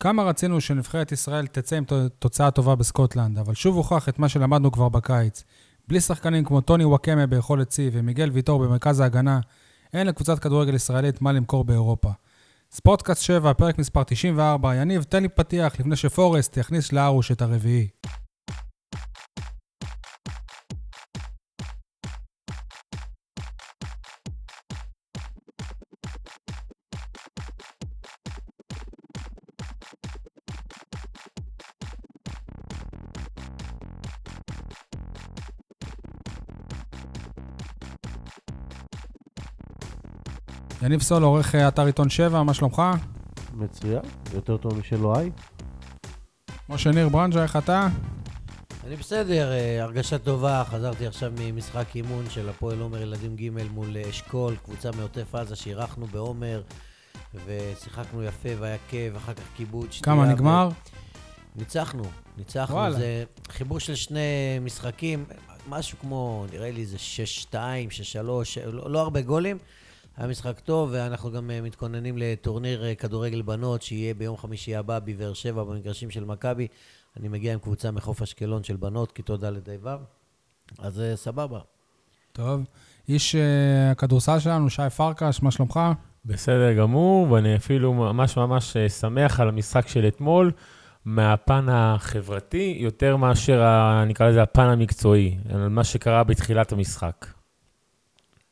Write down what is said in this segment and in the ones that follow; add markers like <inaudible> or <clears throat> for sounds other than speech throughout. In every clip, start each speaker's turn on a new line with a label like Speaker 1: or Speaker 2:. Speaker 1: כמה רצינו שנבחרת ישראל תצא עם תוצאה טובה בסקוטלנד, אבל שוב הוכח את מה שלמדנו כבר בקיץ. בלי שחקנים כמו טוני וואקמה ביכולת שיא ומיגל ויטור במרכז ההגנה, אין לקבוצת כדורגל ישראלית מה למכור באירופה. ספורטקאסט 7, פרק מספר 94, יניב, תן לי פתיח לפני שפורסט יכניס לארוש את הרביעי. יניב סול, עורך אתר עיתון 7, מה שלומך?
Speaker 2: מצוין, יותר טוב משל לואי.
Speaker 1: משה ניר ברנג'ה, איך אתה?
Speaker 3: אני בסדר, אה, הרגשה טובה, חזרתי עכשיו ממשחק אימון של הפועל עומר ילדים ג' מול אשכול, קבוצה מעוטף עזה שאירחנו בעומר, ושיחקנו יפה והיה כיף, אחר כך כיבוד שתייה.
Speaker 1: כמה נגמר?
Speaker 3: ו... ניצחנו, ניצחנו,
Speaker 1: וואלה.
Speaker 3: וואלה. זה חיבור של שני משחקים, משהו כמו, נראה לי זה 6-2, 6-3, לא, לא הרבה גולים. היה משחק טוב, ואנחנו גם אה, מתכוננים לטורניר אה, כדורגל בנות, שיהיה ביום חמישי הבא בבאר שבע, במגרשים של מכבי. אני מגיע עם קבוצה מחוף אשקלון של בנות, כיתות ד' ה' ו', אז אה, סבבה.
Speaker 1: טוב. איש אה, הכדורסל שלנו, שי פרקש, מה שלומך?
Speaker 4: בסדר גמור, ואני אפילו ממש ממש אה, שמח על המשחק של אתמול, מהפן החברתי, יותר מאשר, ה, נקרא לזה, הפן המקצועי, על מה שקרה בתחילת המשחק.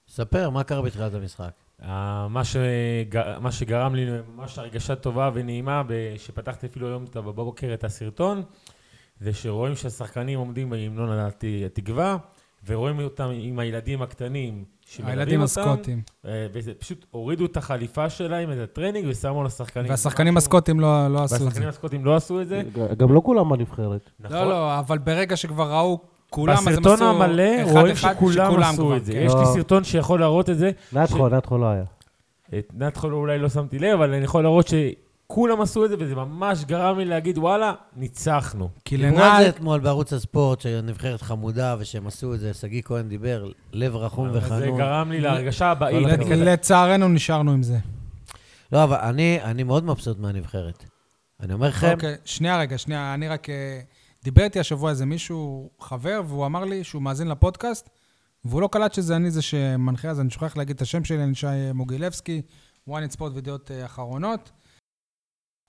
Speaker 3: ספר, מה קרה בתחילת המשחק?
Speaker 4: ה- מה, שג, מה שגרם לי ממש הרגשה טובה ונעימה, ב- שפתחתי אפילו היום את- בבוקר את הסרטון, זה שרואים שהשחקנים עומדים בהמנון הת- התקווה, ורואים אותם עם הילדים הקטנים שמלווים
Speaker 1: הילדים
Speaker 4: אותם,
Speaker 1: הסקוטים.
Speaker 4: אה, וזה פשוט הורידו את החליפה שלהם, את הטרנינג, ושמו לשחקנים.
Speaker 1: והשחקנים הסקוטים לא לא עשו את זה.
Speaker 4: והשחקנים הסקוטים לא עשו את זה,
Speaker 2: גם לא כולם בנבחרת.
Speaker 4: נכון?
Speaker 1: לא, לא, אבל ברגע שכבר ראו כולם, אז הם עשו...
Speaker 4: בסרטון המלא
Speaker 1: אחד,
Speaker 4: רואים
Speaker 1: אחד,
Speaker 4: שכולם עשו
Speaker 1: כבר,
Speaker 4: את זה.
Speaker 1: כן.
Speaker 4: יש לי
Speaker 2: לא.
Speaker 4: סרטון שיכול להראות את זה.
Speaker 2: נתחו, נתחו לא היה.
Speaker 4: את נתחו אולי לא שמתי לב, אבל אני יכול להראות שכולם עשו את זה, וזה ממש גרם לי להגיד, וואלה, ניצחנו.
Speaker 1: כי
Speaker 3: דיברו על זה
Speaker 1: לנעל...
Speaker 3: אתמול בערוץ הספורט, שהנבחרת חמודה, ושהם עשו את זה, שגיא כהן דיבר, לב רחום
Speaker 4: זה
Speaker 3: וחנון.
Speaker 4: גרם לי להרגשה הבאית.
Speaker 1: ל- לצערנו נשארנו עם זה.
Speaker 3: לא, אבל אני, אני מאוד מבסוט מהנבחרת. אני אומר לכם,
Speaker 1: אוקיי, שנייה רגע, שנייה, אני רק... אה, דיבר איתי השבוע איזה מישהו, חבר, והוא אמר לי שהוא מאזין לפודקאסט, והוא לא קלט שזה אני זה שמנחה, אז אני שוכח להגיד את השם שלי, אני שי אה, מוגילבסקי, ynet ספורט וידיעות אה, אחרונות.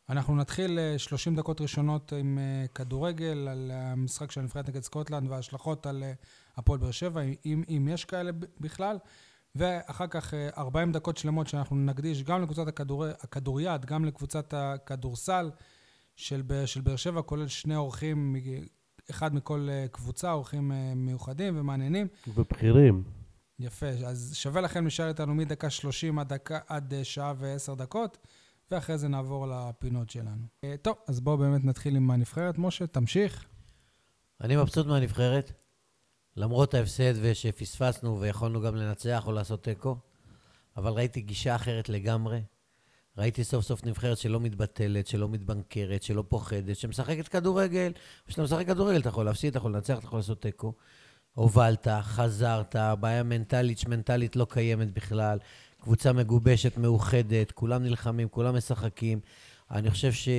Speaker 1: אנחנו נתחיל אה, 30 דקות ראשונות עם אה, כדורגל, על המשחק של הנבחרת נגד סקוטלנד וההשלכות על אה, הפועל באר שבע, אם, אם יש כאלה ב- בכלל. ואחר כך אה, 40 דקות שלמות שאנחנו נקדיש גם לקבוצת הכדור... הכדוריד, גם לקבוצת הכדורסל של, ב... של באר שבע, כולל שני אורחים, מ- אחד מכל אה, קבוצה, אורחים אה, מיוחדים ומעניינים.
Speaker 2: ובכירים.
Speaker 1: יפה, אז שווה לכם להישאר איתנו מדקה 30 עד, דקה, עד אה, שעה ועשר דקות, ואחרי זה נעבור לפינות שלנו. אה, טוב, אז בואו באמת נתחיל עם הנבחרת. משה, תמשיך.
Speaker 3: אני מבסוט מהנבחרת, למרות ההפסד ושפספסנו ויכולנו גם לנצח או לעשות תיקו, אבל ראיתי גישה אחרת לגמרי. ראיתי סוף סוף נבחרת שלא מתבטלת, שלא מתבנקרת, שלא פוחדת, שמשחקת כדורגל. כשאתה משחק כדורגל אתה יכול להפסיד, אתה יכול לנצח, אתה יכול לעשות תיקו. הובלת, חזרת, הבעיה מנטלית שמנטלית לא קיימת בכלל. קבוצה מגובשת, מאוחדת, כולם נלחמים, כולם משחקים. אני חושב ש...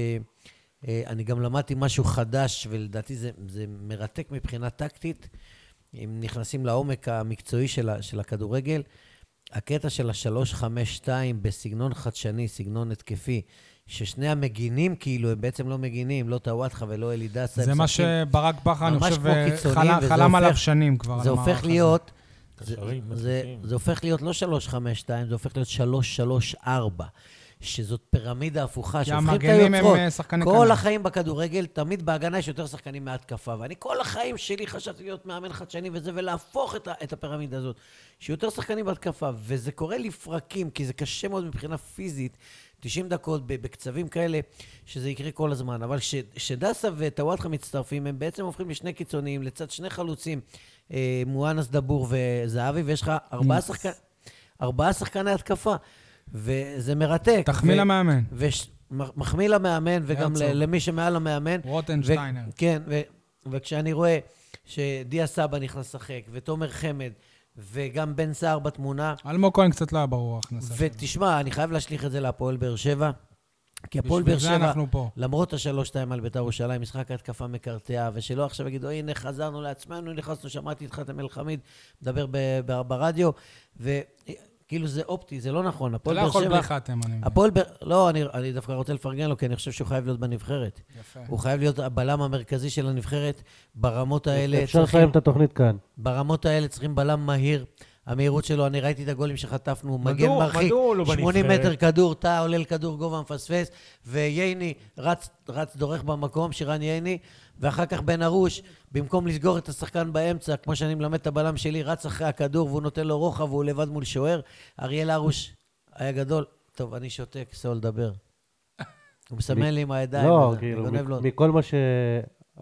Speaker 3: אה, אני גם למדתי משהו חדש, ולדעתי זה, זה מרתק מבחינה טקטית. אם נכנסים לעומק המקצועי של, ה, של הכדורגל, הקטע של ה-352 בסגנון חדשני, סגנון התקפי, ששני המגינים כאילו, הם בעצם לא מגינים, לא טוואטחה ולא אלי דסה.
Speaker 1: זה
Speaker 3: הם
Speaker 1: מה
Speaker 3: משחקים-
Speaker 1: שברק בכר, אני
Speaker 3: ממש
Speaker 1: חושב,
Speaker 3: כמו קיצוניים,
Speaker 1: חלה-
Speaker 3: וזה
Speaker 1: חלם עליו
Speaker 3: הופך-
Speaker 1: שנים כבר. על
Speaker 3: זה
Speaker 1: המערך
Speaker 3: הופך
Speaker 1: הזה.
Speaker 3: להיות... זה-
Speaker 4: קשרים,
Speaker 3: זה-
Speaker 4: מתקיפים.
Speaker 3: זה הופך להיות לא 352, זה הופך להיות 334, שזאת פירמידה הפוכה,
Speaker 1: כי
Speaker 3: שהופכים את
Speaker 1: המגנים הם
Speaker 3: היוצרות.
Speaker 1: אה, שחקני
Speaker 3: כל
Speaker 1: כנף.
Speaker 3: החיים בכדורגל, תמיד בהגנה יש יותר שחקנים מההתקפה. ואני כל החיים שלי חשבתי להיות מאמן חדשני וזה, ולהפוך את, ה- את הפירמידה הזאת. שיותר שחקנים בהתקפה, וזה קורה לפרקים, כי זה קשה מאוד מבחינה פיזית. 90 דקות ב- בקצבים כאלה, שזה יקרה כל הזמן. אבל כש- כשדסה וטוואטחה מצטרפים, הם בעצם הופכים לשני קיצוניים, לצד שני חלוצים, אה, מואנס דבור וזהבי, ויש לך ארבעה, שחקן, ארבעה שחקני התקפה. וזה מרתק.
Speaker 1: תחמיא
Speaker 3: ו-
Speaker 1: למאמן.
Speaker 3: ומחמיא למאמן וגם
Speaker 1: הרצוג.
Speaker 3: ל- למי שמעל המאמן.
Speaker 1: רוטנשטיינר.
Speaker 3: ו- כן, ו- וכשאני רואה שדיה סבא נכנס לשחק, ותומר חמד, וגם בן סער בתמונה,
Speaker 1: אלמוג כהן קצת לא היה ברור ההכנסה. שלו.
Speaker 3: ותשמע, אני חייב להשליך את זה להפועל באר שבע. כי הפועל
Speaker 1: בשביל
Speaker 3: באר
Speaker 1: זה
Speaker 3: שבע,
Speaker 1: אנחנו פה.
Speaker 3: למרות השלוש-שתיים על בית"ר ירושלים, משחק התקפה מקרטע, ושלא עכשיו יגידו, הנה, חזרנו לעצמנו, נכנסנו, שמעתי איתך את המלחמיד, מדבר ב- ב- ברדיו, וכאילו זה אופטי, זה לא נכון.
Speaker 1: אתה
Speaker 3: הפועל
Speaker 1: לא
Speaker 3: באר
Speaker 1: יכול
Speaker 3: שבע...
Speaker 1: בלי חתם, אני מבין.
Speaker 3: הפועל באר... לא, אני, אני דווקא רוצה לפרגן לו, כי אני חושב שהוא חייב להיות בנבחרת.
Speaker 1: יפה.
Speaker 3: הוא חייב להיות הבלם המרכזי של הנבחרת ברמות האלה.
Speaker 2: אפשר
Speaker 3: צריכים-
Speaker 2: לסיים את התוכנית כאן.
Speaker 3: ברמות האלה צריכים בלם מהיר. המהירות שלו, אני ראיתי את הגולים שחטפנו, הוא מגן
Speaker 4: מדוע-
Speaker 3: מרחיק,
Speaker 4: מדוע הוא לא
Speaker 3: 80
Speaker 4: בנבחרת?
Speaker 3: מטר כדור, תא עולה לכדור גובה מפספס, וייני רץ, רץ דורך במקום, שירן ייני, ואחר כך בן ארוש, במקום לסגור את השחקן באמצע, כמו שאני מלמד את הבלם שלי, רץ אחרי הכדור והוא נותן לו רוחב והוא לבד מול שוער. אריאל הרוש היה גדול, טוב, אני שותק, סול, דבר. הוא מסמן לי עם הידיים,
Speaker 2: לא,
Speaker 3: אני
Speaker 2: כאילו,
Speaker 3: גונב
Speaker 2: מ-
Speaker 3: לו.
Speaker 2: מכל מה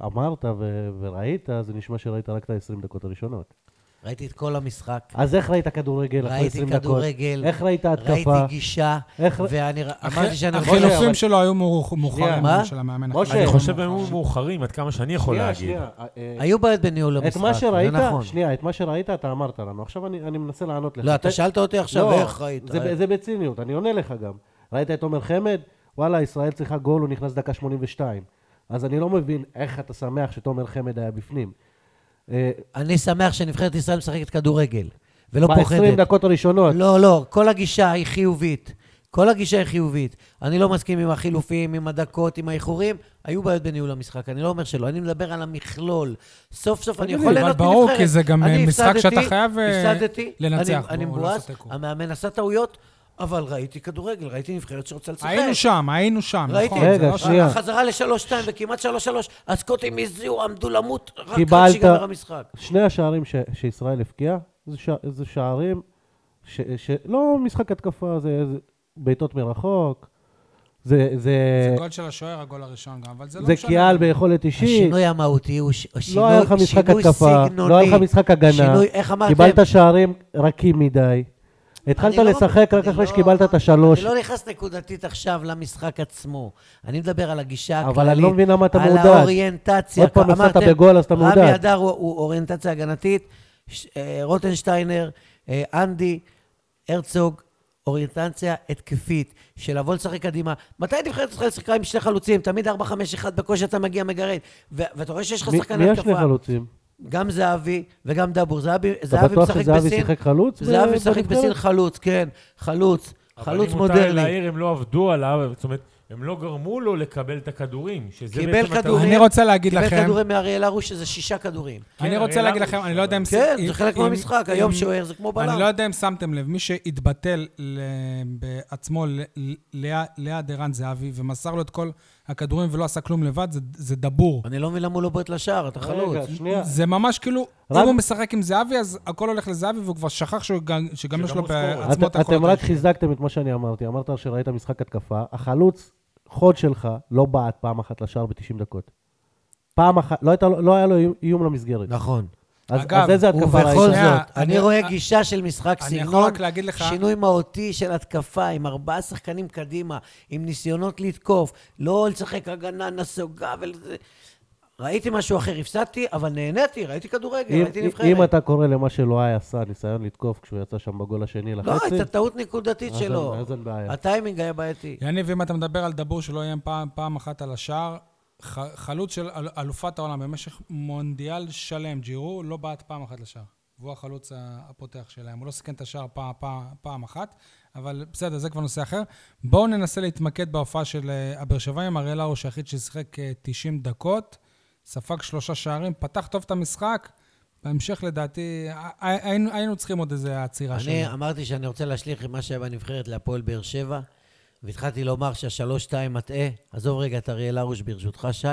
Speaker 2: שאמרת ו- וראית, זה נשמע שראית רק את ה-20 דקות הראשונות.
Speaker 3: ראיתי את כל המשחק.
Speaker 2: אז איך ראית כדורגל אחרי
Speaker 3: ראיתי
Speaker 2: 20 דקות?
Speaker 3: כדורגל,
Speaker 2: איך ראית התקפה?
Speaker 3: ראיתי גישה,
Speaker 2: <laughs> איך- נכון,
Speaker 3: ואני ר- אמרתי לא שאני...
Speaker 2: אבל-
Speaker 1: החילופים שלו היו מאוח- מאוחרים,
Speaker 2: מה?
Speaker 1: של המאמן.
Speaker 2: משה,
Speaker 1: החילופים
Speaker 4: אני
Speaker 1: היו
Speaker 4: חושב
Speaker 1: מאוחרים.
Speaker 4: הם היו מאוחרים, עד כמה שאני יכול
Speaker 2: שנייה,
Speaker 4: להגיד.
Speaker 2: שנייה, אה,
Speaker 3: היו בעיות בניהול
Speaker 2: את
Speaker 3: המשחק,
Speaker 2: מה
Speaker 3: זה
Speaker 2: שראית,
Speaker 3: נכון.
Speaker 2: שנייה, את מה שראית אתה אמרת לנו. עכשיו אני אני מנסה לענות לך.
Speaker 3: לא, אתה
Speaker 2: ת-
Speaker 3: שאלת אותי עכשיו,
Speaker 2: לא,
Speaker 3: איך ראית? אה.
Speaker 2: זה ב- זה בציניות, אני עונה לך גם. ראית את עומר חמד? וואלה, ישראל צריכה גול, הוא נכנס דקה 82. אז אני לא מבין איך אתה שמח שתומר חמד היה בפנים. אה,
Speaker 3: אני שמח שנבחרת ישראל משחקת כדורגל, ולא
Speaker 2: ב-20
Speaker 3: לא פוחדת.
Speaker 2: דקות הראשונות.
Speaker 3: לא, לא, כל הגישה היא חיובית. כל הגישה היא חיובית. אני לא מסכים עם החילופים, עם הדקות, עם האיחורים. היו בעיות בניהול המשחק, אני לא אומר שלא. אני מדבר על המכלול. סוף סוף אני
Speaker 2: אבל
Speaker 3: יכול ליהנות
Speaker 1: אבל
Speaker 3: מנבחרת.
Speaker 1: ברור, כי זה גם
Speaker 3: אני
Speaker 1: אה, משחק
Speaker 3: הפסדתי,
Speaker 1: שאתה חייב אה,
Speaker 3: הפסדתי,
Speaker 1: לנצח
Speaker 3: אני, אני
Speaker 1: בו, לא
Speaker 3: מבואס,
Speaker 1: לעשות תיקו.
Speaker 3: המאמן עשה טעויות, אבל ראיתי כדורגל, ראיתי נבחרת שרוצה לשחק.
Speaker 1: היינו שם, היינו שם,
Speaker 3: ראיתי
Speaker 1: נכון.
Speaker 2: את
Speaker 1: זה
Speaker 2: רגע,
Speaker 1: לא ש-
Speaker 2: שנייה.
Speaker 3: החזרה לשלוש-שתיים וכמעט שלוש-שלוש, הסקוטים הזיעו, עמדו למות, רק עד
Speaker 2: קיבלת-
Speaker 3: שיגמר המשחק.
Speaker 2: שני השערים ש, שישראל הבקיעה, זה, ש, זה שערים ש, שלא משחק התקפה, זה, זה בעיטות מרחוק, זה,
Speaker 1: זה
Speaker 2: זה,
Speaker 1: גול של השוער, הגול הראשון גם, אבל זה לא
Speaker 2: זה
Speaker 1: משנה.
Speaker 2: קיאל ביכולת אישית,
Speaker 3: השינוי המהותי הוא ש- שינוי
Speaker 2: לא היה לך משחק
Speaker 3: שינוי
Speaker 2: התקפה,
Speaker 3: סגנוני.
Speaker 2: לא היה לך משחק הגנה,
Speaker 3: שינוי, איך אמרתם?
Speaker 2: קיבלת שערים רכים מדי, התחלת
Speaker 3: אני לא-
Speaker 2: לשחק רק
Speaker 3: אני
Speaker 2: אחרי
Speaker 3: לא-
Speaker 2: שקיבלת את השלוש,
Speaker 3: אני לא נכנס נקודתית עכשיו למשחק עצמו. אני מדבר על הגישה הכללית.
Speaker 2: אבל אני לא מבין למה אתה מעודד.
Speaker 3: על האוריינטציה.
Speaker 2: עוד פעם הפסדת
Speaker 3: אמרתם,
Speaker 2: בגול, אז אתה מעודד.
Speaker 3: רמי אדר הוא- הוא אוריינטציה הגנתית, ש- אה, רוטנשטיינר, אה, אנדי, הרצוג. אוריינטציה התקפית, של לבוא לשחק קדימה. מתי נבחרת ישראל שיחקה עם שני חלוצים? תמיד 4-5-1 בקושי אתה מגיע מגרד. ו- ואתה רואה שיש לך
Speaker 2: מי-
Speaker 3: שחקן
Speaker 2: מי
Speaker 3: התקפה.
Speaker 2: השני חלוצים?
Speaker 3: גם זהבי וגם דבור. זהבי זהבי משחק בסין.
Speaker 2: אתה בטוח שזהבי שיחק חלוץ? ב-
Speaker 3: זהבי משחק
Speaker 2: בנבחרת?
Speaker 3: בסין חלוץ, כן. חלוץ, חלוץ
Speaker 4: אבל אם מותר
Speaker 3: מודרני.
Speaker 4: להעיר, הם לא עבדו עליו, זאת אומרת, הם לא גרמו לו לקבל את הכדורים. שזה
Speaker 3: קיבל
Speaker 4: בעצם
Speaker 3: כדורים.
Speaker 4: הטעות.
Speaker 1: אני רוצה להגיד
Speaker 3: קיבל
Speaker 1: לכם,
Speaker 3: כדורים מאריאל הרוש, שזה שישה כדורים.
Speaker 1: אני
Speaker 4: כן,
Speaker 1: רוצה
Speaker 4: הרי
Speaker 1: להגיד
Speaker 4: למה
Speaker 1: לכם,
Speaker 4: הוא
Speaker 1: אני לא יודע אם...
Speaker 4: שם?
Speaker 1: ש-
Speaker 3: כן,
Speaker 1: אם-
Speaker 3: זה חלק
Speaker 1: אם-
Speaker 3: מהמשחק, היום
Speaker 1: אם-
Speaker 3: שוער זה כמו
Speaker 1: אני
Speaker 3: בלם.
Speaker 1: לא יודע אם שמתם לב, מי שהתבטל ל- בעצמו ל- ל- ליד ערן זהבי ומסר לו את כל הכדורים ולא עשה כלום לבד, זה- זה דבור.
Speaker 3: אני לא מבין למה הוא לא בועט לשער, אתה חלוץ.
Speaker 2: רגע, שנייה,
Speaker 1: זה ממש כאילו, אם
Speaker 2: רק-
Speaker 1: הוא משחק עם זהבי, אז הכל הולך לזהבי, והוא כבר שכח שהוא גם- שגם יש לו
Speaker 4: הוא סקורר.
Speaker 2: את-
Speaker 1: בעצמו את
Speaker 2: אתם
Speaker 1: היכולת.
Speaker 2: רק חיזקתם את מה שאני אמרתי, אמרת שראית משחק התקפה, החלוץ, חוד שלך, לא בעט פעם אחת לשער ב-90 דקות. פעם אחת, לא, הייתה, לו- לא היה לו איום- איום למסגרת.
Speaker 3: נכון.
Speaker 2: אז,
Speaker 1: אגב,
Speaker 2: אז איזה התקפה
Speaker 3: ובכל
Speaker 2: ראית?
Speaker 1: שנייה,
Speaker 3: זאת, אני
Speaker 1: אני-
Speaker 3: רואה
Speaker 1: אני-
Speaker 3: גישה של משחק
Speaker 1: אני יכול
Speaker 3: סגנון,
Speaker 1: רק להגיד לך-
Speaker 3: שינוי מהותי של התקפה, עם ארבעה שחקנים קדימה, עם ניסיונות לתקוף, לא לשחק הגנה נסוגה וזה. ראיתי משהו אחר, הפסדתי, אבל נהניתי, ראיתי כדורגל,
Speaker 2: אם,
Speaker 3: ראיתי
Speaker 2: אם
Speaker 3: נבחרת.
Speaker 2: אתה קורא למה שלואי עשה, ניסיון לתקוף כשהוא יצא שם בגול השני לחצי,
Speaker 3: לא, הייתה טעות נקודתית
Speaker 2: אז
Speaker 3: שלו.
Speaker 2: אין- אז אין בעיה.
Speaker 3: הטיימינג היה בעייתי.
Speaker 1: יניב, אם אתה מדבר על דבור שלא איים פעם, פעם אחת על השער, ח, חלוץ של אל, אלופת העולם במשך מונדיאל שלם, ג'ירו, לא בעט פעם אחת לשער. והוא החלוץ ה- הפותח שלהם. הוא לא סיכן את השער פעם, פעם, פעם אחת, אבל בסדר, זה כבר נושא אחר. בואו ננסה להתמקד בהופעה של אה, הבאר שבעים. הראל הרוש היחיד ששיחק אה, 90 דקות, ספג שלושה שערים, פתח טוב את המשחק. בהמשך, לדעתי, ה- ה- היינו, היינו צריכים עוד איזה עצירה שלו.
Speaker 3: אני אמרתי שאני רוצה להשליך עם מה שהיה בנבחרת להפועל באר שבע, והתחלתי לומר שהשלוש-שתיים מטעה. עזוב רגע את אריאל הרוש ברשותך, שי.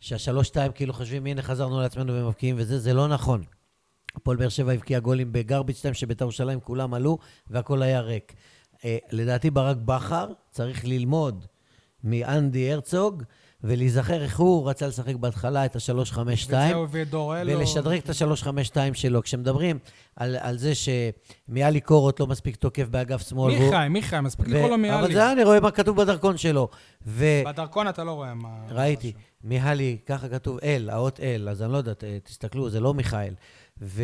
Speaker 3: שהשלוש-שתיים כאילו חושבים, הנה חזרנו לעצמנו ומבקיעים וזה, זה לא נכון. הפועל באר שבע הבקיע גולים בגרביץ' 2 שביתר ירושלים כולם עלו והכל היה ריק. אה, לדעתי ברק בכר צריך ללמוד מאנדי הרצוג ולהיזכר איך הוא רצה לשחק בהתחלה את ה-3-5-2.
Speaker 1: וזה הוא הביא את דור אלו.
Speaker 3: ולשדרג את ה-352 שלו. כשמדברים על, על זה שמיאלי קורות לא מספיק תוקף באגף שמאל. והוא-
Speaker 1: מיכאי, מיכאי, מספיק לקרוא לו מיאלי.
Speaker 3: אבל זה אני רואה מה כתוב בדרכון שלו. ו...
Speaker 1: בדרכון אתה לא רואה מה...
Speaker 3: ראיתי,
Speaker 1: משהו.
Speaker 3: מיהלי, ככה כתוב אל, האות אל, אז אני לא יודעת, אה, תסתכלו, זה לא מיכאל. ו...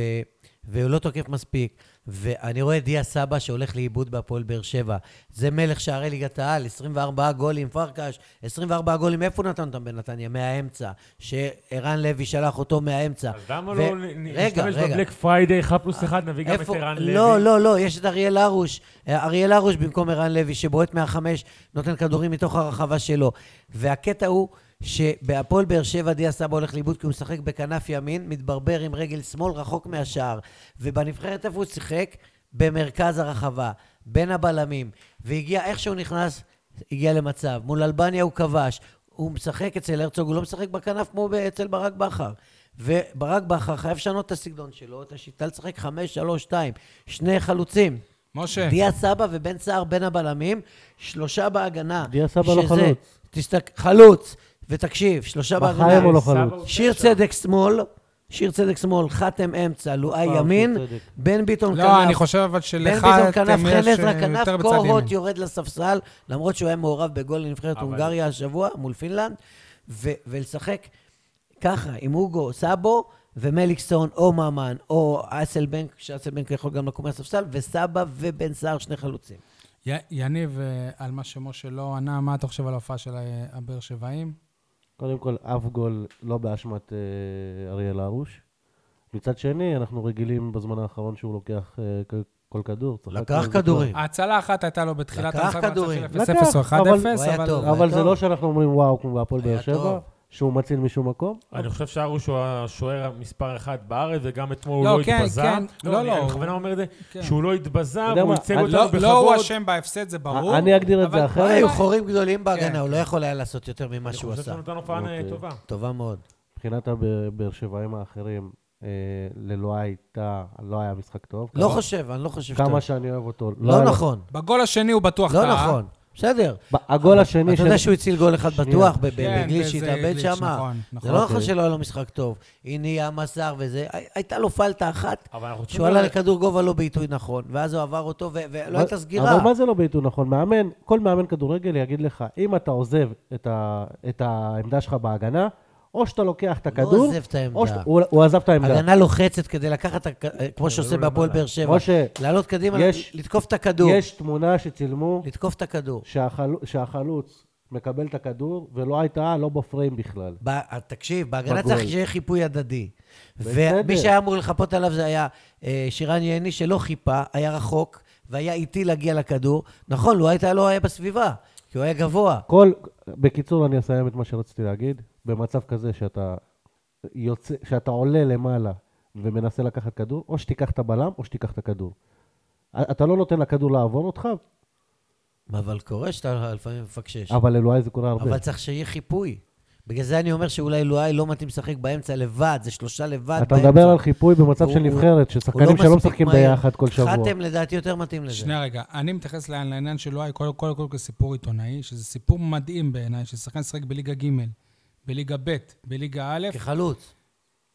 Speaker 3: והוא לא תוקף מספיק. ואני רואה את דיה סבא שהולך לאיבוד בהפועל באר שבע. זה מלך שערי ליגת העל, 24 גולים, פרקש, 24 גולים, איפה הוא נתן אותם בנתניה? מהאמצע. שערן לוי שלח אותו מהאמצע.
Speaker 4: אז למה
Speaker 3: ו-
Speaker 4: לא נ-
Speaker 3: רגע,
Speaker 4: נשתמש
Speaker 3: רגע. אה,
Speaker 4: בבלק פריידיי, אחד פלוס אחד, נביא גם את
Speaker 3: איפה-
Speaker 4: ערן לוי?
Speaker 3: לא, לא, לא, יש את אריאל הרוש. אה, אריאל הרוש במקום ערן לוי, שבועט מהחמש, נותן כדורים מתוך הרחבה שלו. והקטע הוא שבהפועל באר שבע דיה סבא הולך לאיבוד כי הוא משחק בכנף ימין, מתברבר עם רגל שמאל רחוק מהשער. ובנבחרת איפה הוא שיחק? במרכז הרחבה, בין הבלמים. והגיע, איך שהוא נכנס, הגיע למצב. מול אלבניה הוא כבש. הוא משחק אצל הרצוג, הוא לא משחק בכנף כמו ב- אצל ברק בכר. וברק בכר חייב לשנות את הסגנון שלו, את השיטה לשחק 5-3-2, שני חלוצים.
Speaker 1: משה,
Speaker 3: דיה סבא ובן סער בין הבלמים, שלושה בהגנה.
Speaker 2: דיה סבא לא
Speaker 3: שזה-
Speaker 2: חלוץ.
Speaker 3: תסתק... חלוץ, ותקשיב, שלושה
Speaker 2: בחיים
Speaker 3: בהגנה.
Speaker 2: הוא לא
Speaker 4: אה, סבא
Speaker 2: חלוץ.
Speaker 4: הוא
Speaker 3: שיר
Speaker 4: תשע.
Speaker 3: צדק שמאל, שיר צדק שמאל, חתם אמצע, לואי
Speaker 2: פעם שיר
Speaker 3: ימין,
Speaker 2: צדק.
Speaker 3: בן ביטון כנף.
Speaker 1: לא, אני חושב אבל
Speaker 3: בן
Speaker 1: שלך
Speaker 3: ביטון
Speaker 1: אתם
Speaker 3: כנף, חן
Speaker 1: יש
Speaker 3: עזרא
Speaker 1: אה, יותר
Speaker 3: כנף,
Speaker 1: בצד ימין.
Speaker 3: קורות יורד לספסל, למרות שהוא היה מעורב בגול לנבחרת
Speaker 4: אבל-
Speaker 3: הונגריה השבוע מול פינלנד, ו- ולשחק ככה עם אוגו סאבו ומליקסון או ממן או אסלבנק, שאסלבנק יכול גם לקום מהספסל, וסבא ובן סער שני חלוצים.
Speaker 1: י- יניב, אה, על מה שמשה לא ענה, מה אתה חושב על ההופעה של אה, הבאר שבעים?
Speaker 2: קודם כל, אף גול לא באשמת אה, אריאל הרוש. מצד שני, אנחנו רגילים בזמן האחרון שהוא לוקח אה, כ- כל כדור. צחק
Speaker 3: לקח
Speaker 2: על זה
Speaker 3: כדורים.
Speaker 1: ההצלה אחת הייתה לו בתחילת
Speaker 3: לקח
Speaker 1: המשחק,
Speaker 3: כדורים.
Speaker 1: והצלה של 0-0 או
Speaker 2: לקח, אבל-
Speaker 1: 1-0,
Speaker 3: הוא היה
Speaker 1: אבל...
Speaker 3: טוב.
Speaker 2: כבר. אבל
Speaker 3: היה
Speaker 2: זה
Speaker 3: טוב.
Speaker 2: לא שאנחנו אומרים וואו, כמו בהפועל
Speaker 3: היה
Speaker 2: באר שבע,
Speaker 3: טוב.
Speaker 2: שהוא מציל משום מקום.
Speaker 4: אני חושב שהרוש הוא השוער מספר אחת בארץ, וגם אתמול הוא
Speaker 1: לא,
Speaker 4: לא
Speaker 1: כן,
Speaker 4: התבזה.
Speaker 1: כן, לא,
Speaker 4: אני-
Speaker 1: לא,
Speaker 4: אני
Speaker 1: הוא-
Speaker 4: בכוונה אומר את זה,
Speaker 1: כן.
Speaker 4: שהוא לא התבזה,
Speaker 2: יודע
Speaker 4: והוא
Speaker 2: מה,
Speaker 4: ייצג
Speaker 2: אני-
Speaker 4: אותנו
Speaker 1: לא- לא הוא
Speaker 4: בכבוד.
Speaker 1: אשם בהפסד, זה ברור.
Speaker 2: אה, אני אגדיר את זה
Speaker 1: אבל-
Speaker 2: אחרת.
Speaker 1: אוי,
Speaker 3: היו
Speaker 1: הוא-
Speaker 3: חורים גדולים
Speaker 1: כן.
Speaker 3: בהגנה, הוא לא יכול היה לעשות יותר ממה שהוא
Speaker 4: אני חושב
Speaker 3: עשה.
Speaker 4: שהוא נתן הופעה אה,
Speaker 2: אוקיי.
Speaker 4: טובה.
Speaker 1: לא-
Speaker 3: טובה מאוד.
Speaker 2: מבחינת הבאר שבעים האחרים, אה, ללא הייתה, לא היה משחק טוב.
Speaker 3: לא
Speaker 2: כמה-
Speaker 3: חושב, אני לא חושב שאתה...
Speaker 2: כמה שאני אוהב אותו. היה
Speaker 3: לא
Speaker 2: לו-
Speaker 3: נכון,
Speaker 1: בגול השני הוא בטוח
Speaker 3: לא
Speaker 1: טעה.
Speaker 3: נכון. בסדר.
Speaker 2: ב- הגול השני
Speaker 3: אתה יודע שהוא הציל גול אחד
Speaker 2: שנייה.
Speaker 3: בטוח, ב- ב-
Speaker 1: כן,
Speaker 3: בגליץ'
Speaker 1: באיזה
Speaker 3: שהתאבד
Speaker 1: גליץ',
Speaker 3: שם.
Speaker 1: נכון,
Speaker 3: זה
Speaker 1: נכון.
Speaker 3: לא נכון
Speaker 2: אוקיי.
Speaker 3: שלא היה לו משחק טב. הנה מסר וזה. הי- הייתה לו פלטה אחת,
Speaker 4: אבל אנחנו
Speaker 3: שהוא עלה לכדור גובה לא בעיתוי נכון, ואז הוא עבר אותו, ו- ולא
Speaker 2: מה-
Speaker 3: הייתה סגירה.
Speaker 2: אבל מה זה לא בעיתוי נכון? מאמן, כל מאמן כדורגל יגיד לך, אם אתה עוזב את, ה, את העמדה שלך בהגנה, או שאתה לוקח את
Speaker 3: לא
Speaker 2: הכדור,
Speaker 3: עוזב את העמדה.
Speaker 2: או שאתה, הוא, הוא עזב את העמדה.
Speaker 3: הגנה לוחצת כדי לקחת, את הכ- כמו שעושה
Speaker 1: לא
Speaker 4: למעלה.
Speaker 3: בהפועל באר שבע.
Speaker 2: משה,
Speaker 3: לעלות קדימה,
Speaker 2: יש-
Speaker 3: לתקוף את הכדור.
Speaker 2: יש תמונה שצילמו
Speaker 3: לתקוף את הכדור.
Speaker 2: שהחל, שהחלוץ מקבל את הכדור, ולא הייתה, לא בפריים בכלל.
Speaker 3: ב- אה, תקשיב, בהגנה
Speaker 2: בגול.
Speaker 3: צריך שיהיה חיפוי הדדי.
Speaker 2: בסדר.
Speaker 3: ומי שהיה אמור לחפות עליו זה היה אה, שירן יעני, שלא חיפה, היה רחוק, והיה איטי להגיע לכדור. נכון, לו הייתה לא היה בסביבה, כי הוא היה גבוה.
Speaker 2: כל, בקיצור, אני אסיים את מה שרציתי להגיד. במצב כזה שאתה יוצא, שאתה עולה למעלה ומנסה לקחת כדור, או שתיקח את הבלם, או שתיקח את הכדור. אתה לא נותן לכדור לעבור אותך,
Speaker 3: אבל קורה שאתה לפעמים מפקשש.
Speaker 2: אבל אלוהי זה קורה הרבה.
Speaker 3: אבל צריך שיהיה חיפוי. בגלל זה אני אומר שאולי לואי לא מתאים לשחק באמצע לבד, זה שלושה לבד
Speaker 2: אתה
Speaker 3: באמצע.
Speaker 2: מדבר על חיפוי במצב
Speaker 3: הוא-
Speaker 2: של נבחרת,
Speaker 3: הוא לא
Speaker 2: ששחקנים שלא
Speaker 3: מספיק
Speaker 2: משחקים
Speaker 3: מהיר.
Speaker 2: ביחד כל שבוע.
Speaker 3: חתם לדעתי יותר מתאים לזה.
Speaker 1: שנייה רגע, אני מתייחס לעניין- לעניין שלו, היה קודם כל כסיפור עיתונאי, שזה סיפור מדהים בעיניי, ששחקן שיחק בליגה ג', בליגה ב', בליגה א',
Speaker 2: כן.
Speaker 3: כחלוץ.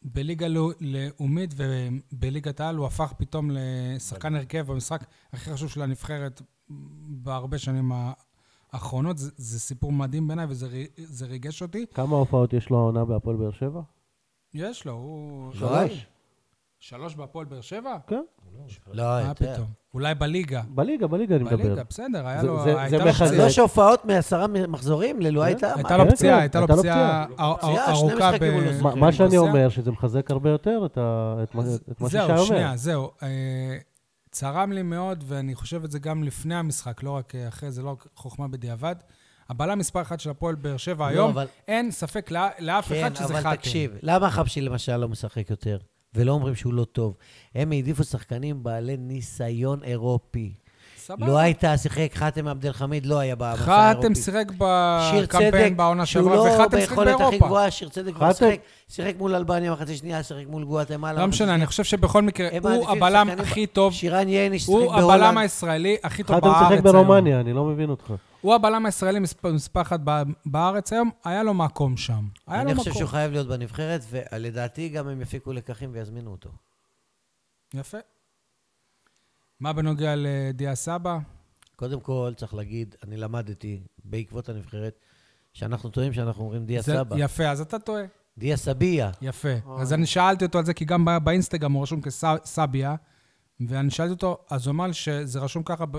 Speaker 1: בליגה לאו- לאומית ובליגת העל, הוא הפך פתאום לשחקן הרכב במשחק הכי חשוב של הנבחרת בהרבה שנים האחרונות. זה, זה סיפור מדהים בעיניי וזה רי- זה ריגש אותי.
Speaker 2: כמה הופעות יש לו העונה בהפועל באר שבע?
Speaker 1: יש לו, הוא...
Speaker 3: לואי?
Speaker 1: שלוש בהפועל באר שבע?
Speaker 2: כן,
Speaker 3: לא,
Speaker 1: מה
Speaker 3: יותר.
Speaker 1: פתאום? אולי בליגה.
Speaker 2: בליגה, בליגה אני מדבר.
Speaker 1: בליגה, בסדר, היה
Speaker 2: זה-
Speaker 1: לו...
Speaker 2: זה- זה
Speaker 1: הייתה לו
Speaker 2: מחזק.
Speaker 3: אז
Speaker 1: פציעה.
Speaker 3: יש הופעות לא מעשרה מחזורים ללואי הייתה?
Speaker 1: הייתה לו
Speaker 2: כן,
Speaker 1: פציעה,
Speaker 2: כן,
Speaker 1: הייתה לו
Speaker 2: הייתה לו
Speaker 1: פציעה אר-
Speaker 3: פציעה,
Speaker 1: אר-
Speaker 3: שני
Speaker 1: ארוכה ב...
Speaker 3: משחקים הוא לא שיחק.
Speaker 2: מה- מה שאני
Speaker 1: פציעה.
Speaker 2: אומר, שזה מחזק הרבה יותר את ה- את מה
Speaker 1: אז
Speaker 2: את מה ששי
Speaker 1: כן, זהו,
Speaker 2: אומר.
Speaker 1: שנייה, זהו. אה, צרם לי מאוד, ואני חושב את זה גם לפני המשחק, לא רק אה, אחרי, זה לא רק חוכמה בדיעבד. הבלם מספר אחת של הפועל באר שבע
Speaker 3: לא,
Speaker 1: היום,
Speaker 3: אבל-
Speaker 1: אין ספק לא- לאף
Speaker 3: כן,
Speaker 1: אחד שזה חתם.
Speaker 3: אבל תקשיב, למה חבשי למשל לא משחק יותר? ולא אומרים שהוא לא טוב. הם העדיפו שחקנים בעלי ניסיון אירופי.
Speaker 1: סבבה.
Speaker 3: לא הייתה שיחק, חתם עבד אל חמיד לא היה במסע האירופי.
Speaker 1: חתם שיחק
Speaker 3: שיר צדק,
Speaker 1: בקמפיין בעונה
Speaker 3: שהוא
Speaker 1: שעברה,
Speaker 3: לא
Speaker 1: וחתם שיחק
Speaker 3: ביכולת הכי
Speaker 1: באירופה.
Speaker 3: גבוהה, שיר צדק כבר
Speaker 2: חתם-
Speaker 3: שיחק, שיחק מול אלבניה מחצי שנייה, שיחק מול גואטמלה.
Speaker 1: לא
Speaker 3: מחצי
Speaker 1: משנה, אני
Speaker 3: שנייה.
Speaker 1: חושב שבכל מקרה,
Speaker 3: הם
Speaker 1: הוא
Speaker 3: מעדיפים
Speaker 1: הבלם
Speaker 3: שחקנים-
Speaker 1: הכי טוב,
Speaker 3: שירן ייני ששיחק
Speaker 1: הוא
Speaker 3: בהולנד.
Speaker 1: הבלם הישראלי הכי טוב
Speaker 2: חתם
Speaker 1: בארץ היום.
Speaker 2: שיחק ברומניה, אני לא מבין אותך.
Speaker 1: הוא הבלם הישראלי מספר מספר אחת בא- בארץ היום, היה לו מקום שם. היה לו
Speaker 3: אני חושב
Speaker 1: מקום.
Speaker 3: שהוא חייב להיות בנבחרת, ולדעתי גם הם יפיקו לקחים ויזמינו אותו.
Speaker 1: יפה. מה בנוגע לדיה סבא?
Speaker 3: קודם כל, צריך להגיד, אני למדתי בעקבות הנבחרת, שאנחנו טועים שאנחנו אומרים דיה
Speaker 1: זה-
Speaker 3: סבא.
Speaker 1: יפה, אז אתה טועה.
Speaker 3: דיה סביה.
Speaker 1: יפה. אז אני שאלתי אותו על זה, כי גם בא- באינסטגרם הוא רשום כסביה, ואני שאלתי אותו, אז הוא אמר לי שזה רשום ככה ב-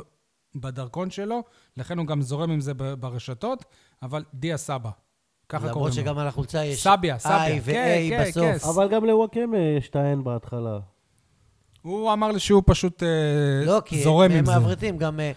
Speaker 1: בדרכון שלו, לכן הוא גם זורם עם זה ב- ברשתות, אבל דיה סבא. ככה
Speaker 3: למרות
Speaker 1: קוראים לו.
Speaker 3: שגם על החולצה יש...
Speaker 1: סביה, סביה.
Speaker 3: איי ואיי
Speaker 1: כן, כן,
Speaker 3: בסוף.
Speaker 1: כן.
Speaker 2: אבל גם לוואקמה יש את ה-N בהתחלה.
Speaker 1: הוא אמר לי שהוא פשוט אה,
Speaker 3: לא, כי
Speaker 1: זורם
Speaker 3: הם
Speaker 1: עם זה.
Speaker 3: מעברתים, גם, אה,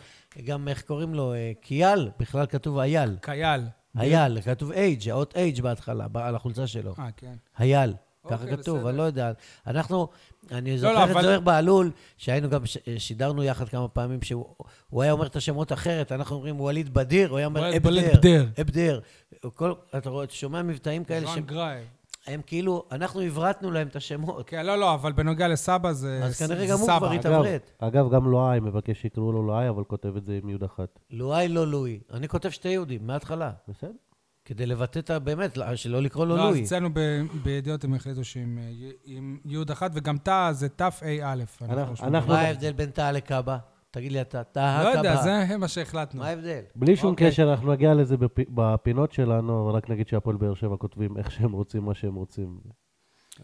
Speaker 3: גם איך קוראים לו, אה, קיאל, בכלל כתוב אייל.
Speaker 1: קייל.
Speaker 3: אייל, כתוב אייג', האות אייג' בהתחלה, ב- על החולצה שלו.
Speaker 1: אה, כן.
Speaker 3: אייל, ככה
Speaker 1: אוקיי,
Speaker 3: כתוב,
Speaker 1: בסדר.
Speaker 3: אני לא יודע. אנחנו, אני
Speaker 1: לא,
Speaker 3: זוכר את
Speaker 1: אבל-
Speaker 3: זוהיר בהלול, שהיינו גם, ש- שידרנו יחד כמה פעמים, שהוא הוא היה אומר את השמות אחרת, אנחנו אומרים ווליד בדיר, הוא היה אומר
Speaker 1: ווליד- ווליד
Speaker 3: אבדר.
Speaker 1: בדיר. נכון,
Speaker 3: אבדר. כל- אתה רואה, אתה שומע מבטאים כאלה
Speaker 1: רון גרייב.
Speaker 3: שהם כאילו, אנחנו הברטנו להם את השמות.
Speaker 1: כן, לא, לא, אבל בנוגע לסבא כן, זה
Speaker 3: אז כנראה
Speaker 1: זה
Speaker 3: גם הוא
Speaker 1: סבא.
Speaker 3: כבר
Speaker 2: אגב,
Speaker 3: התעברת.
Speaker 2: אגב, גם לואי מבקש שיקראו לו לואי, אבל כותב את זה עם יוד אחת.
Speaker 3: לואי לא לואי. אני כותב שתי יהודים, מההתחלה.
Speaker 2: בסדר?
Speaker 3: כדי לבטא את ה... באמת, לא- שלא לקרוא לו
Speaker 1: לא, אז
Speaker 3: לואי.
Speaker 1: אצלנו ב- בידיעות הם החליטו שעם אה, י- עם יוד אחת, וגם תא זה תא-א'.
Speaker 2: אנחנו-
Speaker 3: מה ההבדל בין תא לקאבה? תגיד לי אתה, תא
Speaker 1: לא
Speaker 3: הקאבה.
Speaker 1: יודע, זה מה שהחלטנו.
Speaker 3: מה ההבדל?
Speaker 2: בלי שום
Speaker 1: אוקיי.
Speaker 2: קשר, אנחנו נגיע לזה בפ- בפינות שלנו, אבל רק נגיד שהפועל באר שבע כותבים איך שהם רוצים, מה שהם רוצים.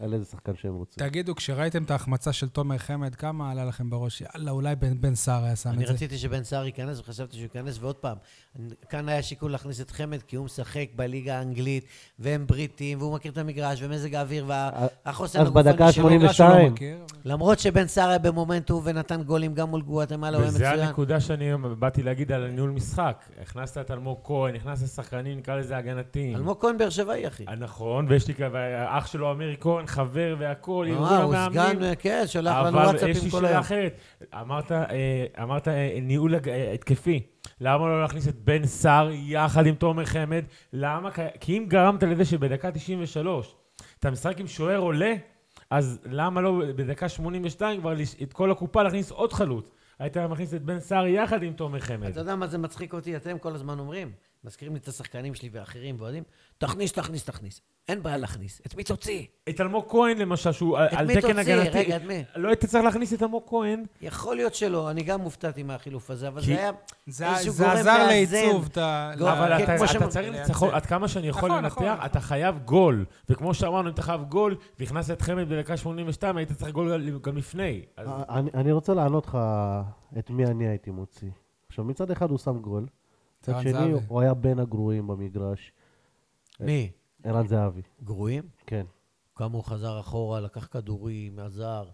Speaker 2: על איזה שחקן שהם רוצים.
Speaker 1: תגידו, כשראיתם את ההחמצה של תומר חמד, כמה עלה לכם בראש? יאללה, אולי בן בן סער היה שם
Speaker 3: אני
Speaker 1: את זה.
Speaker 3: רציתי שבן סער ייכנס, וחשבתי שהוא ייכנס, ועוד פעם, אני- כאן היה שיקול להכניס את חמד, כי הוא משחק בליגה האנגלית, והם בריטים, והוא מכיר את המגרש, ומזג האוויר,
Speaker 2: אה,
Speaker 3: והחוסן
Speaker 2: אז בדקה
Speaker 3: הגופני שלו.
Speaker 2: ה-80
Speaker 1: בגלל שהוא לא
Speaker 2: 82.
Speaker 1: מכיר, אבל-
Speaker 3: למרות שבן סער היה במומנטום, ונתן גולים גם מול גואטמלה, הוא היה
Speaker 4: וזה
Speaker 3: מצוין.
Speaker 4: הנקודה שאני היום באתי להגיד על ניהול משחק. הכנסת את אלמוג כהן, נכנס לשחקנים, נקרא לזה הגנתיים.
Speaker 3: אלמוג כהן באר שבעי, אחי.
Speaker 4: נכון, ויש לי כאלה, אח שלו אמיר כהן, חבר והכול, ארגון
Speaker 3: אה, הוא
Speaker 4: המאמנים.
Speaker 3: סגן, כן, שולח לנו
Speaker 4: אבל יש
Speaker 3: וואטסאפים
Speaker 4: לי
Speaker 3: כל היום.
Speaker 4: שאלה אחרת. אמרת, אה, אמרת אה, ניהול הג- אה, התקפי. למה לא להכניס את בן סער יחד עם תומר חמד? למה? כי- כי אם גרמת לזה שבדקה 93 אתה משחק עם שוער עולה, אז למה לא בדקה 82 כבר לש- את כל הקופה להכניס עוד חלוץ? היית מכניס את בן סער יחד עם תומר חמד.
Speaker 3: אתה יודע מה זה מצחיק אותי? אתם כל הזמן אומרים, מזכירים לי את השחקנים שלי ואחרים ואוהדים, תכניס, תכניס, תכניס. אין בעיה להכניס. את מי תוציא?
Speaker 4: את אלמוג כהן למשל, שהוא על-
Speaker 3: את
Speaker 4: על
Speaker 3: מי
Speaker 4: תקן
Speaker 3: תוציא?
Speaker 4: הגנתי.
Speaker 3: רגע, את מי?
Speaker 4: לא היית צריך להכניס את אלמוג כהן.
Speaker 3: יכול להיות שלא, אני גם הופתעתי מהחילוף הזה, אבל
Speaker 4: כי-
Speaker 3: זה היה
Speaker 1: זה-
Speaker 3: איזשהו
Speaker 1: זה
Speaker 3: גורם
Speaker 1: עזר
Speaker 3: מאזן.
Speaker 1: לעיצוב. את ה- לא,
Speaker 3: גורם-
Speaker 1: ל-
Speaker 4: אבל
Speaker 3: כן,
Speaker 4: אתה,
Speaker 3: כמו
Speaker 4: אתה
Speaker 3: שאמר-
Speaker 4: צריך ניצחון, עד כמה שאני יכול
Speaker 1: נכון,
Speaker 4: לנתח,
Speaker 1: נכון.
Speaker 4: אתה חייב גול. וכמו שאמרנו, אם אתה חייב גול, והכנסת את חמד בדקה 82, היית צריך גול גם לפני. אז
Speaker 2: אה, אני אני רוצה לענות לך את מי אני הייתי מוציא. עכשיו, מצד אחד הוא שם גול, מצד
Speaker 1: ערן
Speaker 2: שני
Speaker 1: זהבי.
Speaker 2: הוא היה בין הגרועים במגרש.
Speaker 3: מי?
Speaker 2: ערן זהבי,
Speaker 3: גרועים?
Speaker 2: כן.
Speaker 3: כמה הוא חזר אחורה, לקח כדורים, עזר.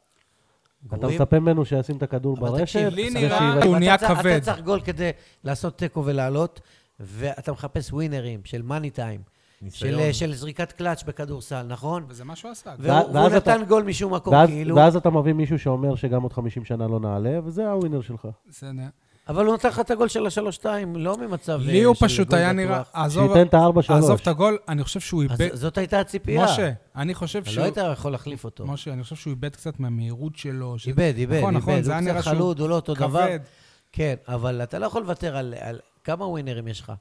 Speaker 2: אתה
Speaker 3: גרועים?
Speaker 2: מצפה ממנו שישים את הכדור
Speaker 3: אבל תקשיב,
Speaker 2: ברשת,
Speaker 1: לי
Speaker 2: ושיבעט.
Speaker 1: נראה- הוא
Speaker 3: אתה
Speaker 1: נהיה
Speaker 3: צריך-
Speaker 1: כבד.
Speaker 3: אתה צריך גול כדי לעשות תיקו ולעלות, ואתה מחפש ווינרים של מאני טיים,
Speaker 4: ניסיון.
Speaker 3: של של זריקת קלאץ' בכדורסל, נכון?
Speaker 1: וזה מה שהוא עשה.
Speaker 3: והוא והוא
Speaker 2: ואז אתה-
Speaker 3: נתן גול משום מקום,
Speaker 2: ואז-
Speaker 3: כאילו.
Speaker 2: ואז אתה מביא מישהו שאומר שגם עוד 50 שנה לא נעלה, וזה הווינר שלך.
Speaker 1: בסדר.
Speaker 3: אבל הוא נתן לך את הגול של השלוש-שתיים, לא ממצב... אה,
Speaker 1: לי הוא
Speaker 3: של
Speaker 1: פשוט
Speaker 3: גול
Speaker 1: היה
Speaker 3: בטוח.
Speaker 1: נראה... עזוב-
Speaker 2: שייתן את הארבע
Speaker 1: עזוב
Speaker 2: שלוש.
Speaker 1: את הגול, אני חושב שהוא
Speaker 3: אז
Speaker 1: איבד...
Speaker 3: זאת הייתה הציפייה.
Speaker 1: משה, אני חושב
Speaker 3: אתה
Speaker 1: שהוא...
Speaker 3: לא היית יכול להחליף אותו.
Speaker 1: משה, אני חושב שהוא איבד קצת מהמהירות שלו. שזה-
Speaker 3: איבד, איבד,
Speaker 1: נכון, נכון,
Speaker 3: איבד.
Speaker 1: זה היה
Speaker 3: הוא
Speaker 1: נראה
Speaker 3: קצת
Speaker 1: שהוא
Speaker 3: חלוד, הוא לא אותו דבר.
Speaker 1: כבד.
Speaker 3: כן, אבל אתה לא יכול לוותר על... על- כמה ווינרים יש לך?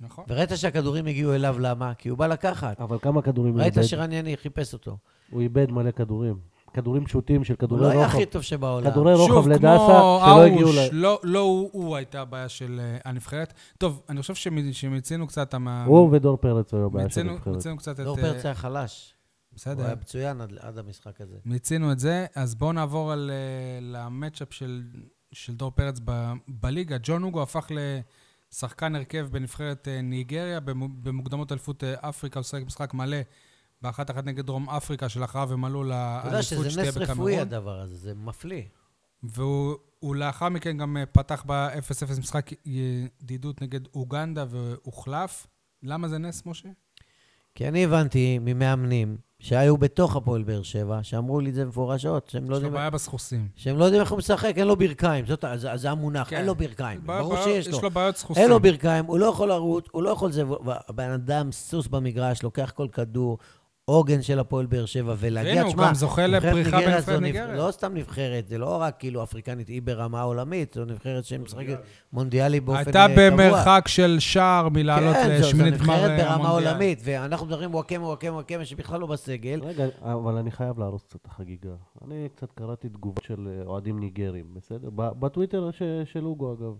Speaker 1: נכון.
Speaker 3: וראית שהכדורים הגיעו אליו, למה? כי הוא בא לקחת.
Speaker 2: אבל כמה כדורים הוא
Speaker 3: ראית
Speaker 2: איבד?
Speaker 3: שרן יני חיפש אותו.
Speaker 2: הוא איבד מלא כדורים. כדורים פשוטים של
Speaker 3: הוא לא
Speaker 2: כדורי
Speaker 3: היה
Speaker 2: רוחב.
Speaker 3: הכי טוב לא. שבעולם.
Speaker 2: כדורי
Speaker 1: שוב,
Speaker 2: רוחב לדסה,
Speaker 1: כמו
Speaker 2: שלא הגיעו
Speaker 1: ארוש,
Speaker 2: ל...
Speaker 1: לא- לא הוא- הוא הייתה הבעיה של אה, הנבחרת. טוב, אני חושב שמ- שמיצינו קצת... המ-
Speaker 2: הוא ודור פרץ היו הבעיה של
Speaker 1: מיצינו
Speaker 2: הנבחרת.
Speaker 1: מיצינו קצת את...
Speaker 3: דור
Speaker 1: אה,
Speaker 3: פרץ היה חלש. לא הוא
Speaker 1: בסדר.
Speaker 3: היה מצוין עד- עד המשחק הזה.
Speaker 1: מיצינו את זה, אז בואו נעבור על, אה, למצ'אפ של, של דור פרץ ב, בליגה. ג'ון הוגו הפך לשחקן הרכב בנבחרת אה, ניגריה, במו- במוקדמות אליפות אה, אפריקה, הוא שיחק משחק מלא באחת אחת נגד דרום אפריקה, שלאחריו הם עלו
Speaker 3: אתה יודע
Speaker 1: לאליפות שתהיה
Speaker 3: שזה
Speaker 1: בקמרון.
Speaker 3: נס רפואי הדבר הזה, זה מפליא.
Speaker 1: והוא הוא לאחר מכן גם אה, פתח ב-0-0 משחק ידידות נגד אוגנדה והוחלף. למה זה נס, משה?
Speaker 3: כי אני הבנתי ממאמנים שהיו בתוך הפועל באר שבע, שאמרו לי את זה מפורשות, שהם לא
Speaker 1: יש לו
Speaker 3: יודעים...
Speaker 1: בעיה בסחוסים.
Speaker 3: שהם לא יודעים איך הוא משחק, אין לו ברכיים, זאת, ה- זה, זה המונח,
Speaker 1: כן.
Speaker 3: אין לו ברכיים,
Speaker 1: בעיה-
Speaker 3: ברור
Speaker 1: בעיה-
Speaker 3: שיש לו.
Speaker 1: יש לו בעיות סחוסים.
Speaker 3: אין לו ברכיים, הוא לא יכול לרוץ, הוא לא יכול זה, והבן אדם סוס במגרש, לוקח כל כדור, עוגן של הפועל באר שבע,
Speaker 1: והנה,
Speaker 3: ולהגיע,
Speaker 1: הוא
Speaker 3: תשמע,
Speaker 1: גם זוכה
Speaker 3: נבחרת
Speaker 1: לפריחה
Speaker 3: ניגריה
Speaker 1: בנבחרת
Speaker 3: זו נבח-
Speaker 1: ניגריה."
Speaker 3: לא סתם נבחרת, זה לא רק כאילו אפריקנית, היא ברמה עולמית, זו נבחרת שמשחקת מונדיאלי באופן אה,
Speaker 1: הייתה
Speaker 3: קבוע.
Speaker 1: במרחק של שער מלעלות
Speaker 3: כן, זו- זו
Speaker 1: לשמינית גמר
Speaker 3: נבחרת
Speaker 1: אה,
Speaker 3: ברמה
Speaker 1: המונדיאל.
Speaker 3: עולמית, ואנחנו מדברים וואקמה, וואקמה, וואקמה, שבכלל לא בסגל.
Speaker 2: רגע, אבל אני חייב להרוס קצת את החגיגה. אני קצת קראתי תגובות של אה, אוהדים ניגרים, בסדר? ב- בטוויטר ש- של אוגו, אגב.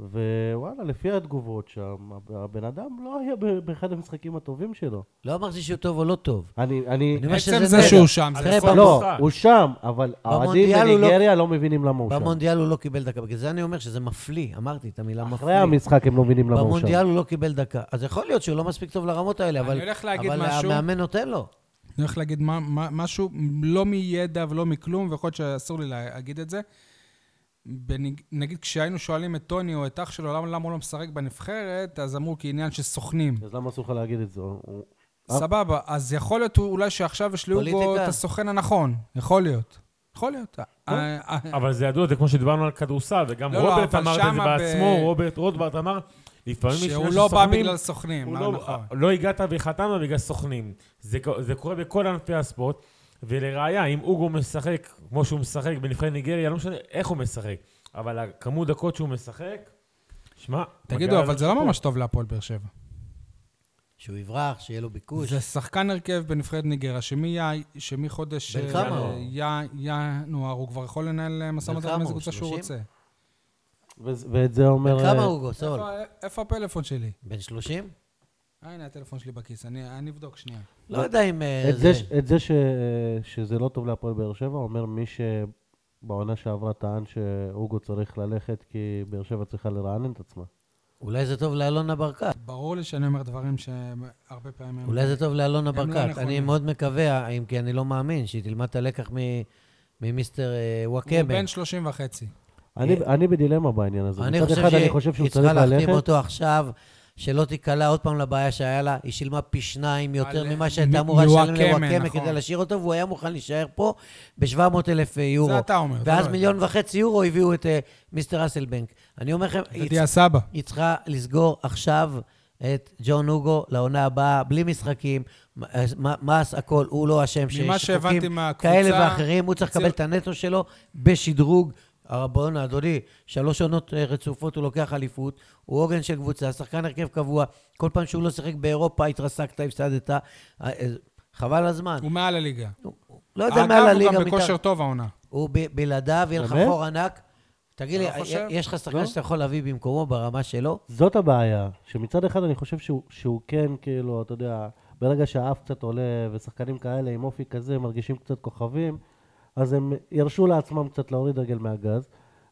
Speaker 2: ווואלה, לפי התגובות שם, הבן אדם לא היה ב- באחד המשחקים הטובים שלו.
Speaker 3: לא אמרתי שהוא טוב או לא טוב.
Speaker 2: אני, אני,
Speaker 3: אני אומר
Speaker 1: עצם
Speaker 3: שזה
Speaker 1: זה
Speaker 3: נגע.
Speaker 1: שהוא שם,
Speaker 4: אז
Speaker 1: זה
Speaker 4: איפה
Speaker 3: תראה,
Speaker 2: לא,
Speaker 4: המשחק?
Speaker 2: הוא שם, אבל האוהדים
Speaker 3: במונדיאל הוא לא-
Speaker 2: בניגריה לא מבינים למה הוא שם.
Speaker 3: במונדיאל הוא לא קיבל דקה, בגלל זה אני אומר שזה מפליא, אמרתי את המילה מפליא.
Speaker 2: אחרי המשחק הם לא מבינים למה הוא שם.
Speaker 3: במונדיאל הוא לא קיבל דקה. אז יכול להיות שהוא לא מספיק טוב לרמות האלה, אבל...
Speaker 1: אני הולך להגיד
Speaker 3: אבל
Speaker 1: משהו.
Speaker 3: המאמן נותן לו.
Speaker 1: אני הולך להגיד מה, מה, משהו, לא מידע ולא מכלום, ויכול להיות שאסור לי להגיד את זה. בנג... נגיד כשהיינו שואלים את טוני או את אח שלו למה, למה הוא לא משחק בנבחרת, אז אמרו כעניין של סוכנים.
Speaker 2: אז למה אסור לך להגיד את זה? הוא- הוא- אה?
Speaker 1: סבבה, אז יכול להיות הוא- אולי שעכשיו ישלעו בו
Speaker 3: פוליטיקה.
Speaker 1: את הסוכן הנכון. יכול להיות. יכול להיות. אה, אה,
Speaker 4: אבל זה ידוע, זה כמו שדיברנו על כדורסל, וגם
Speaker 1: לא, לא,
Speaker 4: רוברט
Speaker 1: אבל
Speaker 4: אמר את זה
Speaker 1: שמה
Speaker 4: בעצמו,
Speaker 1: ב-
Speaker 4: רוברט רוטברט אמר, לפעמים יש
Speaker 1: שהוא
Speaker 4: עניין
Speaker 1: לא
Speaker 4: של
Speaker 1: בא
Speaker 4: סוכנים,
Speaker 1: בגלל סוכנים,
Speaker 4: הוא
Speaker 1: אה,
Speaker 4: לא-
Speaker 1: נכון.
Speaker 4: לא הגעת וחתמת בגלל סוכנים. זה ק- זה קורה בכל ענפי הספורט, ולראיה, אם אוגו משחק כמו שהוא משחק בנבחרת ניגריה, לא משנה איך הוא משחק, אבל הכמות דקות שהוא משחק, שמע... מגיע
Speaker 1: תגידו,
Speaker 4: לו
Speaker 1: אבל זה
Speaker 4: שאפו.
Speaker 1: לא ממש טוב להפועל באר שבע.
Speaker 3: שהוא יברח, שיהיה לו ביקוש.
Speaker 1: זה שחקן הרכב בנבחרת ניגריה, שמי- שמחודש
Speaker 3: בן
Speaker 1: אה,
Speaker 3: כמה
Speaker 4: הוא?
Speaker 1: י- ינואר הוא כבר יכול לנהל אה, משא
Speaker 3: בן
Speaker 1: ומתן
Speaker 3: כמה
Speaker 1: עם איזה
Speaker 3: הוא?
Speaker 1: קבוצה שהוא
Speaker 3: 30?
Speaker 1: רוצה.
Speaker 2: וזה- ואת זה אומר...
Speaker 3: כמה
Speaker 2: אה,
Speaker 3: הוא גוסול?
Speaker 1: איפה- איפה הפלאפון שלי?
Speaker 3: בן 30?
Speaker 1: אה, הנה הטלפון שלי בכיס, אני אני אבדוק שנייה.
Speaker 3: לא יודע אם... אה,
Speaker 2: את זה, ש- את זה ש, שזה לא טוב להפועל באר שבע, אומר מי שבעונה שעברה טען שהוגו צריך ללכת כי באר שבע צריכה לרענן את עצמה.
Speaker 3: אולי זה טוב לאלונה ברקת.
Speaker 1: ברור לי שאני אומר דברים שהרבה פעמים... הם-
Speaker 3: אולי זה טוב לאלונה
Speaker 1: הם לא
Speaker 3: ברקת. אני
Speaker 1: נכונים.
Speaker 3: מאוד מקווה, אם כי אני לא מאמין, שהיא תלמד את הלקח מ- ממיסטר אה,
Speaker 1: הוא
Speaker 3: וואקמה.
Speaker 1: בן 30 וחצי.
Speaker 2: אני, אני בדילמה בעניין הזה.
Speaker 3: אני
Speaker 2: מצד
Speaker 3: חושב
Speaker 2: אחד אני
Speaker 3: שהיא
Speaker 2: חושב שהוא
Speaker 3: היא
Speaker 2: צריך
Speaker 3: צריכה להחתים
Speaker 2: ללכת,
Speaker 3: אותו עכשיו, שלא תיקלע עוד פעם לבעיה שהיה לה. היא שילמה פי שניים יותר
Speaker 1: על-
Speaker 3: ממה שהייתה
Speaker 1: מ-
Speaker 3: אמורה לשלם
Speaker 1: מוואקמה,
Speaker 3: לוואקמה
Speaker 1: נכון.
Speaker 3: כדי להשאיר אותו, והוא היה מוכן להישאר פה ב-700 אלף אה, יורו.
Speaker 1: זה אתה אומר, זה
Speaker 3: ואז
Speaker 1: לא-
Speaker 3: מיליון וחצי יורו הביאו את אה, מיסטר אסלבנק. אני אומר לכם, היא
Speaker 1: תהיה הסבא.
Speaker 3: היא צריכה לסגור עכשיו את ג'ון הוגו לעונה הבאה, בלי משחקים, מ- מ- מס, הכל, הוא לא אשם שיש
Speaker 1: ממה שהבנתי מהקבוצה,
Speaker 3: כאלה ואחרים, הוא צריך
Speaker 1: הציר-
Speaker 3: לקבל את הנטו שלו בשדרוג. אה, בוא'נה, אדוני, שלוש עונות אה, רצופות הוא לוקח אליפות, הוא עוגן של קבוצה, שחקן הרכב קבוע, כל פעם שהוא לא שיחק באירופה התרסקת, הפסדת, אה, אה, חבל על הזמן.
Speaker 1: הוא מעל הליגה.
Speaker 3: הוא- לא יודע מעל
Speaker 1: אגב,
Speaker 3: הליגה
Speaker 1: הוא גם
Speaker 3: מתחת.
Speaker 1: בכושר טוב העונה.
Speaker 3: הוא ב- בלעדיו, יהיה לך
Speaker 2: באמת?
Speaker 3: חור ענק. תגיד לי,
Speaker 1: אתה לא חושב?
Speaker 3: יש לך
Speaker 2: לא?
Speaker 3: שחקן שאתה יכול להביא במקומו ברמה שלו?
Speaker 2: זאת הבעיה, שמצד אחד אני חושב שהוא, שהוא כן, כאילו, אתה יודע, ברגע שהאף קצת עולה ושחקנים כאלה עם אופי כזה מרגישים קצת כוכבים, אז הם ירשו לעצמם קצת להוריד רגל מהגז.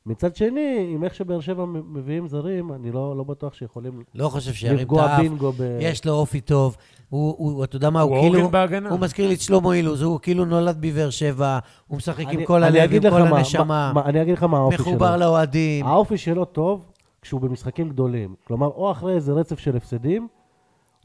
Speaker 2: מצד שני, עם איך שבאר שבע מ- מביאים זרים, אני לא, לא בטוח שיכולים
Speaker 3: לא חושב שירים את
Speaker 2: לפגוע
Speaker 3: האף.
Speaker 2: בינגו ב...
Speaker 3: יש לו אופי טוב. הוא, הוא, אתה יודע מה,
Speaker 4: הוא
Speaker 3: הוא כאילו...
Speaker 4: העוגן בהגנה.
Speaker 3: הוא מזכיר לי את שלמה אילוז, הוא כאילו נולד בבאר שבע, הוא משחק עם
Speaker 2: אני-
Speaker 3: כל
Speaker 2: אני
Speaker 3: הלב,
Speaker 2: אגיד
Speaker 3: עם
Speaker 2: לך
Speaker 3: כל
Speaker 2: מה-
Speaker 3: הנשמה,
Speaker 2: מה- אני אגיד לך מה האופי שלו. אה?
Speaker 3: מחובר לאוהדים.
Speaker 2: האופי שלו טוב כשהוא במשחקים גדולים. כלומר, או אחרי איזה רצף של הפסדים,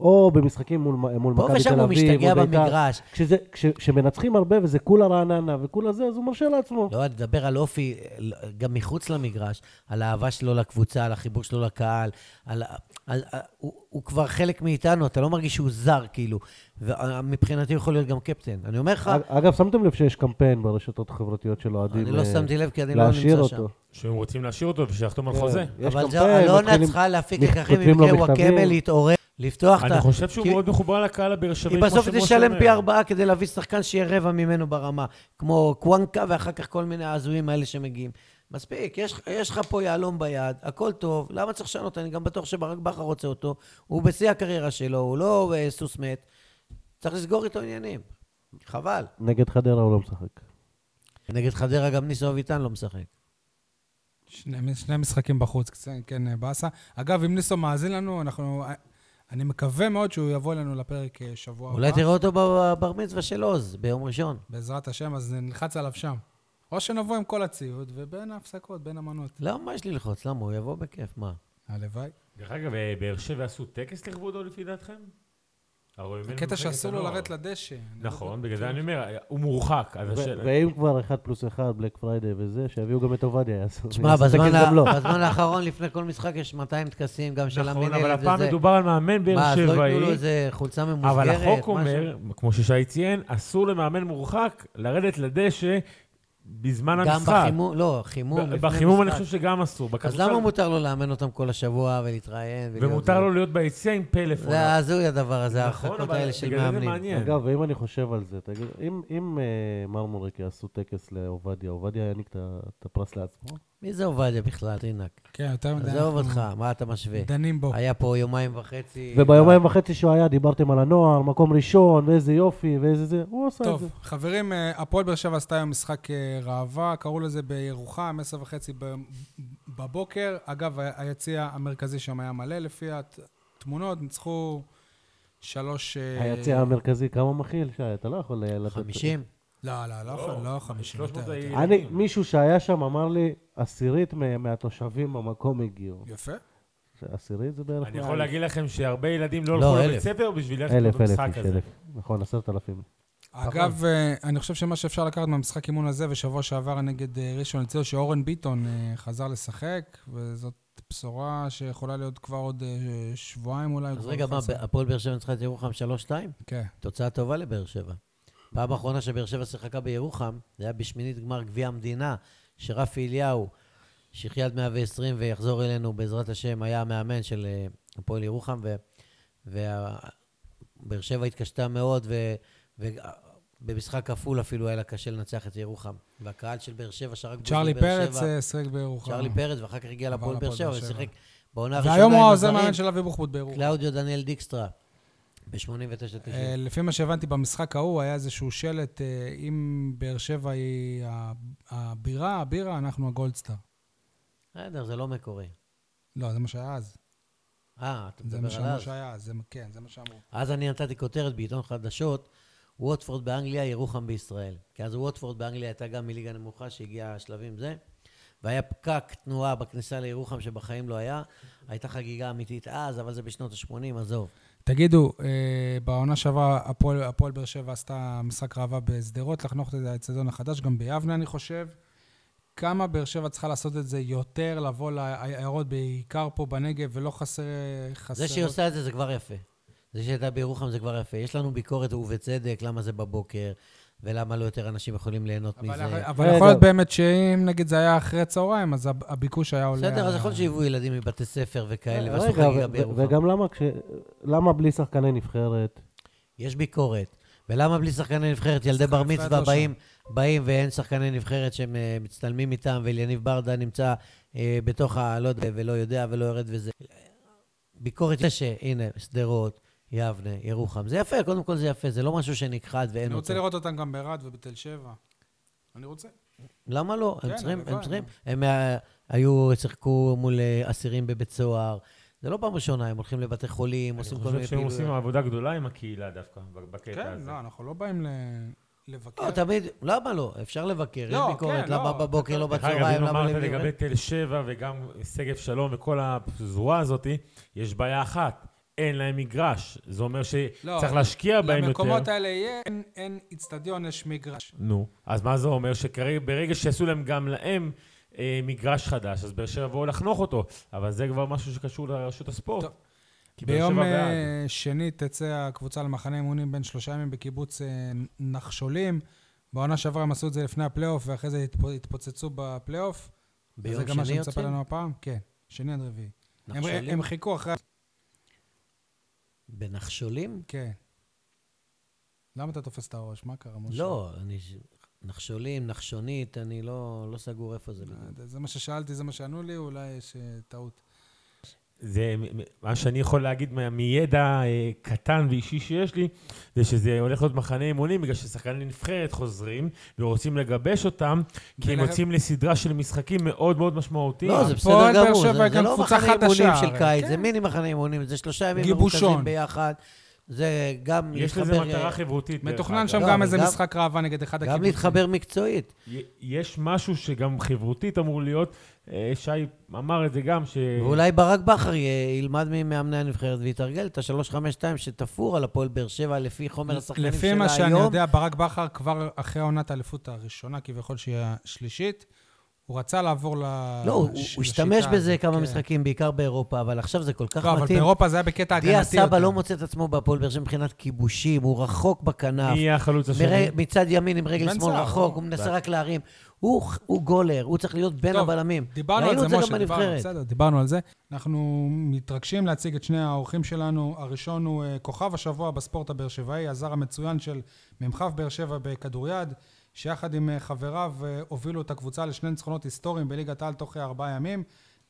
Speaker 2: או במשחקים מול, מ- מול
Speaker 3: פה
Speaker 2: מכבי
Speaker 3: ושם
Speaker 2: תל
Speaker 3: הוא
Speaker 2: אביב,
Speaker 3: משתגע
Speaker 2: מול בית"ר.
Speaker 3: במגרש.
Speaker 2: כשזה- כש- כשמנצחים הרבה וזה כולה רעננה וכולה זה, אז הוא מרשה לעצמו.
Speaker 3: לא, אני מדבר על אופי, אה, גם מחוץ למגרש, על האהבה שלו לקבוצה, על החיבור שלו לקהל, על, ה- על, על, הוא, הוא כבר חלק מאיתנו, אתה לא מרגיש שהוא זר, כאילו. ומבחינתי הוא יכול להיות גם קפטן. אני אומר לך,
Speaker 2: אג- אגב, שמתם לב שיש קמפיין ברשתות החברתיות של אוהדים
Speaker 3: אני לא
Speaker 2: אה,
Speaker 3: שמתי לב כי אני לא
Speaker 2: להשאיר
Speaker 3: נמצא שם.
Speaker 2: אותו.
Speaker 4: שהם רוצים להשאיר אותו ושיחתום על
Speaker 2: כן,
Speaker 4: חוזה.
Speaker 2: יש
Speaker 3: אבל
Speaker 2: קמפיין,
Speaker 3: זה, אלונה
Speaker 2: מתחילים-
Speaker 3: צריכה להפיק
Speaker 2: מכ-
Speaker 3: לקחים
Speaker 2: כותבים לו
Speaker 3: ממקרה וואקמה,
Speaker 2: מכתבים.
Speaker 3: להתעורר, לפתוח את ה...
Speaker 4: אני חושב שהוא
Speaker 3: כי-
Speaker 4: מאוד מחובר לקהל הבאר שבעי,
Speaker 3: היא
Speaker 4: כמו
Speaker 3: בסוף
Speaker 4: שמשה
Speaker 3: תשלם
Speaker 4: אומר.
Speaker 3: פי ארבעה כדי להביא שחקן שיהיה רבע ממנו ברמה, כמו קוואנקה ואחר כך כל מיני ההזויים האלה שמגיעים. מספיק, יש, יש לך פה יהלום ביד, הכל טוב, למה צריך לשנות? אני גם בטוח שברק בכר רוצה אותו, הוא בשיא הקריירה שלו, הוא לא אה, סוס מת. צריך לסגור איתו עניינים, חבל.
Speaker 2: נגד חדרה הוא לא משחק.
Speaker 3: נגד חדרה גם ניסו אביטן לא משחק.
Speaker 1: שני, שני משחקים בחוץ, קצת, כן, אה, באסה. אגב, אם ניסו מאזין לנו, אנחנו... אה, אני מקווה מאוד שהוא יבוא אלינו לפרק אה, שבוע
Speaker 3: אולי
Speaker 1: הבא.
Speaker 4: אוקיי.
Speaker 3: תראה אותו בבר מצווה של עוז, ביום ראשון.
Speaker 1: בעזרת השם, אז נלחץ עליו שם. או שנבוא עם כל הציוד, ובין ההפסקות, בין המנות.
Speaker 3: למה, מה יש לי ללחוץ? למה? הוא יבוא בכיף, מה?
Speaker 1: הלוואי.
Speaker 4: דרך אגב, אה, באר שבע עשו טקס לכבודו לפי דעתכם? הרי הוא
Speaker 1: הקטע
Speaker 4: ממחלקת
Speaker 1: שאסור לו
Speaker 4: הנוער.
Speaker 1: לרדת לדשא. אני לא
Speaker 4: לא- נכון,
Speaker 1: יודע.
Speaker 4: בגלל
Speaker 3: כן.
Speaker 4: זה אני אומר, הוא מורחק. אז
Speaker 2: ו-
Speaker 4: השאלה-
Speaker 2: ואם כבר 1 פלוס 1, בלק פריידי וזה, שיביאו גם את עובדיה. אז-
Speaker 3: תשמע,
Speaker 2: אז
Speaker 3: בזמן,
Speaker 2: טקס
Speaker 3: ה...
Speaker 2: גם לא.
Speaker 3: בזמן האחרון לפני כל משחק יש 200 טקסים, גם של
Speaker 4: נכון,
Speaker 3: המינהלת
Speaker 4: אבל הפעם
Speaker 3: וזה.
Speaker 4: מדובר על מאמן
Speaker 3: מה,
Speaker 4: באר
Speaker 3: אז לא ייתנו לו
Speaker 4: שבעי.
Speaker 3: איזה חולצה ממוסגרת?
Speaker 4: אבל החוק
Speaker 3: משהו?
Speaker 4: אומר, כמו ששי ציין, אסור למאמן מורחק לרדת לדשא בזמן
Speaker 3: גם
Speaker 4: המשחק.
Speaker 3: בחימום, לא, חימום.
Speaker 4: ב-
Speaker 3: לפני
Speaker 4: בחימום אני
Speaker 3: המשחק.
Speaker 4: חושב שגם אסור.
Speaker 3: אז
Speaker 4: בכדורסל-
Speaker 3: למה מותר לו לאמן אותם כל השבוע ולהתראיין? ולהיות
Speaker 4: ומותר
Speaker 3: זה?
Speaker 4: לו להיות ביציע עם פלאפון.
Speaker 3: זה הזוי הדבר הזה,
Speaker 4: נכון,
Speaker 3: ההרחקות
Speaker 4: אבל
Speaker 3: האלה של
Speaker 4: בגלל זה זה
Speaker 3: מאמנים.
Speaker 4: מעניין.
Speaker 2: אגב, ואם אני חושב על זה, תגיד, אם, אם אה, מרמורק יעשו טקס לעובדיה, עובדיה יעניק את ה- את הפרס לעצמו?
Speaker 3: מי זה עובדיה בכלל, רינק?
Speaker 1: כן, יותר מדי.
Speaker 3: עזוב
Speaker 1: אנחנו
Speaker 3: אותך, מה אתה משווה?
Speaker 1: דנים בו.
Speaker 3: היה פה יומיים וחצי.
Speaker 4: אה,
Speaker 2: וביומיים וחצי שהוא היה, דיברתם על הנוער, מקום ראשון, ואיזה יופי, ואיזה זה, הוא עשה את זה.
Speaker 1: טוב, חברים, אה, הפועל באר שבע עשתה היום משחק אה, ראווה, קראו לזה בירוחם, עשר וחצי ב- בבוקר. אגב, ה- היציע המרכזי שם היה מלא לפי התמונות, ניצחו שלוש... אה,
Speaker 2: היציע המרכזי, כמה מכיל, שי? אתה לא יכול אה, לתת...
Speaker 3: 50?
Speaker 1: לא, לא, לא,
Speaker 4: לא,
Speaker 1: לא, לא חמישים.
Speaker 4: 300
Speaker 1: יותר, יותר.
Speaker 4: היה-
Speaker 2: אני, מישהו שהיה שם אמר לי, עשירית מה- מהתושבים במקום הגיעו.
Speaker 1: יפה.
Speaker 2: עשירית זה בערך...
Speaker 4: אני
Speaker 2: מה-
Speaker 4: יכול להגיד לכם שהרבה ילדים לא
Speaker 3: לא,
Speaker 4: הלכו לבית
Speaker 3: אלף.
Speaker 4: ספר בשביל ללכת
Speaker 2: אלף, אלף,
Speaker 4: במשחק
Speaker 2: איש,
Speaker 4: הזה.
Speaker 2: אלף. נכון, עשרת אלפים.
Speaker 1: אגב, אה, אני חושב שמה שאפשר לקחת מהמשחק אימון הזה, ושבוע שעבר נגד אה, ראשון לציון, שאורן ביטון אה, חזר לשחק, וזאת בשורה שיכולה להיות כבר עוד אה, שבועיים אולי.
Speaker 3: אז
Speaker 1: כבר
Speaker 3: רגע, מה,
Speaker 1: לפרסם.
Speaker 3: הפועל באר שבע ניצחה את ירוחם 3-2?
Speaker 1: כן.
Speaker 3: תוצאה טובה לבאר שבע. פעם אחרונה שבאר שבע שיחקה בירוחם, זה היה בשמינית גמר גביע המדינה, שרפי אליהו, שיחיה עד 120 ויחזור אלינו בעזרת השם, היה המאמן של אה, הפועל ירוחם, ובאר שבע התקשתה מאוד, ו- ובמשחק כפול אפילו היה לה קשה לנצח את ירוחם. והקהל של באר שבע שרק בוז
Speaker 1: צ'רלי
Speaker 3: לבאר
Speaker 1: פרץ
Speaker 3: שבע.
Speaker 1: אה, שיחק בירוחם.
Speaker 3: צ'רלי פרץ, ואחר כך הגיע
Speaker 1: עבר
Speaker 3: לפועל באר
Speaker 1: לפועל
Speaker 3: שבע
Speaker 1: באר שבע.
Speaker 3: ושיחק בעונה הראשונה
Speaker 1: והיום הוא
Speaker 3: עם
Speaker 1: העוזר
Speaker 3: הזרים.
Speaker 1: מאמן של אבי בוחבוט בירוחם.
Speaker 3: קלאודיו דניאל דיקסטרה, ב-89-90.
Speaker 1: אה, לפי מה שהבנתי, במשחק ההוא היה איזשהו שלט, אה, אם באר שבע היא ה- הבירה, הבירה, אנחנו הגולדסטאר.
Speaker 3: בסדר, זה לא מקורי.
Speaker 1: לא, זה מה שהיה אז.
Speaker 3: אה, אתה
Speaker 1: זה מה
Speaker 3: מדבר על
Speaker 1: שאמרו
Speaker 3: אז?
Speaker 1: שהיה אז, זה- כן, זה מה שאמרו.
Speaker 3: אז אני נתתי כותרת בעיתון חדשות, ווטפורד באנגליה, ירוחם בישראל. כי אז ווטפורד באנגליה הייתה גם מליגה נמוכה שהגיעה לשלבים זה, והיה פקק תנועה בכניסה לירוחם שבחיים לא היה. הייתה חגיגה אמיתית אז, אבל זה בשנות ה-80, עזוב.
Speaker 1: תגידו, אה, בעונה שעברה הפועל הפועל באר שבע עשתה משחק ראווה בשדרות, לחנוך את האצטדיון החדש, גם ביבנה אני חושב. כמה באר שבע צריכה לעשות את זה יותר, לבוא לעיירות, בעיקר פה בנגב, ולא חסר...
Speaker 3: זה שהיא
Speaker 1: לא-
Speaker 3: עושה את זה, זה כבר יפה. זה שהייתה בירוחם זה כבר יפה. יש לנו ביקורת, ובצדק, למה זה בבוקר, ולמה לא יותר אנשים יכולים ליהנות
Speaker 1: אבל,
Speaker 3: מזה.
Speaker 1: אבל
Speaker 2: רגע.
Speaker 1: יכול להיות באמת שאם נגיד זה היה אחרי צהריים, אז הב- הביקוש היה עולה...
Speaker 3: בסדר,
Speaker 1: על
Speaker 3: אז
Speaker 1: ה-
Speaker 3: יכול להיות שהביאו ילדים מבתי ספר וכאלה, ועשו
Speaker 2: אה, רגע,
Speaker 3: חגיגה
Speaker 2: ו-
Speaker 3: בירוחם.
Speaker 2: וגם למה כש... למה בלי שחקני נבחרת?
Speaker 3: יש ביקורת. ולמה בלי שחקני נבחרת? ילדי בר
Speaker 1: נבחרת
Speaker 3: מצווה
Speaker 1: לא
Speaker 3: באים, באים ואין שחקני נבחרת שהם אה, מצטלמים איתם, ואליניב ברדה נמצא אה, בתוך ה... לא יודע, ולא יודע ולא יורד וזה. ביקורת יש, אה, הנה, שדרות, יבנה, ירוחם. זה יפה, קודם כל זה יפה, זה לא משהו שנכחד ואין
Speaker 1: אני
Speaker 3: אותו.
Speaker 1: רוצה לראות אותם גם ברהט ובתל שבע. אני רוצה.
Speaker 3: למה לא? הם
Speaker 1: כן,
Speaker 3: צריכים, הם
Speaker 1: הלוואי.
Speaker 3: צריכים. הם אה, היו, שיחקו מול אה, אסירים בבית סוהר. זה לא פעם ראשונה, הם הולכים לבתי חולים,
Speaker 4: אני
Speaker 3: עושים כל מיני
Speaker 4: חושב שהם
Speaker 3: פעילויות.
Speaker 4: עושים עבודה גדולה עם הקהילה דווקא, בקטע
Speaker 1: כן,
Speaker 4: הזה.
Speaker 1: לא, אנחנו לא באים ל- לבקר.
Speaker 3: לא, תמיד, למה לא? אפשר לבקר, יש
Speaker 1: כן. לא,
Speaker 3: ביקורת.
Speaker 1: כן,
Speaker 3: למה
Speaker 1: לא.
Speaker 3: בבוקר, לא
Speaker 4: דרך אגב,
Speaker 3: בצהריים,
Speaker 4: אם
Speaker 3: למה
Speaker 4: אמרת
Speaker 3: למי...
Speaker 4: לגבי תל שבע וגם שגב שלום וכל הפזורה הזאת, יש בעיה אחת, אין להם מגרש. זה אומר שצריך להשקיע בהם לא יותר.
Speaker 1: לא, למקומות האלה יהיה, אין- אין איצטדיון, יש מגרש.
Speaker 4: נו, אז מה זה אומר? שברגע שיעשו להם גם להם אה, מגרש חדש, אז באר שבע יבואו לחנוך אותו. אבל זה כבר משהו שקשור לרשות הספורט.
Speaker 1: טוב.
Speaker 4: כי באר
Speaker 1: ביום
Speaker 4: שבע
Speaker 1: אה,
Speaker 4: בעד.
Speaker 1: שני תצא הקבוצה למחנה אימונים בין שלושה ימים בקיבוץ אה, נחשולים. בעונה שעברה הם עשו את זה לפני הפלייאוף, ואחרי זה התפ- התפוצצו בפלייאוף. אז
Speaker 3: ביום
Speaker 1: זה גם מה
Speaker 3: שני
Speaker 1: שמצפה
Speaker 3: יוצאים?
Speaker 1: לנו הפעם? כן, שני עד רביעי. הם-
Speaker 3: נחשולים?
Speaker 1: הם חיכו אחרי...
Speaker 3: בנחשולים?
Speaker 1: כן. למה אתה תופס את הראש? מה קרה, משה?
Speaker 3: לא, אני... ש- נחשולים, נחשונית, אני לא, לא סגור איפה זה. בדיוק.
Speaker 1: אה, זה מה ששאלתי, זה מה שענו לי, אולי יש אה, טעות.
Speaker 4: זה מ- מ- מה שאני יכול להגיד מה- מידע אה, קטן ואישי שיש לי, זה שזה הולך להיות מחנה אימונים, בגלל ששחקני נבחרת חוזרים ורוצים לגבש אותם, כי הם
Speaker 1: ולכן-
Speaker 4: יוצאים לסדרה של משחקים מאוד מאוד משמעותיים.
Speaker 3: לא, זה
Speaker 1: הפועל
Speaker 3: בסדר
Speaker 1: באר
Speaker 3: גמור,
Speaker 1: שבע
Speaker 3: זה, זה
Speaker 1: גם
Speaker 3: לא
Speaker 1: קבוצה
Speaker 3: מחנה
Speaker 1: חדשה,
Speaker 3: אימונים
Speaker 1: הרי,
Speaker 3: של קיץ, זה
Speaker 1: כן.
Speaker 3: מיני מחנה אימונים, זה שלושה ימים
Speaker 1: גיבושון.
Speaker 3: מרוכזים ביחד. זה גם
Speaker 4: יש לזה מטרה חברותית. דרך
Speaker 1: אה, מתוכנן
Speaker 4: כן, אגב.
Speaker 1: שם
Speaker 3: לא,
Speaker 1: גם
Speaker 3: אבל
Speaker 1: איזה
Speaker 3: גם-
Speaker 1: משחק ראווה נגד אחד
Speaker 3: גם
Speaker 1: הקיבוצים.
Speaker 3: להתחבר מקצועית.
Speaker 4: י- יש משהו שגם חברותית אמור להיות, אה, שי אמר את זה גם, ש...
Speaker 1: אה.
Speaker 3: ואולי ברק בכר י- ילמד ממאמני הנבחרת ויתרגל את ה-352 שתפור על הפועל באר שבע לפי חומר השחקנים שלה
Speaker 1: לפי
Speaker 3: היום.
Speaker 1: מה שאני יודע, ברק בכר כבר אחרי עונת האליפות הראשונה, כביכול שהיא השלישית, הוא רצה לעבור ל...
Speaker 3: לא, הוא-
Speaker 1: לש-
Speaker 3: הוא השתמש
Speaker 1: אה, לשיטה
Speaker 3: בזה
Speaker 1: הזאת,
Speaker 3: כמה
Speaker 1: כן.
Speaker 3: משחקים, בעיקר באירופה, אבל עכשיו זה כל כך
Speaker 1: לא, אבל
Speaker 3: מתאים.
Speaker 1: באירופה זה היה בקטע הגנתי.
Speaker 3: דיה סבא
Speaker 1: יותר.
Speaker 3: לא מוצא את עצמו בהפועל באר שבע מבחינת כיבושים, הוא רחוק בכנף.
Speaker 4: מי יהיה החלוץ השני?
Speaker 3: מר- מצד ימין עם רגל
Speaker 1: בן
Speaker 3: שמאל
Speaker 1: סער,
Speaker 3: רחוק,
Speaker 1: לא.
Speaker 3: הוא מנסה רק להרים. הוא הוא גולר, הוא צריך להיות בין
Speaker 1: טוב,
Speaker 3: הבלמים.
Speaker 1: דיברנו על זה,
Speaker 3: ראינו את זה
Speaker 1: משה,
Speaker 3: גם
Speaker 1: דיברנו,
Speaker 3: בנבחרת.
Speaker 1: בסדר, דיברנו על זה. אנחנו מתרגשים להציג את שני האורחים שלנו. הראשון הוא אה, כוכב השבוע בספורט הבאר שבעי, הזר המצוין של מ"כ באר שבע בכדוריד, שיחד עם אה, חבריו אה, הובילו את הקבוצה לשני ניצחונות היסטוריים בליגת העל תוך אה, ארבעה ימים.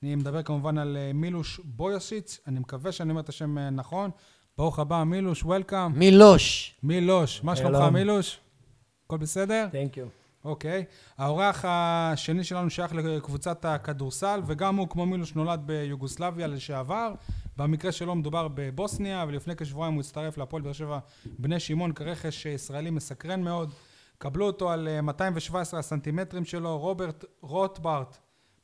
Speaker 1: אני מדבר כמובן על אה, מילוש בויוסיץ, אני מקווה שאני אומר את השם אה, נכון. ברוך הבא, מילוש, וולקאם.
Speaker 3: מילוש.
Speaker 1: מילוש, מה שלומך
Speaker 5: שלום.
Speaker 1: מילוש? הכל בסדר?
Speaker 5: Thank you.
Speaker 1: אוקיי. האורח השני שלנו שייך לקבוצת הכדורסל, וגם הוא, כמו מילוש, נולד ביוגוסלביה לשעבר. במקרה שלו מדובר בבוסניה, ולפני כשבועיים הוא הצטרף להפועל באר שבע בני שמעון כרכש ישראלי מסקרן מאוד. קבלו אותו על אה, 217 הסנטימטרים שלו, רוברט רוטברט.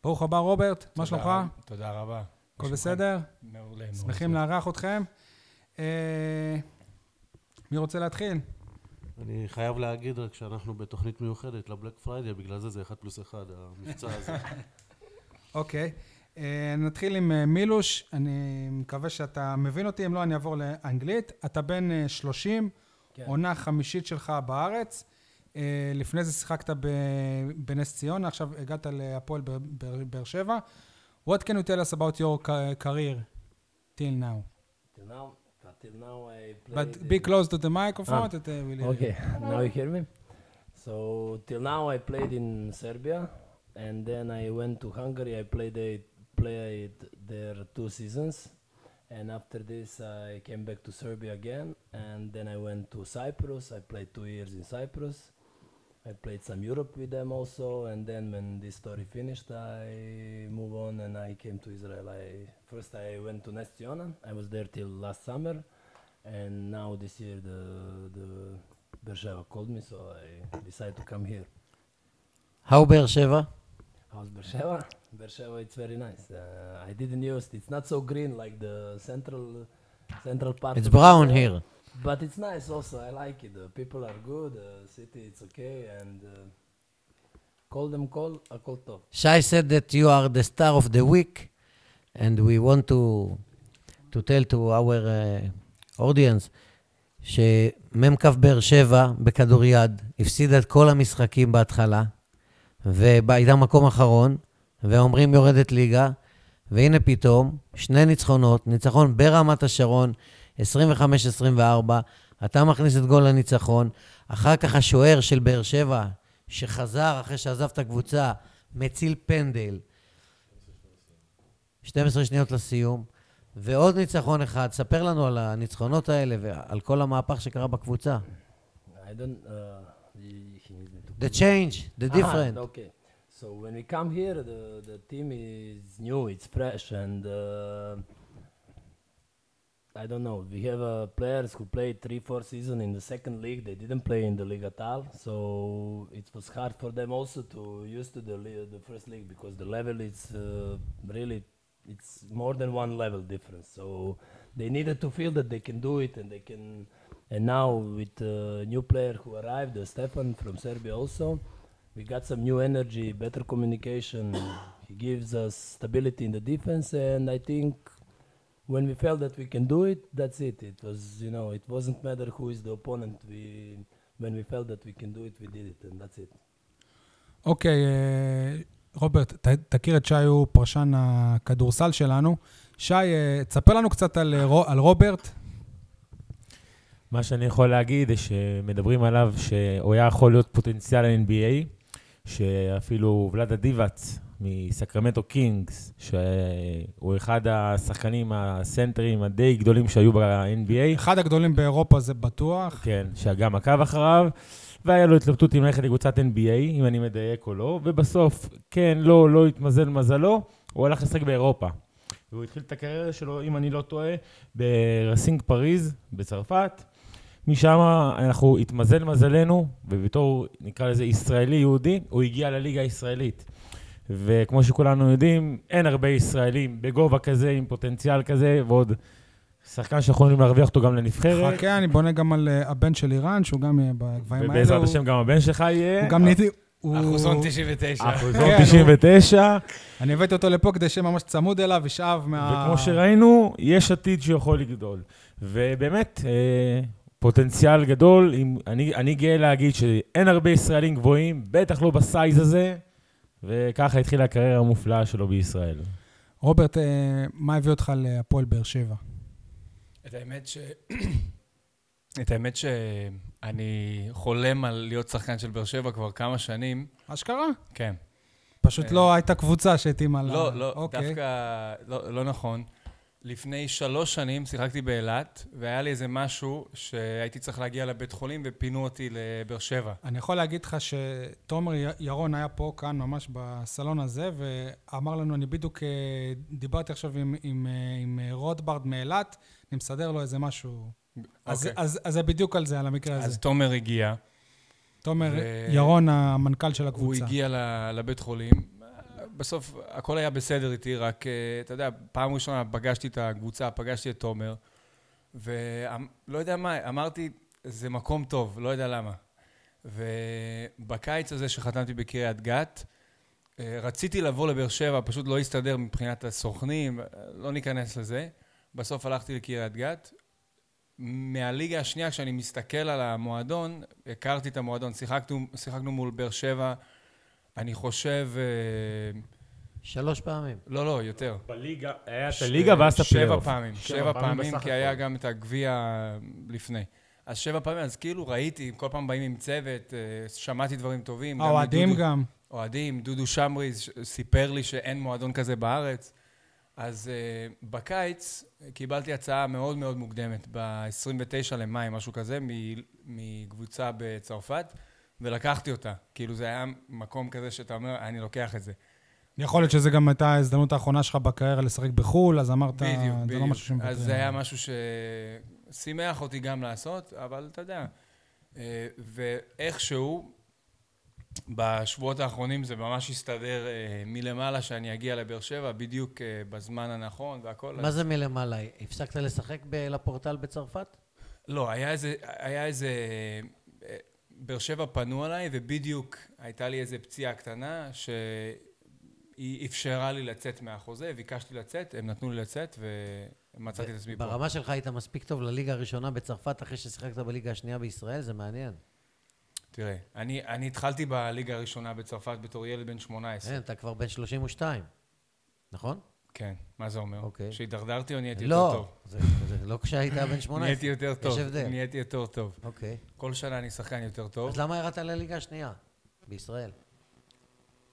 Speaker 1: ברוך הבא, רוברט, מה שלומך?
Speaker 6: תודה רבה.
Speaker 1: הכל בסדר?
Speaker 6: מעולה.
Speaker 1: שמחים לארח אתכם. אה, מי רוצה להתחיל?
Speaker 7: אני חייב להגיד רק שאנחנו בתוכנית מיוחדת לבלק פריידי, בגלל זה זה 1 פלוס 1, המבצע הזה.
Speaker 1: אוקיי. אה, נתחיל עם אה, מילוש, אני מקווה שאתה מבין אותי, אם לא אני אעבור לאנגלית. אתה בן אה, 30,
Speaker 5: כן.
Speaker 1: עונה חמישית שלך בארץ. אה, לפני זה שיחקת ב- בנס ציונה, עכשיו הגעת להפועל באר- באר- באר שבע. What can you tell us about your ca- career till now?
Speaker 5: Till now, until now I played.
Speaker 1: But be close to the microphone, that uh, will hear you.
Speaker 5: Okay, <laughs> now you hear me. So till now I played in Serbia, and then I went to Hungary. I played a, played there two seasons, and after this I came back to Serbia again, and then I went to Cyprus. I played two years in Cyprus. I played some Europe with them also, and then when this story finished, I move on and I came to Israel. I first I went to Nestiona. I was there till last summer, and now this year the the Bersheva called me, so I decided to come here.
Speaker 3: האו באר שבע?
Speaker 5: How's Bersheva? Bersheva, it's very nice. Uh, I didn't use it. It's not so green like the central central part.
Speaker 3: It's
Speaker 5: of
Speaker 3: brown
Speaker 5: Bersheva,
Speaker 3: here.
Speaker 5: But it's nice also. I like it. The people are good. The city, it's okay. And uh, call them call, I call top.
Speaker 3: Shai said that you are the star of the week, and we want to to tell to our uh, audience שמ"כ באר שבע בכדוריד הפסידה את כל המשחקים בהתחלה, והייתה מקום אחרון, ואומרים יורדת ליגה, והנה פתאום שני ניצחונות, ניצחון ברמת השרון, 25-24, אתה מכניס את גול לניצחון, אחר כך השוער של באר שבע, שחזר אחרי שעזב את הקבוצה, מציל פנדל. 12 שניות לסיום, ועוד ניצחון אחד. ספר לנו על הניצחונות האלה ועל כל המהפך שקרה בקבוצה.
Speaker 5: I don't. Uh, he, he needs me to
Speaker 3: The change, the
Speaker 5: Ah,
Speaker 3: different.
Speaker 5: okay. So when we come here, the the team is new, it's fresh, and uh, I don't know. We have uh, players who played three, four season in the second league. They didn't play in the league at all, so it was hard for them also to used to the le- the first league because the level is uh, really it's more than one level difference. So they needed to feel that they can do it and they can. And now with uh, new player who arrived, uh, Stefan from Serbia also, we got some new energy, better communication. he gives us stability in the defense, and I think when we felt that we can do it, that's it. It was you know it wasn't matter who is the opponent. We when we felt that we can do it, we did it, and that's it.
Speaker 1: אוקיי, אה, רוברט, ת, תכיר את שי, הוא פרשן הכדורסל שלנו. שי, אה, תספר לנו קצת על, אה, רו- על רוברט.
Speaker 4: מה שאני יכול להגיד זה שמדברים עליו שהוא היה יכול להיות פוטנציאל ה-NBA, שאפילו ולאדה דיבאץ מסקרמנטו קינגס, שהוא אחד השחקנים הסנטרים הדי גדולים שהיו ב-NBA,
Speaker 1: אחד הגדולים באירופה זה בטוח.
Speaker 4: כן, שגם עקב אחריו, והיה לו התלבטות אם ללכת לקבוצת NBA, אם אני מדייק או לא, ובסוף, כן, לא, לא התמזל מזלו, הוא הלך לשחק באירופה. והוא התחיל את הקריירה שלו, אם אני לא טועה, ברסינג פריז, בצרפת. משם אנחנו התמזל מזלנו, ובתור, נקרא לזה, ישראלי-יהודי, הוא הגיע לליגה הישראלית. וכמו שכולנו יודעים, אין הרבה ישראלים בגובה כזה, עם פוטנציאל כזה, ועוד שחקן שאנחנו יכולים להרוויח אותו גם לנבחרת.
Speaker 1: חכה, אני בונה גם על אה, הבן של איראן, שהוא גם יהיה בגבהים האלה.
Speaker 4: ובעזרת
Speaker 1: הוא-
Speaker 4: השם גם הבן שלך יהיה.
Speaker 1: הוא גם נהייתי... הוא הוא...
Speaker 6: אחוזון 99.
Speaker 4: אחוזון
Speaker 1: כן,
Speaker 4: 99,
Speaker 1: אני הבאתי אותו לפה כדי שיהיה ממש צמוד אליו, ישאב מה...
Speaker 4: וכמו שראינו, יש עתיד שיכול לגדול. ובאמת, אה, פוטנציאל גדול. אם- אני אני גאה להגיד שאין הרבה ישראלים גבוהים, בטח לא בסייז הזה, וככה התחילה הקריירה המופלאה שלו בישראל.
Speaker 1: רוברט, אה, מה הביא אותך להפועל באר שבע?
Speaker 6: את האמת ש... <clears throat> את האמת שאני חולם על להיות שחקן של באר שבע כבר כמה שנים.
Speaker 1: אשכרה?
Speaker 6: כן.
Speaker 1: פשוט
Speaker 6: אה,
Speaker 1: לא הייתה קבוצה שהתאימה לה.
Speaker 6: לא, לא,
Speaker 1: אוקיי.
Speaker 6: דווקא לא לא נכון. לפני שלוש שנים שיחקתי באילת, והיה לי איזה משהו שהייתי צריך להגיע לבית חולים ופינו אותי לבאר שבע.
Speaker 1: אני יכול להגיד לך שתומר י- ירון היה פה, כאן, ממש בסלון הזה, ואמר לנו, אני בדיוק אה, דיברתי עכשיו עם, עם, אה, עם אה, רוטברד מאילת, אני מסדר לו איזה משהו. אז,
Speaker 6: אוקיי.
Speaker 1: אז, אז זה בדיוק על זה, על המקרה
Speaker 6: אז
Speaker 1: הזה.
Speaker 6: תומר הגיע,
Speaker 1: תומר
Speaker 6: ו-
Speaker 1: ירון, המנכ"ל של
Speaker 6: הוא
Speaker 1: הקבוצה.
Speaker 6: הגיע ל- לבית חולים. בסוף הכל היה בסדר איתי, רק, אה, אתה יודע, פעם ראשונה פגשתי את הקבוצה, פגשתי את תומר, ולא יודע מה, אמרתי, זה מקום טוב, לא יודע למה. ובקיץ הזה שחתמתי בקריית גת, אה, רציתי לבוא לבאר שבע, פשוט לא הסתדר מבחינת הסוכנים, אה, לא ניכנס לזה. בסוף הלכתי לקריית גת. מהליגה השנייה, כשאני מסתכל על המועדון, הכרתי את המועדון, שיחקנו, שיחקנו מול באר שבע, אני חושב... אה,
Speaker 3: שלוש פעמים.
Speaker 6: לא, לא, יותר.
Speaker 4: בליגה, היה את
Speaker 6: ש-
Speaker 4: הליגה ואז את
Speaker 6: שבע
Speaker 4: הפלייאוף.
Speaker 6: פעמים,
Speaker 4: שבע
Speaker 6: שבע
Speaker 4: פעמים
Speaker 6: פעמים,
Speaker 4: בסך
Speaker 6: כי היה
Speaker 4: הכל.
Speaker 6: גם את הגביע אה, לפני. אז שבע פעמים, אז כאילו ראיתי, כל פעם באים עם צוות, אה, שמעתי דברים טובים. גם
Speaker 1: האוהדים
Speaker 6: מדודו-
Speaker 1: אה, גם.
Speaker 6: אוהדים, דודו שמריז ש- סיפר לי שאין מועדון כזה בארץ. אז uh, בקיץ קיבלתי הצעה מאוד מאוד מוקדמת, ב-29 למאי, משהו כזה, מ- מקבוצה בצרפת, ולקחתי אותה. כאילו זה היה מקום כזה שאתה אומר, אני לוקח את זה.
Speaker 1: יכול להיות שזו גם הייתה ההזדמנות האחרונה שלך בקריירה לשחק בחו"ל, אז אמרת,
Speaker 6: בדיוק,
Speaker 1: זה
Speaker 6: בדיוק.
Speaker 1: לא משהו שמוותרים.
Speaker 6: אז זה היה משהו ששימח אותי גם לעשות, אבל אתה יודע. אה, ואיכשהו, בשבועות האחרונים זה ממש הסתדר אה, מלמעלה שאני אגיע לבאר שבע, בדיוק אה, בזמן הנכון והכל.
Speaker 3: מה זה מלמעלה? הפסקת לשחק לפורטל בצרפת?
Speaker 6: לא, היה איזה... היה איזה אה, באר שבע פנו אליי, ובדיוק הייתה לי איזה פציעה קטנה, שהיא אפשרה לי לצאת מהחוזה, ביקשתי לצאת, הם נתנו לי לצאת, ומצאתי את עצמי פה.
Speaker 3: ברמה שלך היית מספיק טוב לליגה הראשונה בצרפת אחרי ששיחקת בליגה השנייה בישראל? זה מעניין.
Speaker 6: תראה, אני, אני התחלתי בליגה הראשונה בצרפת בתור ילד בן 18.
Speaker 3: כן, אתה כבר בן 32, נכון?
Speaker 6: כן, מה זה אומר?
Speaker 3: אוקיי.
Speaker 6: שהידרדרתי או נהייתי יותר
Speaker 3: לא,
Speaker 6: טוב?
Speaker 3: זה זה לא כשהיית בן 18.
Speaker 6: <laughs> נהייתי יותר
Speaker 3: יש
Speaker 6: טוב.
Speaker 3: הבדל.
Speaker 6: נהייתי יותר טוב.
Speaker 3: אוקיי.
Speaker 6: כל שנה אני שחקן יותר טוב.
Speaker 3: אז למה ירדת לליגה השנייה? בישראל.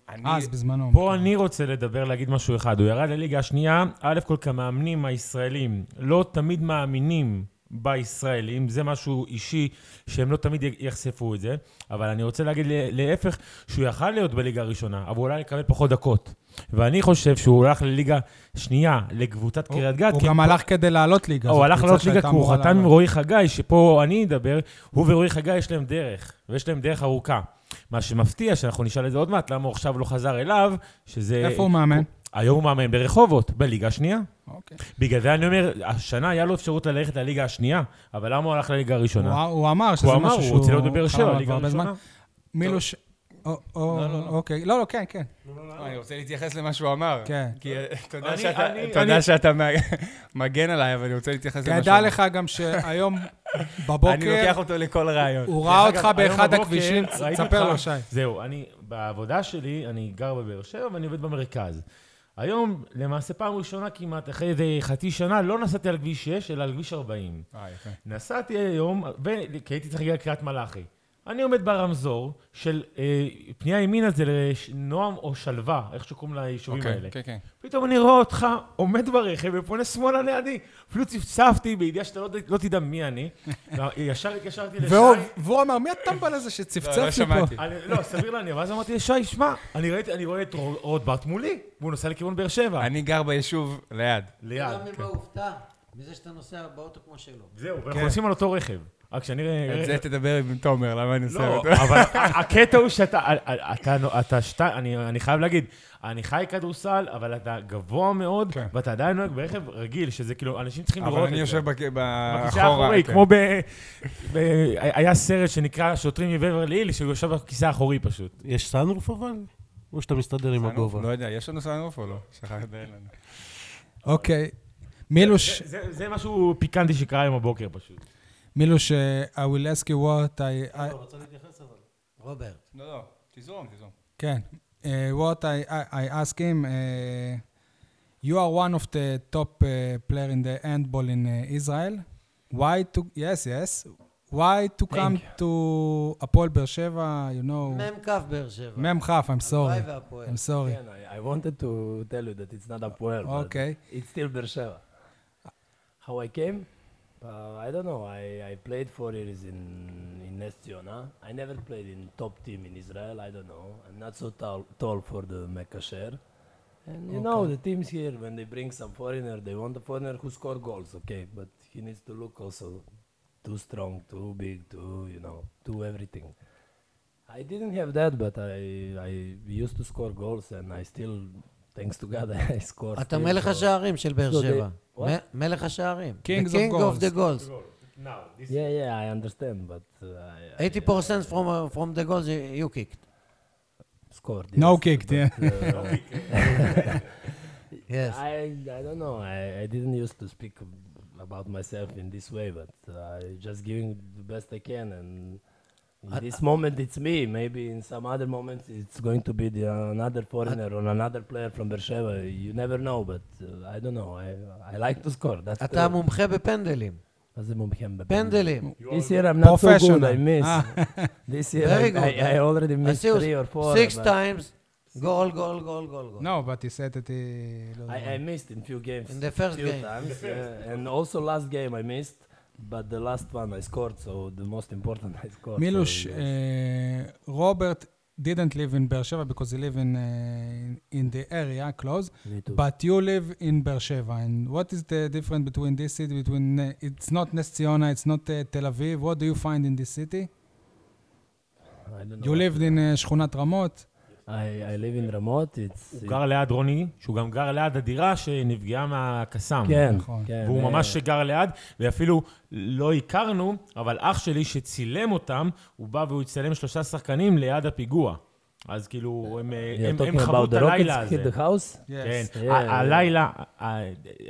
Speaker 6: אני...
Speaker 3: אה,
Speaker 1: אה, אז בזמנו.
Speaker 4: פה אני רוצה לדבר, להגיד משהו אחד. הוא ירד לליגה השנייה, א' כל כמאמנים הישראלים לא תמיד מאמינים בישראלים, זה משהו אישי שהם לא תמיד יחשפו את זה, אבל אני רוצה להגיד ל- להפך, שהוא יכל להיות בליגה הראשונה, אבל אולי לקבל פחות דקות. ואני חושב שהוא הלך לליגה שנייה, לקבוצת
Speaker 1: הוא-
Speaker 4: קריית גת,
Speaker 1: הוא
Speaker 4: כי
Speaker 1: גם הלך כדי לעלות ליגה.
Speaker 4: הוא
Speaker 1: זאת
Speaker 4: הלך
Speaker 1: קבוצה
Speaker 4: לעלות ליגה
Speaker 1: שהייתה
Speaker 4: כי הוא
Speaker 1: אמורה
Speaker 4: חתם עם
Speaker 1: לעלות.
Speaker 4: רועי חגי, שפה אני אדבר, הוא ורועי חגי יש להם דרך, ויש להם דרך ארוכה. מה שמפתיע, שאנחנו נשאל את זה עוד מעט, למה הוא עכשיו לא חזר אליו, שזה...
Speaker 1: איפה הוא מאמן?
Speaker 4: היום הוא מאמן ברחובות, בליגה השנייה.
Speaker 1: אוקיי.
Speaker 4: בגלל זה אני אומר, השנה היה לו אפשרות ללכת לליגה השנייה, אבל למה הוא הלך לליגה הראשונה?
Speaker 1: הוא- הוא אמר שזה
Speaker 4: הוא
Speaker 1: משהו
Speaker 4: אמר,
Speaker 1: שהוא...
Speaker 4: הוא רוצה להיות בבאר
Speaker 1: חלם
Speaker 4: שבע,
Speaker 1: עליו
Speaker 4: ליגה
Speaker 1: הרבה
Speaker 4: הראשונה.
Speaker 1: זמן. מילוש... או- או-
Speaker 6: לא, לא, לא.
Speaker 1: אוקיי. לא, לא, כן, כן.
Speaker 6: לא, אני רוצה להתייחס למה שהוא אמר.
Speaker 1: כן.
Speaker 6: כי אה, תודה
Speaker 4: אני-
Speaker 6: שאתה-
Speaker 4: אני-
Speaker 6: תודה
Speaker 4: אני- כן,
Speaker 6: שאתה מה- <laughs> מגן עליי, אבל אני רוצה להתייחס למה שהוא
Speaker 1: תדע
Speaker 6: אמר.
Speaker 1: כן, לך
Speaker 6: <laughs>
Speaker 1: גם שהיום
Speaker 6: אני לוקח
Speaker 1: בבוקר
Speaker 6: אותו לכל רעיון.
Speaker 1: הוא ראה
Speaker 4: דרך
Speaker 1: אותך
Speaker 4: אגב, היום
Speaker 1: באחד
Speaker 4: בבוקר
Speaker 1: הכבישים,
Speaker 4: ראיתי
Speaker 1: תספר
Speaker 4: אותך-
Speaker 1: לו, שי.
Speaker 4: זהו, אני, בעבודה שלי, אני גר בבאר שבע ואני עובד במרכז. היום, למעשה פעם ראשונה כמעט, אחרי איזה חצי שנה, לא נסעתי על כביש 6, אלא על כביש 40.
Speaker 6: אה, יפה.
Speaker 4: נסעתי היום, ו- כי הייתי צריך להגיע לקריית מלאכי. אני עומד ברמזור של אה, פנייה ימינה זה לנועם או שלווה, איך שקוראים ליישובים
Speaker 6: אוקיי,
Speaker 4: האלה.
Speaker 6: כן, כן.
Speaker 4: פתאום אני רואה אותך עומד ברכב ופונה שמאלה לידי. אפילו צפצפתי בידיעה שאתה לא, לא תדע מי
Speaker 6: <laughs>
Speaker 4: אני. ישר התקשרתי לשי.
Speaker 1: והוא- והוא אמר, מי הטמבל הזה
Speaker 6: לא, לא
Speaker 1: שצפצף לי פה?
Speaker 6: שמעתי.
Speaker 4: אני, לא, סביר להניח, ואז אמרתי לשי, שמע, אני, ראיתי- אני רואה את רו- רוטברט מולי, והוא נוסע לכיוון באר שבע.
Speaker 6: אני גר ביישוב ליד.
Speaker 4: ליד.
Speaker 3: לא
Speaker 5: כן.
Speaker 3: אתה יודע ממה הופתע? מזה שאתה נוסע באוטו כמו שלו.
Speaker 4: זהו, ואנחנו נוסעים על אותו רכב. רק שאני... רואה-
Speaker 6: כן. את זה תדבר עם תומר, למה אני עושה
Speaker 4: אה. לא, <laughs>
Speaker 6: אותו?
Speaker 4: אבל הקטע הוא שאתה, אתה, אתה שתי, אני, אני חייב להגיד, אני חי כדורסל, אבל אתה גבוה מאוד,
Speaker 1: כן.
Speaker 4: ואתה עדיין נוהג ברכב רגיל, שזה כאילו, אנשים צריכים לראות את
Speaker 6: אבל
Speaker 4: זה.
Speaker 6: אני יושב בק-
Speaker 4: בכיסא
Speaker 6: באחורה.
Speaker 4: האחורי,
Speaker 6: כן.
Speaker 4: כמו ב... ב- היה סרט שנקרא שוטרים מבברלי היל, שהוא יושב בכיסא האחורי פשוט.
Speaker 7: <laughs> יש סאנרוף אבל? או שאתה מסתדר עם
Speaker 6: סאנוף?
Speaker 7: הגובה?
Speaker 6: לא יודע, יש לנו סאנוף או לא? שכחת, אין לנו.
Speaker 1: אוקיי. מילוש,
Speaker 4: זה- זה זה משהו פיקנטי שקרה היום בבוקר פשוט.
Speaker 1: מילוש, uh, I will ask you what I... I
Speaker 3: רוברט.
Speaker 6: לא, לא, תזרום, תזרום.
Speaker 1: כן. Uh, what I, I, I ask him, uh, you are one of the top uh, player in the handball in uh, Israel. Why to... Yes, yes. Why to come to הפועל באר שבע, you know...
Speaker 3: מ"כ באר שבע.
Speaker 1: מ"ם כ"ף, I'm
Speaker 3: הלוואי
Speaker 1: sorry.
Speaker 3: והפועל.
Speaker 1: I'm sorry.
Speaker 5: Again, I, I wanted to tell you that it's not Apoel, but
Speaker 1: Okay.
Speaker 5: it's still Beersheva. How I came? Uh, I don't know. I, I played four years in in Nestiona. I never played in top team in Israel. I don't know. I'm not so tall, tall for the Mekasher. And you know the teams here when they bring some foreigner, they want a foreigner who score goals, okay? But he needs to look also too strong, too big, too you know, too everything. I didn't have that, but I I used to score goals, and I still, thanks to God, <laughs> I scored.
Speaker 3: אתה
Speaker 5: still,
Speaker 3: מלך
Speaker 6: כן.
Speaker 5: so-
Speaker 3: השערים של באר
Speaker 5: So they-
Speaker 3: שבע.
Speaker 5: what?
Speaker 3: מ- מלך השערים.
Speaker 1: Kings
Speaker 3: The King
Speaker 1: of
Speaker 3: of the
Speaker 1: goals.
Speaker 3: goals.
Speaker 5: Yeah, yeah, I understand, but uh, I, I
Speaker 3: 80% from, uh, from the goals you kicked.
Speaker 5: scored.
Speaker 1: No
Speaker 5: yes,
Speaker 1: kicked,
Speaker 5: but,
Speaker 1: yeah. <laughs>
Speaker 5: uh,
Speaker 3: Yes.
Speaker 5: I I don't know. I, I didn't used to speak ab- about myself in this way, but uh, I just giving the best I can, and in this moment it's me. Maybe in some other moments it's going to be the, another foreigner or another player from Beersheba. You never know, but uh, I don't know. I I like to score. That's
Speaker 3: אתה
Speaker 5: true.
Speaker 3: מומחה בפנדלים.
Speaker 5: As a Mumkhembe
Speaker 3: פנדלים.
Speaker 5: This year I'm not so good. I
Speaker 1: Professional.
Speaker 5: miss. <laughs> this year
Speaker 3: Ah. Very
Speaker 5: I,
Speaker 3: good.
Speaker 5: I, I already
Speaker 3: I
Speaker 5: missed
Speaker 3: see you
Speaker 5: three or four.
Speaker 3: six
Speaker 5: but
Speaker 3: times, goal, goal, goal, goal, goal.
Speaker 1: No, but he said that he... לא יודע.
Speaker 5: I, I missed in few games.
Speaker 3: In the first
Speaker 5: few
Speaker 3: game.
Speaker 5: times, yeah. and also last game I missed, but the last one I scored. So the most important I scored.
Speaker 1: מילוש,
Speaker 5: so, yes.
Speaker 1: uh, Robert didn't live in Beer Sheva because he live in, uh, in the area close,
Speaker 5: Me too.
Speaker 1: but you live in Beer Sheva. And what is the difference between this city, between, uh, it's not Nes ציונה, it's not uh, Tel Aviv, what do you find in this city?
Speaker 5: I don't know.
Speaker 1: You lived in uh, שכונת רמות,
Speaker 5: I, I live in Ramot. It's
Speaker 4: הוא גר ליד רוני, שהוא גם גר ליד הדירה שנפגעה מהקסאם.
Speaker 5: כן,
Speaker 1: נכון.
Speaker 5: כן.
Speaker 4: והוא
Speaker 5: אה,
Speaker 4: ממש גר ליד, ואפילו לא הכרנו, אבל אח שלי שצילם אותם, הוא בא והוא הצטלם שלושה שחקנים ליד הפיגוע. אז כאילו, הם,
Speaker 5: you're
Speaker 4: הם, הם
Speaker 5: talking
Speaker 4: חוו
Speaker 5: about
Speaker 4: את
Speaker 5: the
Speaker 4: הלילה
Speaker 5: Rockets
Speaker 4: הזה.
Speaker 5: hit the house.
Speaker 4: כן.
Speaker 1: yes.
Speaker 5: Yeah,
Speaker 4: ה-
Speaker 5: yeah.
Speaker 4: הלילה, ה-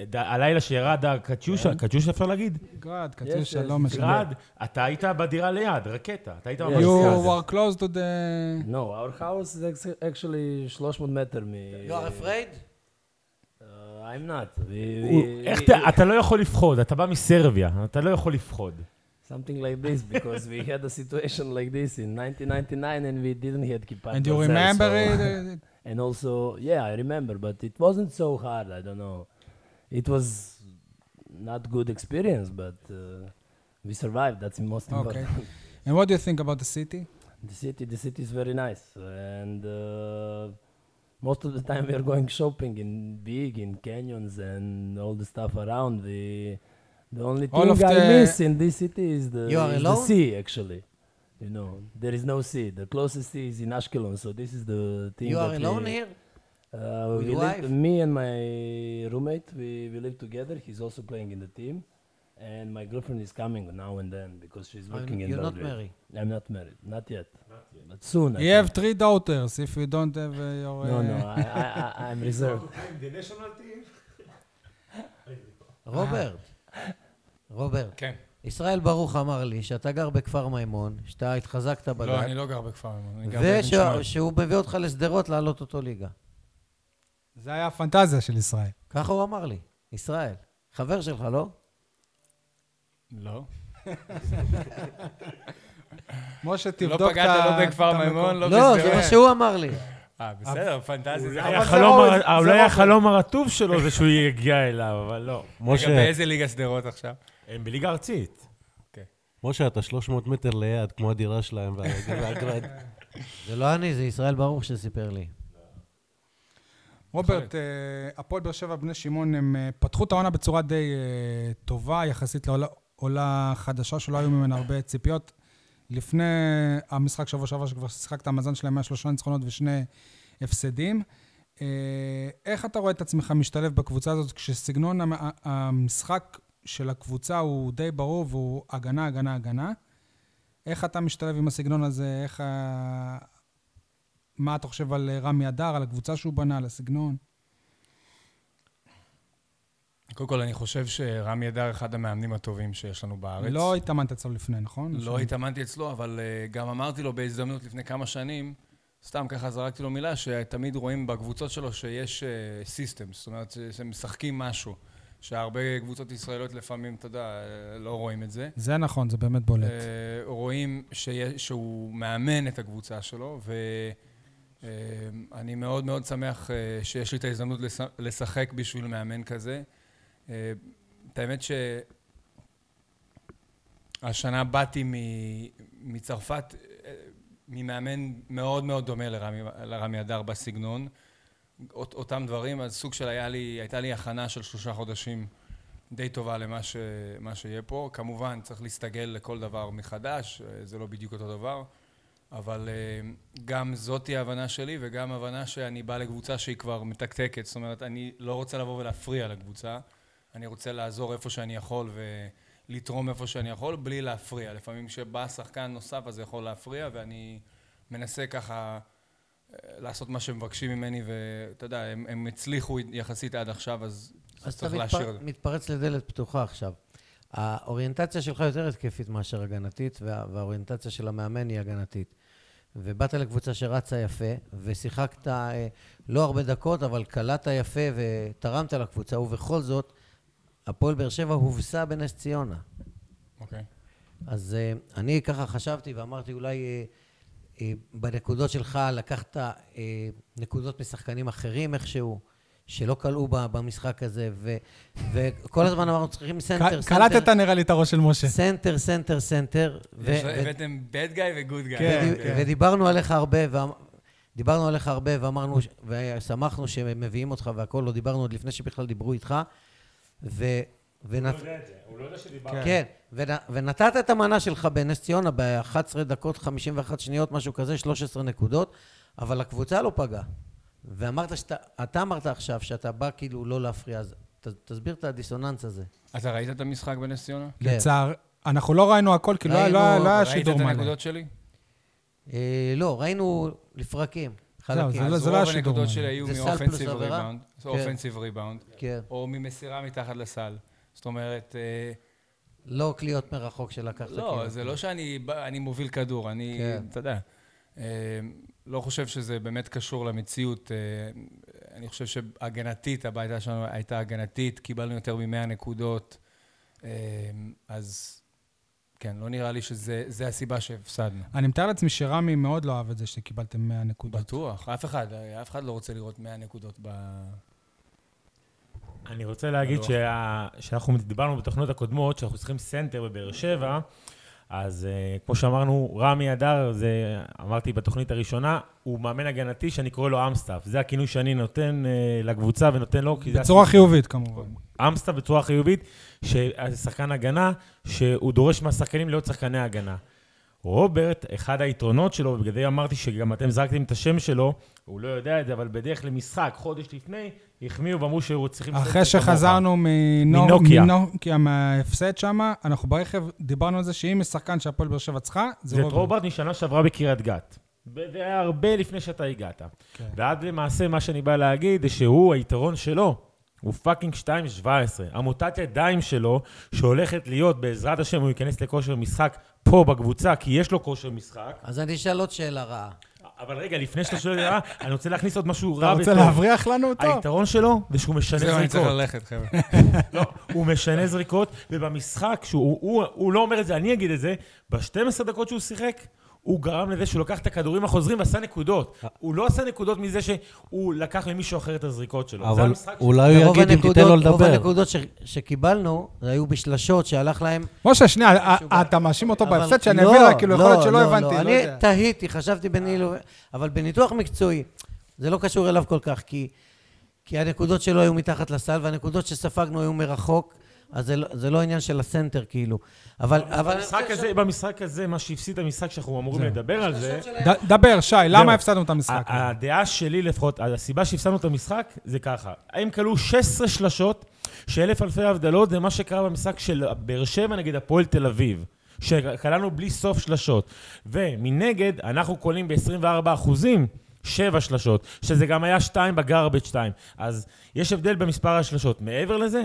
Speaker 4: ד- הלילה שירד
Speaker 5: כן.
Speaker 4: הקטיושה, קטיושה אפשר להגיד?
Speaker 1: גרד,
Speaker 5: Yes,
Speaker 1: קטיושה,
Speaker 5: yes,
Speaker 1: לא
Speaker 5: it's
Speaker 1: משנה.
Speaker 4: גרד, אתה היית בדירה ליד, רקטה. אתה היית
Speaker 5: Yes.
Speaker 4: ממש
Speaker 1: You
Speaker 4: ליד זה.
Speaker 1: were close to the...
Speaker 5: No, our house is ex- actually 300 meter. Me.
Speaker 3: You are afraid?
Speaker 5: אה, Uh, I'm not. We,
Speaker 4: הוא-
Speaker 5: we,
Speaker 4: איך
Speaker 5: we-
Speaker 4: אתה, אתה לא יכול לפחוד, אתה בא מסרביה, אתה לא יכול לפחוד.
Speaker 5: Something like this because we had a situation like this in 1999 and we didn't have Kipat.
Speaker 1: And you
Speaker 5: ourselves,
Speaker 1: remember
Speaker 5: so-
Speaker 1: it? uh,
Speaker 5: <laughs> and also, yeah, I remember, but it wasn't so hard. I don't know. It was not good experience, but uh, we survived. That's the most
Speaker 1: Okay.
Speaker 5: important.
Speaker 1: And what do you think about the city?
Speaker 5: The city, the city is very nice, and uh, most of the time we are going shopping in big in canyons and all the stuff around. The the only
Speaker 1: All
Speaker 5: thing
Speaker 1: of
Speaker 5: I
Speaker 1: the-
Speaker 5: miss in this city is the,
Speaker 3: You are
Speaker 5: is the
Speaker 3: alone?
Speaker 5: sea. Actually, you know there is no sea. The closest sea is in Ashkelon, so this is the thing.
Speaker 3: You are
Speaker 5: that
Speaker 3: alone
Speaker 5: we,
Speaker 3: here?
Speaker 5: Uh,
Speaker 3: With
Speaker 5: we
Speaker 3: wife?
Speaker 5: live, me and my roommate, we, we live together. He's also playing in the team. And my girlfriend is coming now and then because she's working in אה.
Speaker 3: you're not
Speaker 5: Belgrade.
Speaker 3: married?
Speaker 5: I'm not married, not yet. But soon. I
Speaker 1: You have three daughters, if you don't have uh, your...
Speaker 5: think.
Speaker 1: uh,
Speaker 5: No, no, I, I,
Speaker 1: <laughs>
Speaker 5: I, I'm reserved.
Speaker 3: רוברט.
Speaker 5: <laughs>
Speaker 3: רוברט.
Speaker 6: כן.
Speaker 3: ישראל ברוך אמר לי שאתה גר בכפר מימון, שאתה התחזקת
Speaker 6: לא,
Speaker 3: בדת,
Speaker 6: אני לא גר בכפר, אני גר באבן שמואל.
Speaker 3: ושהוא מביא אותך לשדרות להעלות אותו ליגה.
Speaker 1: זה היה הפנטזיה של ישראל.
Speaker 3: ככה הוא אמר לי, ישראל. חבר שלך, לא?
Speaker 6: לא.
Speaker 1: משה,
Speaker 6: לא
Speaker 1: תבדוק את ה...
Speaker 6: פגעת לא
Speaker 1: את
Speaker 6: בכפר
Speaker 1: המקום.
Speaker 6: מימון, לא
Speaker 3: לא, זה
Speaker 6: בשדרות.
Speaker 3: מה שהוא אמר לי.
Speaker 6: אה, בסדר, פנטזיה. זה-
Speaker 4: אולי
Speaker 6: אבל זה
Speaker 4: החלום
Speaker 6: רוב-
Speaker 4: הר-
Speaker 6: זה
Speaker 4: אולי
Speaker 6: רוב-
Speaker 4: החלום הרטוב שלו זה שהוא יגיע אליו, אבל לא.
Speaker 6: רגע,
Speaker 7: משה,
Speaker 6: באיזה ליגה שדרות עכשיו?
Speaker 4: הם בליגה ארצית.
Speaker 7: משה, אתה 300 מטר ליד, כמו הדירה <laughs> שלהם והרגל והגרד.
Speaker 3: זה לא אני, זה ישראל ברוך שסיפר לי.
Speaker 1: רוברט, אה, הפועל באר שבע בני שמעון, הם אה, פתחו את העונה בצורה די אה, טובה יחסית לעול- עולה חדשה שלא היו ממנה הרבה ציפיות. לפני המשחק שבוע שעבר, שכבר שיחקת, המאזן שלהם היה שלושה ניצחונות ושני הפסדים. אה, איך אתה רואה את עצמך משתלב בקבוצה הזאת, כשסגנון המ- ה- המשחק של הקבוצה הוא די ברור והוא הגנה, הגנה, הגנה? איך אתה משתלב עם הסגנון הזה? איך ה... מה אתה חושב על אה, רמי אדר, על הקבוצה שהוא בנה, על הסגנון?
Speaker 6: קודם כל, אני חושב שרמי אדר אחד המאמנים הטובים שיש לנו בארץ.
Speaker 1: לא התאמנת אצלו לפני, נכון?
Speaker 6: לא התאמנתי אצלו, אבל אה, גם אמרתי לו בהזדמנות לפני כמה שנים, סתם ככה זרקתי לו מילה, שתמיד רואים בקבוצות שלו שיש סיסטם, זאת אומרת, ש- שהם משחקים משהו, שהרבה קבוצות ישראליות לפעמים, אתה יודע, אה, לא רואים את זה.
Speaker 1: זה נכון, זה באמת בולט.
Speaker 6: אה, רואים שיה- שהוא מאמן את הקבוצה שלו, ואני מאוד מאוד שמח אה, שיש לי את ההזדמנות לש- לשחק בשביל מאמן כזה. אה, את האמת שהשנה באתי מ- מצרפת, אה, ממאמן מאוד מאוד דומה לרמי, לרמי הדר בסגנון. אות, אותם דברים, אז סוג של היה לי, הייתה לי הכנה של שלושה חודשים די טובה למה ש, מה שיהיה פה. כמובן, צריך להסתגל לכל דבר מחדש, אה, זה לא בדיוק אותו דבר, אבל אה, גם זאתי ההבנה שלי וגם הבנה שאני בא לקבוצה שהיא כבר מתקתקת. זאת אומרת, אני לא רוצה לבוא ולהפריע לקבוצה, אני רוצה לעזור איפה שאני יכול ולתרום איפה שאני יכול בלי להפריע. לפעמים כשבא שחקן נוסף אז זה יכול להפריע, ואני מנסה ככה... אה, לעשות מה שמבקשים ממני, ואתה יודע, הם, הם הצליחו יחסית עד עכשיו, אז,
Speaker 3: אז אתה
Speaker 6: צריך להשאיר
Speaker 3: מתפר...
Speaker 6: את זה.
Speaker 3: מתפרץ לדלת פתוחה עכשיו. האוריינטציה שלך יותר התקפית מאשר הגנתית, וה... והאוריינטציה של המאמן היא הגנתית. ובאת לקבוצה שרצה יפה, ושיחקת אה, לא הרבה דקות, אבל קלעת יפה ותרמת לקבוצה, ובכל זאת, הפועל באר שבע הובסה בנס ציונה.
Speaker 6: אוקיי.
Speaker 3: אז אה, אני ככה חשבתי ואמרתי, אולי אה, אה, בנקודות שלך לקחת אה, נקודות משחקנים אחרים איכשהו, שלא כלאו ב- במשחק הזה, ו, וכל הזמן אמרנו, צריכים סנטר,
Speaker 1: ק-
Speaker 3: סנטר, כן.
Speaker 1: קלטת נראה לי את הראש של משה.
Speaker 3: סנטר, סנטר, סנטר, ו-
Speaker 6: יש-
Speaker 3: ו-
Speaker 6: הבאתם bad guy וגוד guy.
Speaker 1: כן,
Speaker 3: ודי- ודיברנו עליך הרבה, ואמ- דיברנו עליך הרבה, ואמרנו, ש- ושמחנו שמביאים אותך והכול, לא דיברנו עוד לפני שבכלל דיברו איתך, ו... ונת...
Speaker 4: יודע את זה, הוא לא יודע שדיברנו.
Speaker 1: כן.
Speaker 3: כן, ונ- ונתת את המנה שלך בנס ציונה ב-11 דקות 51 שניות, משהו כזה, 13 נקודות, אבל הקבוצה לא פגעה. ואמרת שאתה, אתה אמרת עכשיו שאתה בא כאילו לא להפריע, אז ת, תסביר את הדיסוננס הזה.
Speaker 6: אתה ראית את המשחק בנס ציונה?
Speaker 3: כן.
Speaker 1: לצער, אנחנו לא ראינו הכל, כי לא היה- לא היה
Speaker 3: ראינו-
Speaker 1: לא היה
Speaker 6: ראית
Speaker 1: שידור
Speaker 6: את
Speaker 1: מלא.
Speaker 6: הנקודות שלי?
Speaker 3: אה, לא, ראינו לפרקים, חלקים.
Speaker 1: זה לא-
Speaker 6: אז
Speaker 1: זה לא היה
Speaker 6: רוב
Speaker 1: שידור
Speaker 6: הנקודות
Speaker 1: מלא.
Speaker 6: שלי היו
Speaker 3: זה סל פלוס
Speaker 6: מאופנסיב
Speaker 3: עבירה?
Speaker 6: ריבאונד,
Speaker 3: כן.
Speaker 6: אופנסיב ריבאונד,
Speaker 3: כן.
Speaker 6: או ממסירה מתחת לסל. זאת אומרת, אה,
Speaker 3: לא קליעות מרחוק שלקחת.
Speaker 6: לא,
Speaker 3: כאילו.
Speaker 6: זה לא שאני בא- אני מוביל כדור, אני,
Speaker 3: כן.
Speaker 6: אתה יודע, אה, לא חושב שזה באמת קשור למציאות. אה, אני חושב שהגנתית, הבעיה שלנו הייתה הגנתית, קיבלנו יותר מ-100 נקודות, אה, אז כן, לא נראה לי שזה זה הסיבה שהפסדנו.
Speaker 1: אני מתאר לעצמי שרמי מאוד לא אהב את זה שקיבלתם 100 נקודות.
Speaker 6: בטוח, אף אחד, אף אחד לא רוצה לראות 100 נקודות ב...
Speaker 4: כן. אני רוצה להגיד
Speaker 6: הלוח.
Speaker 4: שה- שאנחנו דיברנו בתוכנות הקודמות, שאנחנו צריכים סנטר בבאר שבע, אז אה, כמו שאמרנו, רמי אדר, זה אמרתי בתוכנית הראשונה, הוא מאמן הגנתי שאני קורא לו אמסטאף. זה הכינוי שאני נותן אה, לקבוצה ונותן לו, כי זה...
Speaker 1: בצורה
Speaker 4: הכינוי-
Speaker 1: חיובית, כמובן.
Speaker 4: אמסטאף בצורה חיובית, ששחקן הגנה, שהוא דורש מהשחקנים להיות שחקני הגנה. רוברט, אחד היתרונות שלו, ובגלל זה אמרתי שגם אתם זרקתם את השם שלו, הוא לא יודע את זה, אבל בדרך למשחק, חודש לפני, החמיאו ואמרו שהוא צריכים...
Speaker 1: אחרי
Speaker 4: סנטר כמוך.
Speaker 1: שחזרנו מנור-
Speaker 4: מנוקיה.
Speaker 1: מנוקיה מההפסד שם, אנחנו ברכב דיברנו על זה שאם יש שחקן שהפועל באר שבע צריכה,
Speaker 4: זה
Speaker 1: זה רוברט.
Speaker 4: רוברט משנה שעברה בקריית גת. ב- זה היה הרבה לפני שאתה הגעת.
Speaker 1: כן.
Speaker 4: ועד למעשה, מה שאני בא להגיד, זה שהוא, היתרון שלו, הוא פאקינג 2.17. עמותת ידיים שלו, שהולכת להיות, בעזרת השם, הוא ייכנס לכושר משחק פה בקבוצה, כי יש לו כושר משחק.
Speaker 3: אז אני אשאל עוד שאלה רעה.
Speaker 4: אבל רגע, לפני שאתה שואל, אה, אני רוצה להכניס עוד משהו רע
Speaker 1: אתה רוצה להבריח לנו אותו?
Speaker 4: היתרון שלו זה שהוא משנה
Speaker 6: זהו, אני צריך
Speaker 4: זריקות.
Speaker 6: ללכת, חבר'ה.
Speaker 4: לא, הוא משנה זריקות, ובמשחק, שהוא, הוא, הוא לא אומר את זה, אני אגיד את זה, ב-12 דקות שהוא שיחק, הוא גרם לזה שהוא לקח את הכדורים החוזרים ועשה נקודות. הוא לא עשה נקודות מזה שהוא לקח למישהו אחר את הזריקות שלו. זה
Speaker 7: אבל
Speaker 4: המשחק ש...
Speaker 7: אולי הוא לא-
Speaker 3: ורוב
Speaker 7: יגיד אם תיתן לו
Speaker 3: רוב
Speaker 7: לדבר.
Speaker 3: הנקודות ש, שקיבלנו היו בשלשות שהלך להם...
Speaker 1: משה, שנייה, אה, אה, אתה מאשים אותו בהפסד שאני
Speaker 3: לא,
Speaker 1: אבין לה, כאילו, יכול להיות שלא הבנתי, לא
Speaker 3: אני
Speaker 1: יודע.
Speaker 3: תהיתי, חשבתי ביני ל... אבל בניתוח מקצועי, זה לא קשור אליו כל כך, כי, כי הנקודות שלו היו מתחת לסל, והנקודות שספגנו היו מרחוק. אז זה לא, זה לא עניין של הסנטר, כאילו. אבל... אבל
Speaker 4: במשחק הזה, במשחק הזה, מה שהפסיד המשחק שאנחנו אמורים לדבר על זה,
Speaker 1: ד- דבר, שי,
Speaker 4: זהו. אה,
Speaker 1: למה הפסדנו את המשחק?
Speaker 4: ה- הדעה שלי לפחות, הסיבה שהפסדנו את המשחק זה ככה. הם כלאו 16 שלשות שאלף אלפי הבדלות, זה מה שקרה במשחק של באר שבע נגד הפועל תל אביב. שכללנו בלי סוף שלשות. ומנגד, אנחנו כולאים ב-24 אחוזים שבע שלשות, שזה גם היה שתיים בגרבג' שתיים. אז יש הבדל במספר השלשות. מעבר לזה,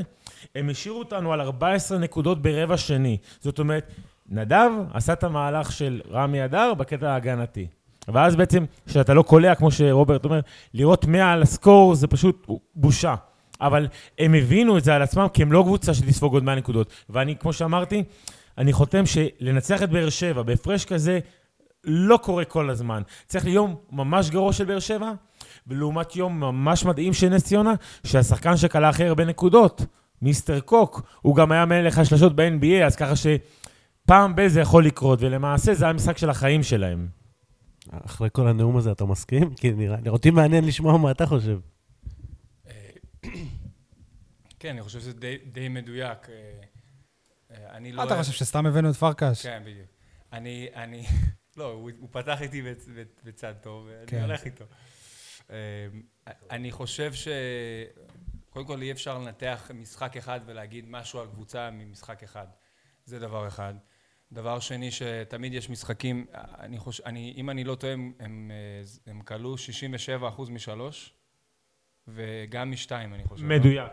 Speaker 4: הם השאירו אותנו על 14 נקודות ברבע שני. זאת אומרת, נדב עשה את המהלך של רמי אדר בקטע ההגנתי. ואז בעצם, כשאתה לא קולע, כמו שרוברט אומר, לראות 100 על הסקור זה פשוט בושה. אבל הם הבינו את זה על עצמם, כי הם לא קבוצה שתספוג עוד 100 נקודות. ואני, כמו שאמרתי, אני חותם שלנצח את באר שבע בהפרש כזה לא קורה כל הזמן. צריך להיות יום ממש גרוע של באר שבע, ולעומת יום ממש מדהים של נס ציונה, שהשחקן שכלה הכי הרבה נקודות, מיסטר קוק, הוא גם היה מלך השלשות ב-NBA, אז ככה שפעם ב- זה יכול לקרות, ולמעשה זה היה משחק של החיים שלהם.
Speaker 7: אחרי כל הנאום הזה אתה מסכים? כי נראה לי, אותי מעניין לשמוע מה אתה חושב.
Speaker 6: אה, כן, אני חושב שזה די- די מדויק. אה, אה, אני לא...
Speaker 1: מה אתה חושב, שסתם הבאנו את פרקש?
Speaker 6: כן, בדיוק. אני, אני, <laughs> לא, הוא, הוא פתח איתי בצ, בצ- בצד טוב, ואני
Speaker 1: כן.
Speaker 6: הולך איתו. אמ, אני חושב ש... קודם כל, אי אפשר לנתח משחק אחד ולהגיד משהו על קבוצה ממשחק אחד. זה דבר אחד. דבר שני, שתמיד יש משחקים, אני חושב, אני, אם אני לא טועה, הם, הם, אה, הם כלו 67% משלוש, וגם משתיים, אני חושב.
Speaker 4: מדויק.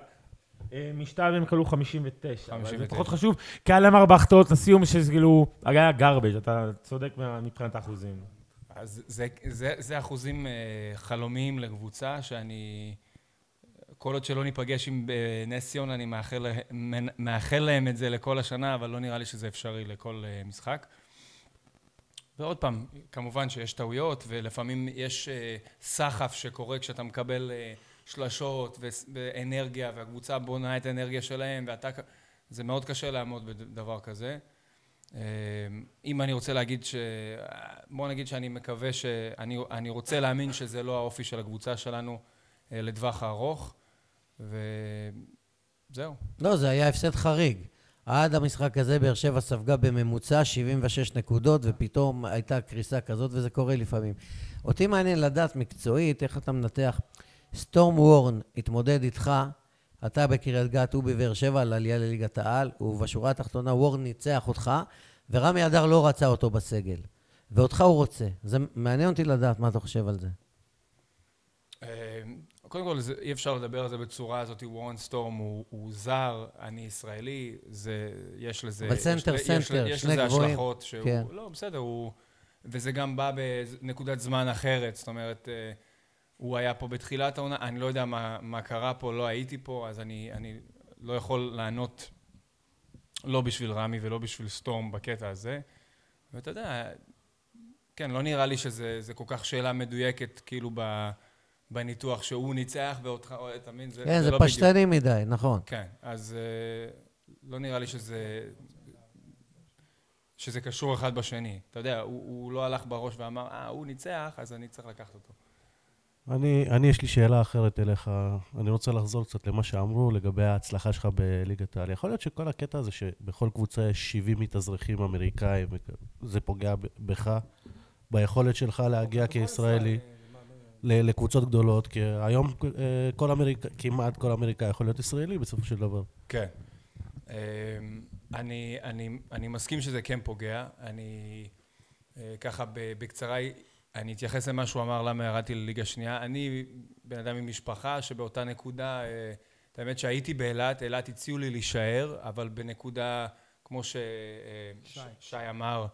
Speaker 4: אה, משתיים הם כלו 59, אבל זה
Speaker 6: 59.
Speaker 4: פחות חשוב, כי היה להם ארבע החטאות לסיום, שזה כאילו, היה גרבג', אתה צודק מה- מבחינת האחוזים.
Speaker 6: אז זה, זה, זה אחוזים אה, חלומיים לקבוצה שאני... כל עוד שלא ניפגש עם אה, נס ציונה, אני מאחל, לה- מנ- מאחל להם את זה לכל השנה, אבל לא נראה לי שזה אפשרי לכל אה, משחק. ועוד פעם, כמובן שיש טעויות, ולפעמים יש אה, סחף שקורה כשאתה מקבל אה, שלשות וס- ואנרגיה, והקבוצה בונה את האנרגיה שלהם, ואתה... כ- זה מאוד קשה לעמוד בדבר כזה. אה, אם אני רוצה להגיד ש... בוא נגיד שאני מקווה ש... אני, אני רוצה להאמין שזה לא האופי של הקבוצה שלנו אה, לטווח הארוך, וזהו.
Speaker 3: לא, זה היה הפסד חריג. עד המשחק הזה באר שבע ספגה בממוצע 76 נקודות, ופתאום הייתה קריסה כזאת, וזה קורה לפעמים. אותי מעניין לדעת מקצועית איך אתה מנתח. סטורם וורן התמודד איתך, אתה בקריית גת, הוא בבאר שבע, על עלייה לליגת העל, ובשורה התחתונה וורן ניצח אותך, ורמי אדר לא רצה אותו בסגל. ואותך הוא רוצה. זה מעניין אותי לדעת מה אתה חושב על זה.
Speaker 6: אה, קודם כל, זה, אי אפשר לדבר על זה בצורה הזאת, וורן סטורם הוא, הוא זר, אני ישראלי, זה, יש לזה...
Speaker 3: אבל
Speaker 6: יש
Speaker 3: סנטר,
Speaker 6: ל- יש
Speaker 3: סנטר,
Speaker 6: ל- יש
Speaker 3: שני
Speaker 6: לזה
Speaker 3: גבוהים.
Speaker 6: השלכות שהוא...
Speaker 3: כן.
Speaker 6: לא, בסדר, הוא... וזה גם בא בנקודת זמן אחרת, זאת אומרת, אה, הוא היה פה בתחילת העונה, אני לא יודע מה, מה קרה פה, לא הייתי פה, אז אני, אני לא יכול לענות לא בשביל רמי ולא בשביל סטורם בקטע הזה. ואתה יודע, כן, לא נראה לי שזה זה כל כך שאלה מדויקת, כאילו, ב, בניתוח שהוא ניצח ואותך, או, אתה מבין? זה,
Speaker 3: כן, זה
Speaker 6: לא בדיוק.
Speaker 3: פשטני מדי, נכון.
Speaker 6: כן, אז אה, לא נראה לי שזה, שזה קשור אחד בשני. אתה יודע, הוא, הוא לא הלך בראש ואמר, אה, הוא ניצח, אז אני צריך לקחת אותו.
Speaker 7: אני, אני, יש לי שאלה אחרת אליך. אני רוצה לחזור קצת למה שאמרו לגבי ההצלחה שלך בליגת העל. יכול להיות שכל הקטע הזה שבכל קבוצה יש 70 מתאזרחים אמריקאים, זה פוגע ב- בך, ביכולת שלך להגיע כישראלי ל- לקבוצות גדולות, כי היום אה, כל אמריקה, כמעט כל אמריקאי יכול להיות ישראלי בסופו של דבר.
Speaker 6: כן. אמ, אני, אני, אני מסכים שזה כן פוגע. אני אה, ככה ב- בקצרה, אני אתייחס למה שהוא אמר, למה ירדתי לליגה שנייה. אני בן אדם עם משפחה שבאותה נקודה, אה, את האמת שהייתי באילת, אילת הציעו לי להישאר, אבל בנקודה, כמו ששי אמר,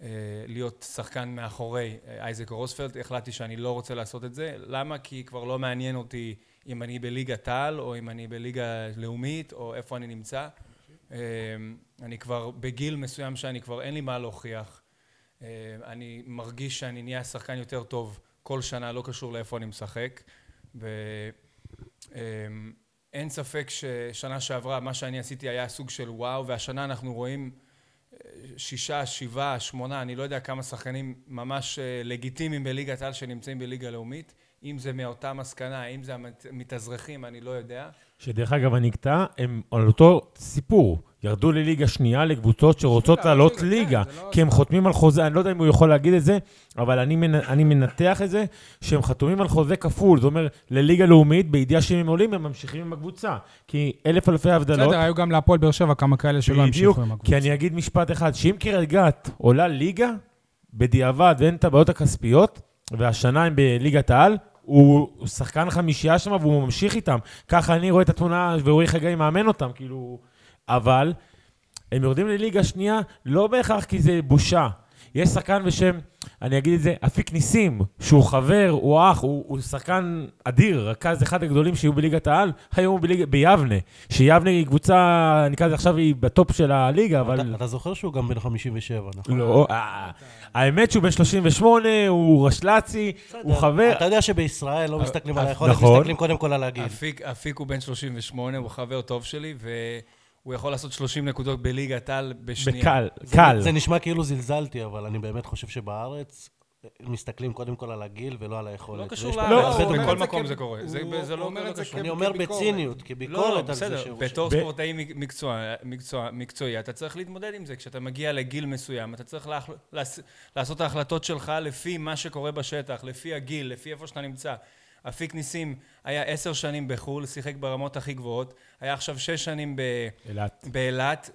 Speaker 6: אה, להיות שחקן מאחורי אה, אייזק רוספלד, החלטתי שאני לא רוצה לעשות את זה. למה? כי כבר לא מעניין אותי אם אני בליגת העל, או אם אני בליגה לאומית, או איפה אני נמצא. אה, אני כבר בגיל מסוים שאני כבר אין לי מה להוכיח. אה, אני מרגיש שאני נהיה שחקן יותר טוב כל שנה, לא קשור לאיפה אני משחק. ואין ספק ששנה שעברה מה שאני עשיתי היה סוג של וואו, והשנה אנחנו רואים שישה, אה, שבעה, שמונה, אני לא יודע כמה שחקנים ממש אה, לגיטימיים בליגת העל שנמצאים בליגה לאומית, אם זה מאותה מסקנה, אם זה המת- מתאזרחים, אני לא יודע.
Speaker 4: שדרך אגב, הנקטע, הם על אותו סיפור. ירדו לליגה שנייה לקבוצות שרוצות
Speaker 6: בשביל
Speaker 4: לעלות
Speaker 6: לעלות לליגה,
Speaker 4: ליגה,
Speaker 6: כן, זה לא-
Speaker 4: כי הם חותמים על חוזה, אני לא יודע אם הוא יכול להגיד את זה, אבל אני מנ- אני מנתח את זה, שהם חתומים על חוזה כפול, זאת אומרת, לליגה לאומית, בידיעה שאם הם עולים, הם ממשיכים עם הקבוצה. כי אלף אלפי הבדלות,
Speaker 1: בסדר, היו גם להפועל באר שבע כמה כאלה שלא
Speaker 4: בדיוק,
Speaker 1: המשיכו עם
Speaker 4: כי
Speaker 3: כן.
Speaker 1: הקבוצה.
Speaker 4: אני אגיד משפט אחד, שאם קריית גת עולה ליגה, בדיעבד ואין את הבעיות הכספיות, והשנה הם בליגת העל, הוא הוא שחקן חמישייה שם והוא ממשיך איתם. ככה אני רואה את התמונה, ואורי חגי מאמן אותם, כאילו... אבל הם יורדים לליגה שנייה, לא בהכרח כי זה בושה. יש שחקן בשם, אני אגיד את זה, אפיק ניסים, שהוא חבר, הוא אח, הוא, הוא שחקן אדיר, רכז אחד הגדולים שהיו בליגת העל, היום הוא בליג, ביבנה, שיבנה היא קבוצה, נקרא לזה עכשיו, היא בטופ של הליגה, אבל...
Speaker 7: אתה- אתה זוכר שהוא גם בן 57, נכון?
Speaker 4: לא, אה, האמת שהוא בן 38, הוא רשל"צי, הוא חבר...
Speaker 7: אתה יודע שבישראל לא מסתכלים על היכולת,
Speaker 4: נכון.
Speaker 7: מסתכלים קודם כל על הגיל.
Speaker 6: אפיק, אפיק הוא בן 38, הוא חבר טוב שלי, והוא יכול לעשות 30 נקודות בליגת על בשנייה.
Speaker 4: בקל,
Speaker 7: זה-
Speaker 4: קל.
Speaker 7: זה נשמע כאילו זלזלתי, אבל אני באמת חושב שבארץ אה, מסתכלים קודם כל על הגיל ולא על היכולת.
Speaker 6: לא
Speaker 7: ויש
Speaker 6: קשור
Speaker 7: פה
Speaker 6: ל...
Speaker 4: לא,
Speaker 6: לא,
Speaker 4: הוא אומר
Speaker 6: בכל
Speaker 4: את
Speaker 6: מקום זה קורה. זה זה לא לא קשור.
Speaker 7: אני אומר בציניות,
Speaker 6: לא,
Speaker 7: כביקורת על זה
Speaker 6: בסדר,
Speaker 7: שהוא...
Speaker 6: בתור
Speaker 4: ב-
Speaker 6: ספורטאי מק- מקצוע- מקצוע- מקצועי, אתה צריך להתמודד עם זה. כשאתה מגיע לגיל מסוים, אתה צריך להחל- לעש- לעשות את ההחלטות שלך לפי מה שקורה בשטח, לפי הגיל, לפי איפה שאתה נמצא. אפיק ניסים היה עשר שנים בחו"ל, שיחק ברמות הכי גבוהות, היה עכשיו שש שנים ב...
Speaker 4: אילת.
Speaker 6: באילת,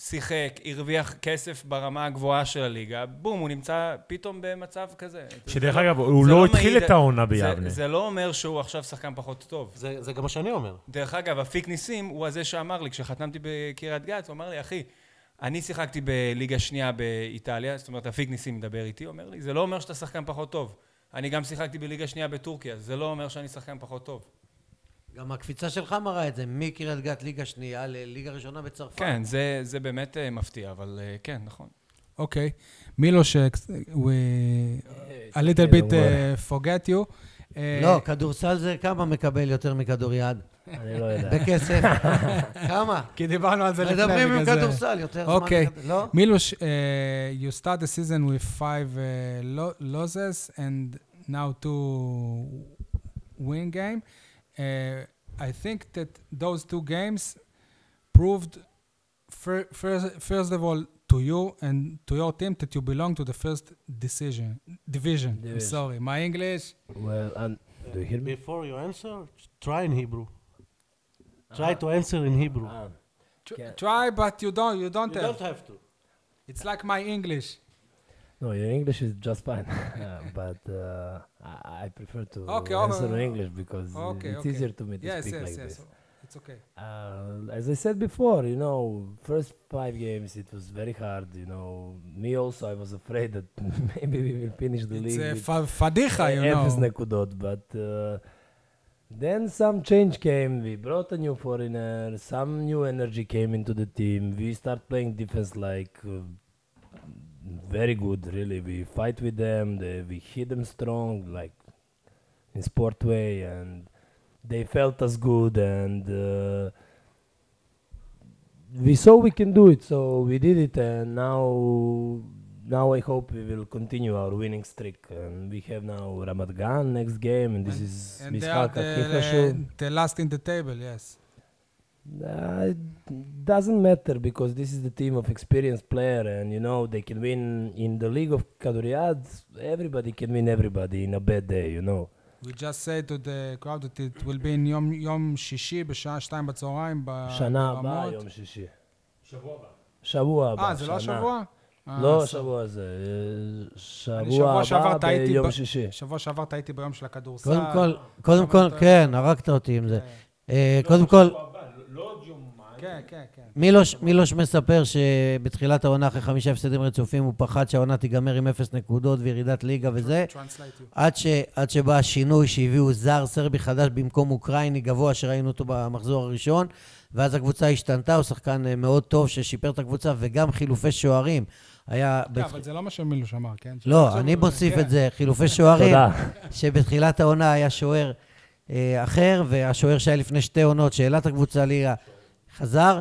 Speaker 6: שיחק, הרוויח כסף ברמה הגבוהה של הליגה, בום, הוא נמצא פתאום במצב כזה.
Speaker 4: שדרך
Speaker 6: זה
Speaker 4: אגב, הוא
Speaker 6: זה
Speaker 4: לא התחיל
Speaker 6: מעיד-
Speaker 4: את העונה
Speaker 6: זה-
Speaker 4: ביבנה.
Speaker 6: זה לא אומר שהוא עכשיו שחקן פחות טוב.
Speaker 7: זה זה גם מה שאני אומר.
Speaker 6: דרך אגב, אפיק ניסים הוא הזה שאמר לי, כשחתמתי בקריית גת, הוא אמר לי, אחי, אני שיחקתי בליגה שנייה באיטליה, זאת אומרת, אפיק ניסים מדבר איתי, הוא אומר לי, זה לא אומר שאתה שחקן פחות טוב. אני גם שיחקתי בליגה שנייה בטורקיה, זה לא אומר שאני שחקן פחות טוב.
Speaker 3: גם הקפיצה שלך מראה את זה, מקריית גת ליגה שנייה לליגה ראשונה בצרפת.
Speaker 6: כן, זה, זה באמת אה, מפתיע, אבל אה, כן, נכון.
Speaker 1: אוקיי. מילוש, אה, we- a little bit אה, forget you. אה,
Speaker 3: לא, כדורסל זה כמה מקבל יותר מכדוריד?
Speaker 5: אני לא יודע.
Speaker 1: <laughs>
Speaker 3: בכסף. כמה?
Speaker 1: כי דיברנו על זה לפני,
Speaker 3: מדברים עם
Speaker 1: בגלל זה.
Speaker 3: כדורסל יותר זמן.
Speaker 1: אוקיי.
Speaker 3: מכד- לא?
Speaker 1: Milos, uh, you start the season with five uh, lo- losses and now two win game. Uh, I think that those two games proved, fir- first, first of all, to you and to your team that you belong to the first decision division. I'm
Speaker 5: Division.
Speaker 1: sorry, my English.
Speaker 5: Well, and... Do you hear me?
Speaker 7: Before you answer, try in Hebrew. try to answer in Hebrew.
Speaker 5: Ah.
Speaker 1: Tr-
Speaker 5: Okay.
Speaker 1: Try, but you don't. You don't.
Speaker 7: You
Speaker 1: have.
Speaker 7: don't have to.
Speaker 1: It's like my English.
Speaker 5: No, your English is just fine, <laughs> Uh, but uh, I, I prefer to
Speaker 1: Okay,
Speaker 5: answer
Speaker 1: okay.
Speaker 5: in English because uh,
Speaker 1: Okay,
Speaker 5: it's
Speaker 1: okay.
Speaker 5: easier to me to
Speaker 1: Yes,
Speaker 5: speak
Speaker 1: yes,
Speaker 5: like
Speaker 1: yes.
Speaker 5: this.
Speaker 1: It's okay.
Speaker 5: Uh, as I said before, you know, first five games it was very hard. You know, me also I was afraid that <laughs> maybe we will finish the
Speaker 1: It's
Speaker 5: league
Speaker 1: a
Speaker 5: with
Speaker 1: fa- fadiha, you
Speaker 5: Efes
Speaker 1: know.
Speaker 5: Nekudot, but uh, then some change came. We brought a new foreigner, some new energy came into the team. We start playing defense like uh, very good, really. We fight with them, they, we hit them strong, like in sport way, and they felt us good, and uh, we saw we can do it, so we did it, and now now I hope we will continue our winning streak. And we have now Ramat Gan next game, and this is
Speaker 1: And they are
Speaker 5: Mishak
Speaker 1: the,
Speaker 5: Akihashu.
Speaker 1: אה, the last in the table, yes.
Speaker 5: Uh, it doesn't matter because this is the team of experienced player, and you know they can win in the league of Kaduriad. Everybody can win everybody in a bad day, you know.
Speaker 1: We just say to the crowd that it will be in יום, יום שישי בשעה שתיים בצהריים ב-
Speaker 5: שנה הבאה,
Speaker 1: ברמות.
Speaker 5: יום שישי. שבוע הבא.
Speaker 1: אה, זה לא
Speaker 5: שנה.
Speaker 1: השבוע? אה,
Speaker 5: לא
Speaker 1: אז-
Speaker 5: השבוע הזה, אה,
Speaker 1: אני
Speaker 5: שבוע
Speaker 1: שעבר
Speaker 5: הבא
Speaker 1: טעיתי ב-
Speaker 5: ביום שישי.
Speaker 1: שבוע שעבר טעיתי ביום של הכדורסל.
Speaker 3: קודם כל, קודם כל,
Speaker 1: אתה-
Speaker 3: כן, הרגת אותי עם זה.
Speaker 1: לא
Speaker 3: אה, קודם כל, לא
Speaker 1: כן, כן, כן.
Speaker 3: מילוש, מילוש מספר שבתחילת העונה, אחרי חמישה הפסדים רצופים, הוא פחד שהעונה תיגמר עם אפס נקודות וירידת ליגה וזה.
Speaker 1: Translate you.
Speaker 3: עד, ש, עד שבא השינוי שהביאו זר סרבי חדש במקום אוקראיני גבוה שראינו אותו במחזור הראשון ואז הקבוצה השתנתה, הוא שחקן אה, מאוד טוב ששיפר את הקבוצה וגם חילופי שוערים היה...
Speaker 1: כן,
Speaker 3: בתח-
Speaker 1: אבל זה לא מה שמילוש אמר, כן?
Speaker 3: לא, אני מוסיף את זה, חילופי שוערים,
Speaker 5: תודה.
Speaker 3: שבתחילת העונה היה שוער אה, אחר, והשוער שהיה לפני שתי עונות, שהעלה את הקבוצה ליגה, חזר,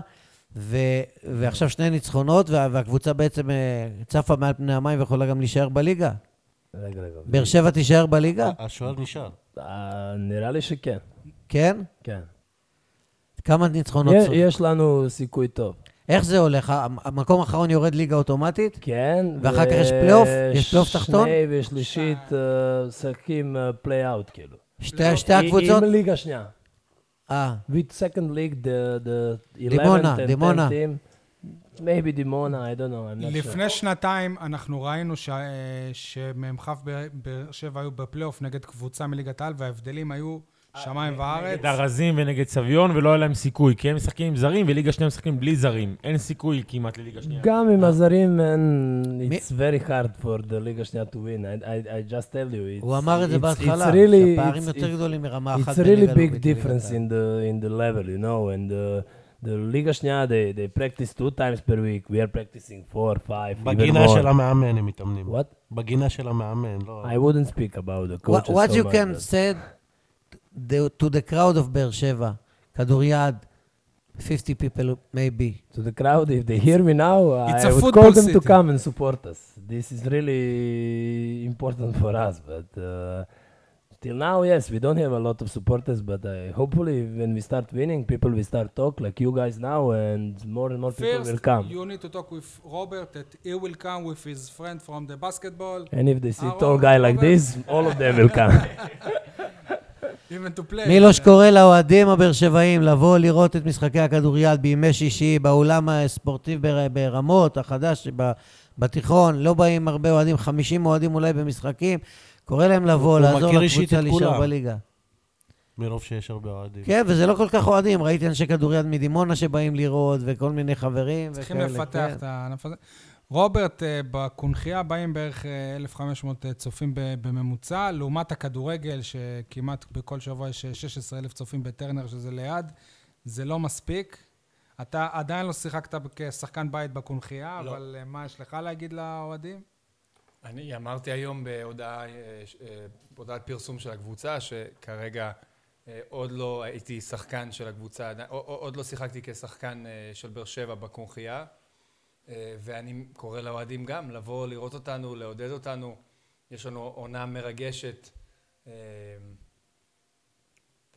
Speaker 3: ו, ועכשיו שני ניצחונות, וה, והקבוצה בעצם אה, צפה מעל פני המים ויכולה גם להישאר בליגה.
Speaker 5: רגע, רגע.
Speaker 3: באר שבע תישאר בליגה?
Speaker 7: השוער נשאר.
Speaker 5: אה, נראה לי שכן,
Speaker 3: כן?
Speaker 5: כן.
Speaker 3: כמה ניצחונות
Speaker 5: יה-
Speaker 3: לא, צריך?
Speaker 5: יש לנו סיכוי טוב.
Speaker 3: איך זה הולך? המ- המקום האחרון יורד ליגה אוטומטית?
Speaker 5: כן.
Speaker 3: ואחר כך יש פלייאוף? יש פלייאוף תחתון?
Speaker 5: שני ושלישית אה, משחקים אה, פלייאאוט, כאילו.
Speaker 3: שתי שתי הקבוצות?
Speaker 5: עם ליגה שנייה.
Speaker 3: אה,
Speaker 5: With second league, the, the 11th
Speaker 3: דימונה,
Speaker 5: and 10th
Speaker 3: דימונה.
Speaker 5: team. Maybe דימונה, I don't know, I'm not sure.
Speaker 1: לפני שנתיים אנחנו ראינו ש- אה, שמ"כ באר- באר שבע היו בפלייאוף נגד קבוצה מליגת העל, וההבדלים היו שמיים וארץ.
Speaker 4: נגד ארזים ונגד סביון, ולא היה להם סיכוי, כי הם משחקים עם זרים, וליגה שנייה משחקים בלי זרים. אין סיכוי כמעט לליגה שנייה.
Speaker 5: גם
Speaker 7: Uh,
Speaker 5: עם הזרים, אין-
Speaker 3: מי-
Speaker 5: it's very hard for the ליגה שנייה to win. I, I, I just tell you, it's,
Speaker 3: הוא אמר את זה
Speaker 5: it's-
Speaker 3: בהתחלה,
Speaker 5: it's really,
Speaker 3: שהפערים
Speaker 5: it's-
Speaker 3: יותר
Speaker 5: it's-
Speaker 3: גדולים מרמה אחת
Speaker 5: It's
Speaker 3: בין ליגה
Speaker 5: really
Speaker 3: לאומית
Speaker 5: big
Speaker 3: לליגת
Speaker 5: difference
Speaker 3: העל.
Speaker 5: in the in the level, you know, and the the ליגה שנייה, they they practice two times per week. We are practicing four, five, even
Speaker 7: בגינה של
Speaker 5: more.
Speaker 7: המאמן הם מתאמנים.
Speaker 5: What?
Speaker 7: בגינה של המאמן, לא...
Speaker 5: I wouldn't speak about the
Speaker 3: What
Speaker 5: coaches
Speaker 3: what
Speaker 5: so
Speaker 3: you
Speaker 5: much,
Speaker 3: can
Speaker 5: but-
Speaker 3: say the- to the crowd of באר שבע, כדוריד, 50 people maybe.
Speaker 5: to the crowd, if they hear me now,
Speaker 1: It's
Speaker 5: I
Speaker 1: a
Speaker 5: would
Speaker 1: football
Speaker 5: call them to
Speaker 1: city.
Speaker 5: come and support us. This is really important for us. But uh, till now, yes, we don't have a lot of supporters. But uh, hopefully, when we start winning, people will start talk like you guys now, and more and more people will
Speaker 1: First,
Speaker 5: come.
Speaker 1: you need to talk with Robert that he will come with his friend from the basketball,
Speaker 3: אה.
Speaker 5: And if they see
Speaker 1: Aaron,
Speaker 5: tall guy like
Speaker 1: Robert.
Speaker 5: this, all of them will
Speaker 1: <laughs>
Speaker 5: come.
Speaker 1: even to play. אה,
Speaker 3: מילוש קורא לאוהדים הבאר שבעים לבוא לראות את משחקי הכדוריד בימי שישי באולם הספורטיבי בר- ברמות, החדש, ב- בתיכון, לא באים הרבה אוהדים, 50 אוהדים אולי במשחקים, קורא להם לבוא,
Speaker 7: הוא
Speaker 3: לעזור
Speaker 7: מכיר אישית
Speaker 3: לקבוצה
Speaker 7: את
Speaker 3: להישאר
Speaker 7: כולם.
Speaker 3: בליגה.
Speaker 7: מרוב שיש הרבה אוהדים.
Speaker 3: כן, וזה לא כל כך אוהדים, ראיתי אנשי כדוריד מדימונה שבאים לראות, וכל מיני חברים וכאלה,
Speaker 1: צריכים לפתח
Speaker 3: כן.
Speaker 1: את הענף הזה. רוברט, אה, בקונכייה באים בערך אה, 1,500 צופים ב- בממוצע, לעומת הכדורגל, שכמעט בכל שבוע יש אה, 16,000 צופים בטרנר, שזה ליד, זה לא מספיק. אתה עדיין לא שיחקת כשחקן בית בקונכייה, אבל אה, מה יש לך להגיד לאוהדים?
Speaker 6: אני אמרתי היום בהודעה, אה, ש- אה, בהודעת פרסום של הקבוצה, שכרגע אה, עוד לא הייתי שחקן של הקבוצה, עדיין- א- א- עוד לא שיחקתי כשחקן אה, של באר שבע בקונכייה, אה, ואני קורא לאוהדים גם לבוא לראות אותנו, לעודד אותנו. יש לנו עונה מרגשת, אה,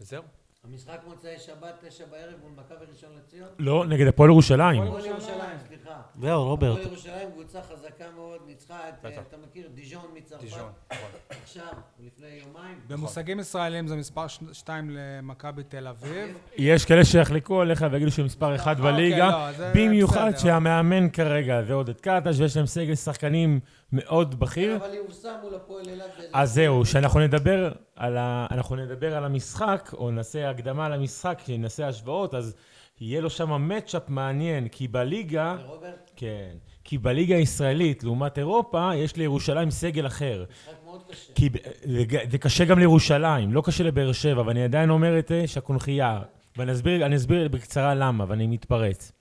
Speaker 6: וזהו.
Speaker 3: המשחק מוצאי שבת, תשע בערב, מול מכבי ראשון לציון?
Speaker 4: לא, נגד הפועל ירושלים.
Speaker 3: הפועל ירושלים, סליחה.
Speaker 7: זהו, רוברט.
Speaker 3: הפועל ירושלים, קבוצה חזקה מאוד, ניצחה את, אה, אתה מכיר, דיז'ון מצרפת,
Speaker 6: דיז'ון, נכון.
Speaker 3: עכשיו, לפני יומיים.
Speaker 1: במושגים ישראלים זה מספר 2 למכבי תל אביב.
Speaker 4: יש כאלה שיחלקו עליך ויגידו שהם מספר אחד
Speaker 1: אוקיי,
Speaker 4: בליגה,
Speaker 1: לא, זה
Speaker 4: במיוחד
Speaker 1: בסדר.
Speaker 4: שהמאמן כרגע זה עודד קטש, ויש להם סגל שחקנים מאוד בכיר.
Speaker 3: אבל היא הובסה מול הפועל אילת. באיזה-
Speaker 4: אז זהו, שאנחנו נדבר על, ה... אנחנו נדבר על המשחק, או נעשה הקדמה על המשחק, נעשה השוואות, אז יהיה לו שם מצ'אפ מעניין, כי בליגה...
Speaker 3: רוברט,
Speaker 4: כן. כי בליגה הישראלית, לעומת אירופה, יש לירושלים סגל אחר.
Speaker 3: משחק מאוד קשה.
Speaker 4: כי ב- זה ג- זה קשה גם לירושלים, לא קשה לבאר שבע, ואני עדיין אומר את זה שהקונכייה, ואני אסביר, אני אסביר בקצרה למה, ואני מתפרץ.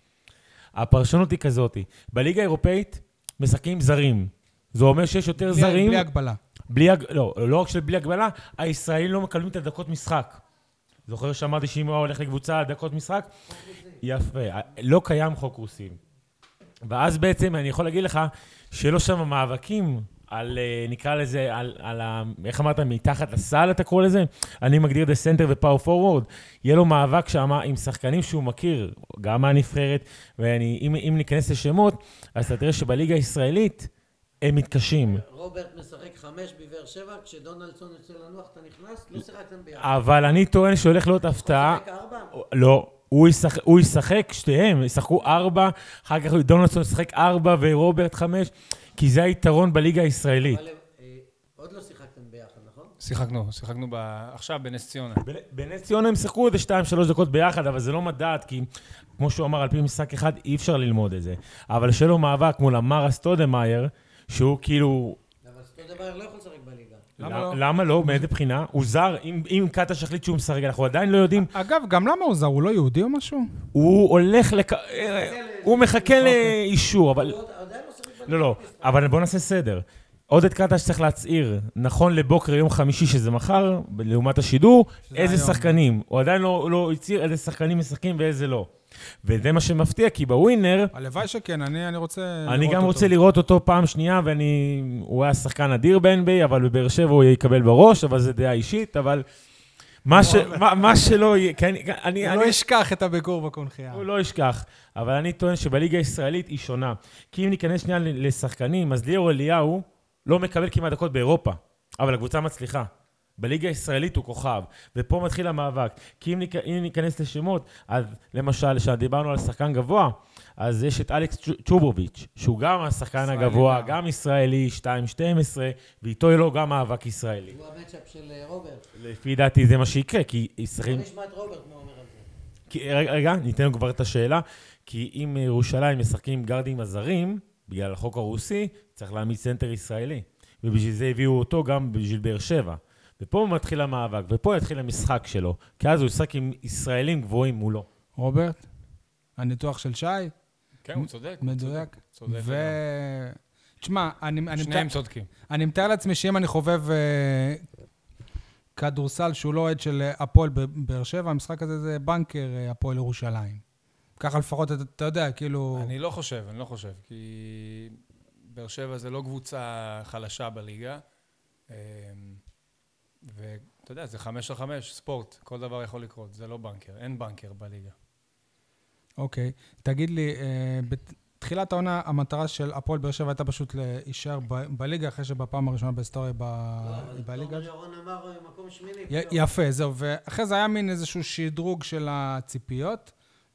Speaker 4: הפרשנות היא כזאתי, בליגה האירופאית משחקים זרים. זה אומר שיש יותר
Speaker 1: בלי-
Speaker 4: זרים...
Speaker 1: בלי הגבלה.
Speaker 4: בלי, הג- לא, לא רק שבלי הגבלה, הישראלים לא מקבלים את הדקות משחק. זוכר שאמרתי שאם הוא הולך לקבוצה, דקות משחק? יפה, לא קיים חוק רוסים. ואז בעצם אני יכול להגיד לך שלא שם מאבקים על, אה, נקרא לזה, על, על ה... איך אמרת? מתחת לסל אתה קורא לזה? אני מגדיר דה סנטר ופאור פורוורד. יהיה לו מאבק שם עם שחקנים שהוא מכיר, גם מהנבחרת, ואם אם ניכנס לשמות, אז אתה תראה שבליגה הישראלית הם מתקשים.
Speaker 3: רוברט משחק חמש בבאר שבע, כשדונלדסון יוצא לנוח אתה נכנס, לא שיחקתם ביחד.
Speaker 4: אבל אני טוען שהולך להיות הפתעה.
Speaker 3: משחק ארבע?
Speaker 4: לא, הוא ישחק, הוא ישחק, שתיהם, ישחקו ארבע, אחר כך דונלדסון ישחק ארבע ורוברט חמש, כי זה היתרון בליגה הישראלית.
Speaker 3: אבל הם, אה, עוד לא שיחקתם ביחד, נכון?
Speaker 6: שיחקנו, שיחקנו ב... עכשיו בנס ציונה.
Speaker 4: בנ- בנס ציונה הם שיחקו איזה שתיים, שלוש דקות ביחד, אבל זה לא מדעת, כי כמו שהוא אמר, על פי משחק אחד אי אפשר ללמוד את זה. אבל שלו מאבק מול המרה סטודמאייר, שהוא כאילו...
Speaker 3: אבל סטודמאייר לא יכול לשחק בליגה.
Speaker 1: למה לא?
Speaker 4: למה לא? מאיזה בחינה? הוא זר, אם- אם קטש החליט שהוא משחק, אנחנו עדיין לא יודעים
Speaker 1: אגב, גם למה הוא זר? הוא לא יהודי או משהו?
Speaker 4: הוא הולך לק... אה, הוא
Speaker 1: אוקיי.
Speaker 4: מחכה לאישור, אבל... לא, לא, אבל בואו נעשה סדר. עודד קטש צריך להצהיר, נכון לבוקר יום חמישי, שזה מחר, לעומת השידור, איזה
Speaker 1: היום.
Speaker 4: שחקנים. הוא עדיין לא לא הצהיר איזה שחקנים משחקים ואיזה לא. וזה מה שמפתיע, כי בווינר,
Speaker 1: הלוואי שכן, אני אני רוצה...
Speaker 4: אני
Speaker 1: לראות
Speaker 4: גם
Speaker 1: אותו.
Speaker 4: רוצה לראות אותו פעם שנייה, ואני... הוא היה שחקן אדיר ב-NBA, אבל בבאר שבע הוא יקבל בראש, אבל זו דעה אישית, אבל... מה, ש... מה, מה שלא יהיה, כי אני... אני,
Speaker 1: הוא
Speaker 4: אני...
Speaker 1: לא ישכח את הביקור בקונחייה.
Speaker 4: הוא לא ישכח, אבל אני טוען שבליגה הישראלית היא שונה. כי אם ניכנס שנייה ל- לשחקנים, אז ליאור אליהו לא מקבל כמעט דקות באירופה, אבל הקבוצה מצליחה. בליגה הישראלית הוא כוכב, ופה מתחיל המאבק. כי אם, ניכ... אם ניכנס לשמות, אז למשל, כשדיברנו על שחקן גבוה, אז יש את אלכס צ'ו- צ'ובוביץ', שהוא גם השחקן
Speaker 1: ישראלי
Speaker 4: הגבוה,
Speaker 1: גם.
Speaker 4: גם ישראלי, 2-12, ואיתו לו גם מאבק ישראלי.
Speaker 3: הוא המצ'אפ של אה, רוברט.
Speaker 4: לפי דעתי זה מה שיקרה, כי
Speaker 3: בוא
Speaker 4: ישראלים...
Speaker 3: נשמע את רוברט, מה הוא אומר על זה.
Speaker 4: כי, רגע, רגע, ניתן לו כבר את השאלה, כי אם ירושלים משחקים עם גארדים הזרים, בגלל החוק הרוסי, צריך להעמיד סנטר ישראלי. ובשביל זה הביאו אותו גם בשביל באר שבע. ופה מתחיל המאבק, ופה יתחיל המשחק שלו, כי אז הוא ישחק עם ישראלים גבוהים מולו.
Speaker 1: רוברט, הניתוח של שי,
Speaker 6: כן, הוא צודק. הוא
Speaker 1: מדויק.
Speaker 6: צודק
Speaker 1: ו...
Speaker 6: לגמרי.
Speaker 1: תשמע, אני, אני, מתאר,
Speaker 6: שניהם צודקים.
Speaker 1: אני מתאר לעצמי שאם אני חובב אה, כדורסל שהוא לא אוהד של אה, הפועל ב- באר שבע, המשחק הזה זה בנקר אה, הפועל ירושלים. ככה לפחות אתה, אתה יודע, כאילו...
Speaker 6: אני לא חושב, אני לא חושב, כי באר שבע זה לא קבוצה חלשה בליגה. אמ, ואתה יודע, זה חמש על חמש, ספורט, כל דבר יכול לקרות, זה לא בנקר, אין בנקר בליגה.
Speaker 1: אוקיי. תגיד לי, אה, בתחילת העונה המטרה של הפועל באר שבע הייתה פשוט להישאר ב- בליגה, אחרי שבפעם הראשונה בהיסטוריה ב- היא אה, בליגה.
Speaker 3: תומר ירון אמר אה, מקום שמיני.
Speaker 1: י-
Speaker 3: פלייאוף.
Speaker 1: יפה, זהו. ואחרי זה היה מין איזשהו שדרוג של הציפיות.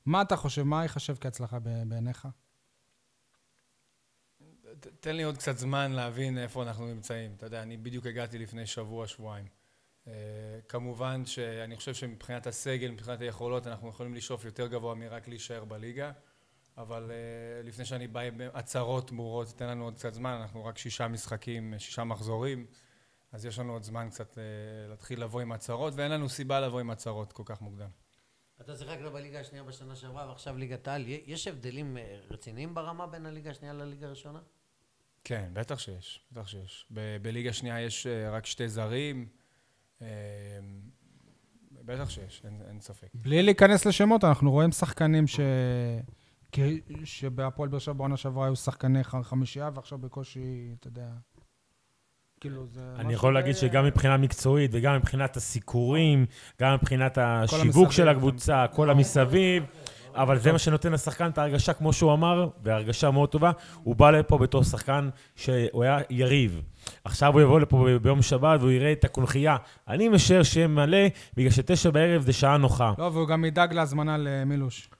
Speaker 1: מה אתה חושב? מה ייחשב כהצלחה ב- בעיניך?
Speaker 6: ת- תן לי עוד קצת זמן להבין איפה אנחנו נמצאים. אתה יודע, אני בדיוק הגעתי לפני שבוע, שבועיים. אה, כמובן שאני חושב שמבחינת הסגל, מבחינת היכולות, אנחנו יכולים לשאוף יותר גבוה מרק להישאר בליגה, אבל אה, לפני שאני בא עם הצהרות ברורות, תן לנו עוד קצת זמן, אנחנו רק שישה משחקים, אה, שישה מחזורים, אז יש לנו עוד זמן קצת אה, להתחיל לבוא עם הצהרות, ואין לנו סיבה לבוא עם הצהרות כל כך מוקדם.
Speaker 3: אתה שיחקת בליגה השנייה בשנה שעברה, ועכשיו ליגת העל. י- יש הבדלים אה, רציניים ברמה בין הליגה השנייה לליגה הראשונה?
Speaker 2: אה,
Speaker 6: כן, בטח שיש, בטח שיש. ב- בליגה שנייה יש אה, רק שתי זרים, אה, בטח שיש, אין, אין ספק.
Speaker 1: בלי להיכנס לשמות, אנחנו רואים שחקנים ש... כ- שבהפועל באר שבע בעונה שעברה היו שחקני ח- חמישייה, ועכשיו בקושי, אתה יודע... כאילו, זה... משהו
Speaker 4: אני יכול להגיד
Speaker 1: די-
Speaker 4: שגם מבחינה מקצועית, וגם מבחינת הסיקורים, גם מבחינת
Speaker 1: המסביב, כן. נכון.
Speaker 4: השיווק של הקבוצה, כל המסביב, אבל זה מה שנותן לשחקן את ההרגשה, כמו שהוא אמר, והרגשה מאוד טובה. הוא בא לפה בתור שחקן שהוא היה יריב. עכשיו הוא יבוא לפה ב- ביום שבת והוא יראה את הקונכייה. אני משער שיהיה מלא, בגלל שתשע בערב זה שעה נוחה.
Speaker 1: לא, והוא גם ידאג להזמנה למילוש.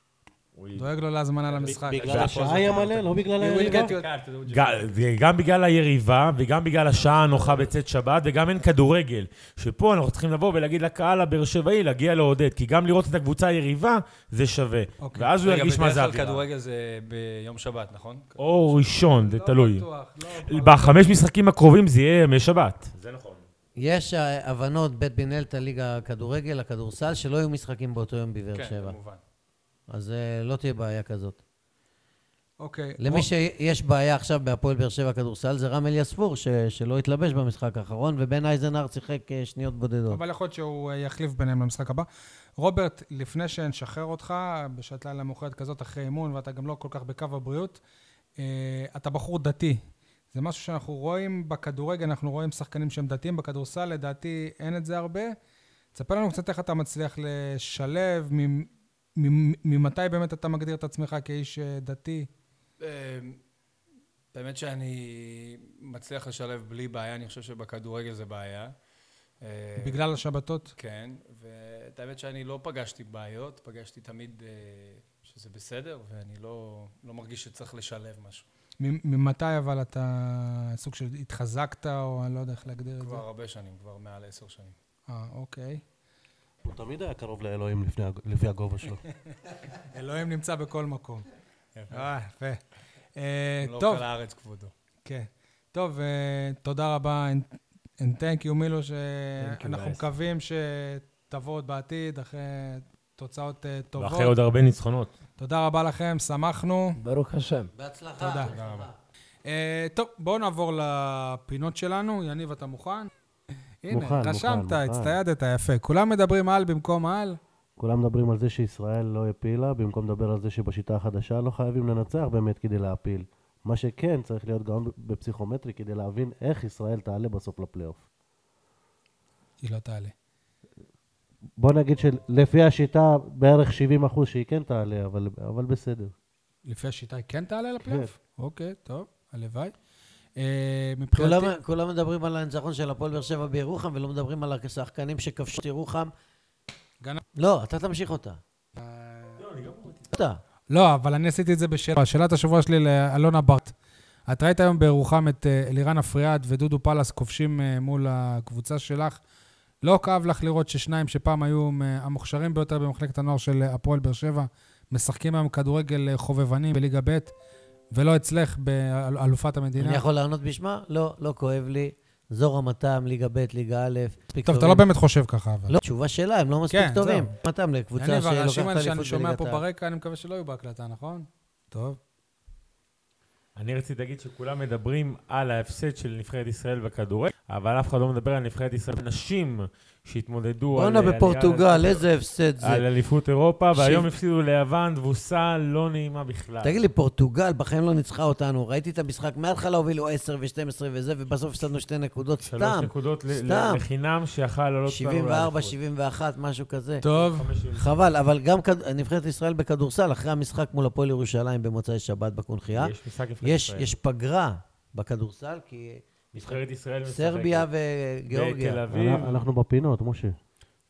Speaker 1: דואג לו להזמנה למשחק.
Speaker 2: בגלל
Speaker 3: אה.
Speaker 2: השעה היה מלא, לא בגלל
Speaker 1: He will
Speaker 2: היריבה?
Speaker 1: get you-
Speaker 4: ג- זה גם בגלל היריבה, וגם בגלל השעה הנוחה בצאת שבת, וגם אין כדורגל. שפה אנחנו צריכים לבוא ולהגיד לקהל הבאר שבעי להגיע לעודד, כי גם לראות את הקבוצה היריבה, זה שווה.
Speaker 1: אוקיי.
Speaker 4: ואז הוא ירגיש מה זה
Speaker 6: רגע, בדרך כלל
Speaker 4: אווירה.
Speaker 6: כדורגל זה ביום שבת, נכון?
Speaker 4: או ראשון, זה
Speaker 1: לא
Speaker 4: תלוי.
Speaker 1: בטוח, לא.
Speaker 4: בחמש משחקים הקרובים זה יהיה ימי שבת.
Speaker 3: יש אה, הבנות, בית מנהלת הליגה הכדורגל, הכדורסל, שלא יהיו משחקים באותו יום בבאר
Speaker 6: כן,
Speaker 3: שבע.
Speaker 6: כמובן.
Speaker 3: אז אה, לא תהיה בעיה כזאת.
Speaker 2: אה,
Speaker 1: אוקיי.
Speaker 3: למי שיש בעיה עכשיו בהפועל באר שבע כדורסל, זה רם אליספור, ש- שלא התלבש במשחק האחרון, ובן אייזנהר שיחק אה, שניות בודדות.
Speaker 1: אבל יכול להיות שהוא אה, יחליף ביניהם למשחק הבא. רוברט, לפני שנשחרר אותך, בשעת לילה מאוחרת כזאת אחרי אימון, ואתה גם לא כל כך בקו הבריאות, אה, אתה בחור דתי. זה משהו שאנחנו רואים בכדורגל, אנחנו רואים שחקנים שהם דתיים בכדורסל, לדעתי אין את זה הרבה. תספר לנו קצת איך אתה מצליח לשלב, ממ- ממ- ממתי באמת אתה מגדיר את עצמך כאיש אה, דתי.
Speaker 6: אה, באמת שאני מצליח לשלב בלי בעיה, אני חושב שבכדורגל זה בעיה. אה,
Speaker 1: בגלל השבתות?
Speaker 6: כן, ואת האמת שאני לא פגשתי בעיות, פגשתי תמיד אה, שזה בסדר, ואני לא, לא מרגיש שצריך לשלב משהו.
Speaker 1: מ- ממתי אבל אתה סוג של התחזקת, או אני לא יודע איך להגדיר את זה?
Speaker 6: כבר הרבה שנים, כבר מעל עשר שנים.
Speaker 1: אה, אוקיי.
Speaker 7: הוא תמיד היה קרוב לאלוהים לפני הג- לפי הגובה שלו.
Speaker 1: אלוהים נמצא בכל מקום. אה, יפה. אה,
Speaker 6: לא
Speaker 1: טוב,
Speaker 6: כל הארץ כבודו.
Speaker 1: כן. טוב, אה, תודה רבה, and- and thank you, מילו, שאנחנו
Speaker 7: guys.
Speaker 1: מקווים שתבוא עוד בעתיד, אחרי תוצאות אה,
Speaker 4: ואחרי
Speaker 1: טובות.
Speaker 4: עוד הרבה ניצחונות.
Speaker 1: תודה רבה לכם, שמחנו.
Speaker 5: ברוך השם.
Speaker 3: בהצלחה.
Speaker 1: תודה. אה, טוב, בואו נעבור לפינות שלנו. יניב, אתה מוכן? הנה,
Speaker 2: מוכן, מוכן,
Speaker 1: רשמת,
Speaker 2: מוכן.
Speaker 1: הצטיידת, יפה. כולם מדברים על במקום על?
Speaker 2: כולם מדברים על זה שישראל לא הפילה, במקום לדבר על זה שבשיטה החדשה לא חייבים לנצח באמת כדי להפיל. מה שכן, צריך להיות גאון בפסיכומטרי כדי להבין איך ישראל תעלה בסוף לפלייאוף.
Speaker 1: היא לא תעלה.
Speaker 2: בוא נגיד שלפי השיטה, בערך 70 אחוז שהיא כן תעלה, אבל, אבל בסדר.
Speaker 1: לפי השיטה היא כן תעלה לפלייאוף? אוקיי, טוב, הלוואי. אה,
Speaker 3: כולם-
Speaker 1: מבחינתי...
Speaker 3: כולם מדברים על הניצחון של הפועל באר שבע בירוחם, ולא מדברים על השחקנים שכבשו את ירוחם.
Speaker 1: גנב.
Speaker 3: לא, אתה תמשיך אותה. אתה.
Speaker 1: לא, אבל אני עשיתי את זה בשאלה. שאלת השבוע שלי לאלונה ברט. את ראית היום בירוחם את אה, אלירן אפריאט ודודו פלס כובשים אה, מול הקבוצה שלך. לא כאב לך לראות ששניים שפעם היו אה, המוכשרים ביותר במחלקת הנוער של אה, הפועל באר שבע, משחקים היום כדורגל אה, חובבני בליגה ב', ולא אצלך באלופת המדינה.
Speaker 3: אני יכול לענות בשמה? לא, לא כואב לי. זו רמתם, ליגה ב', ליגה א', מספיק
Speaker 1: טוב,
Speaker 3: טובים.
Speaker 1: אתה לא באמת חושב ככה, אבל.
Speaker 3: לא, תשובה שלה, הם לא מספיק
Speaker 1: כן,
Speaker 3: טובים.
Speaker 1: זהו.
Speaker 3: רמתם לקבוצה
Speaker 1: יניב, הרעשים
Speaker 3: שלוקחת
Speaker 1: האלה שאני
Speaker 3: אליפות
Speaker 1: שומע
Speaker 3: בליגת
Speaker 1: פה
Speaker 3: העל.
Speaker 1: ברקע, אני מקווה שלא יהיו בהקלטה, נכון? טוב.
Speaker 4: אני רציתי להגיד שכולם מדברים על ההפסד של נבחרת ישראל בכדורגל, אבל אף אחד לא מדבר על נבחרת ישראל נשים שהתמודדו
Speaker 3: בואנה,
Speaker 4: על... אה,
Speaker 3: בפורטוגל,
Speaker 4: עלייה-
Speaker 3: איזה הפסד זה.
Speaker 4: על אליפות אירופה,
Speaker 3: ש-
Speaker 4: והיום הפסידו ליוון, תבוסה לא נעימה בכלל.
Speaker 3: תגיד לי, פורטוגל בחיים לא ניצחה אותנו. ראיתי את המשחק, מההתחלה הובילו 10 ו-12 וזה, ובסוף הפסדנו שתי נקודות
Speaker 4: שלוש
Speaker 3: סתם.
Speaker 4: נקודות ל- ל-
Speaker 3: סתם.
Speaker 4: לחינם שיכל לעלות אותנו
Speaker 3: 74,
Speaker 4: לאליפות.
Speaker 3: 71, משהו כזה.
Speaker 1: לא טוב.
Speaker 4: חמש שבעים.
Speaker 3: חבל, אבל גם כד- נבחרת ישראל בכדורסל, אחרי המשחק מול הפועל ירושלים במוצאי שבת בקונחייה,
Speaker 4: יש משחק נבחרת
Speaker 3: יש
Speaker 4: ישראל.
Speaker 3: יש פגרה בכדורסל, כי
Speaker 4: נבחרת ישראל משחקת.
Speaker 3: סרביה וגיאורגיה.
Speaker 4: בתל אביב.
Speaker 2: אנ- אנחנו בפינות, משה.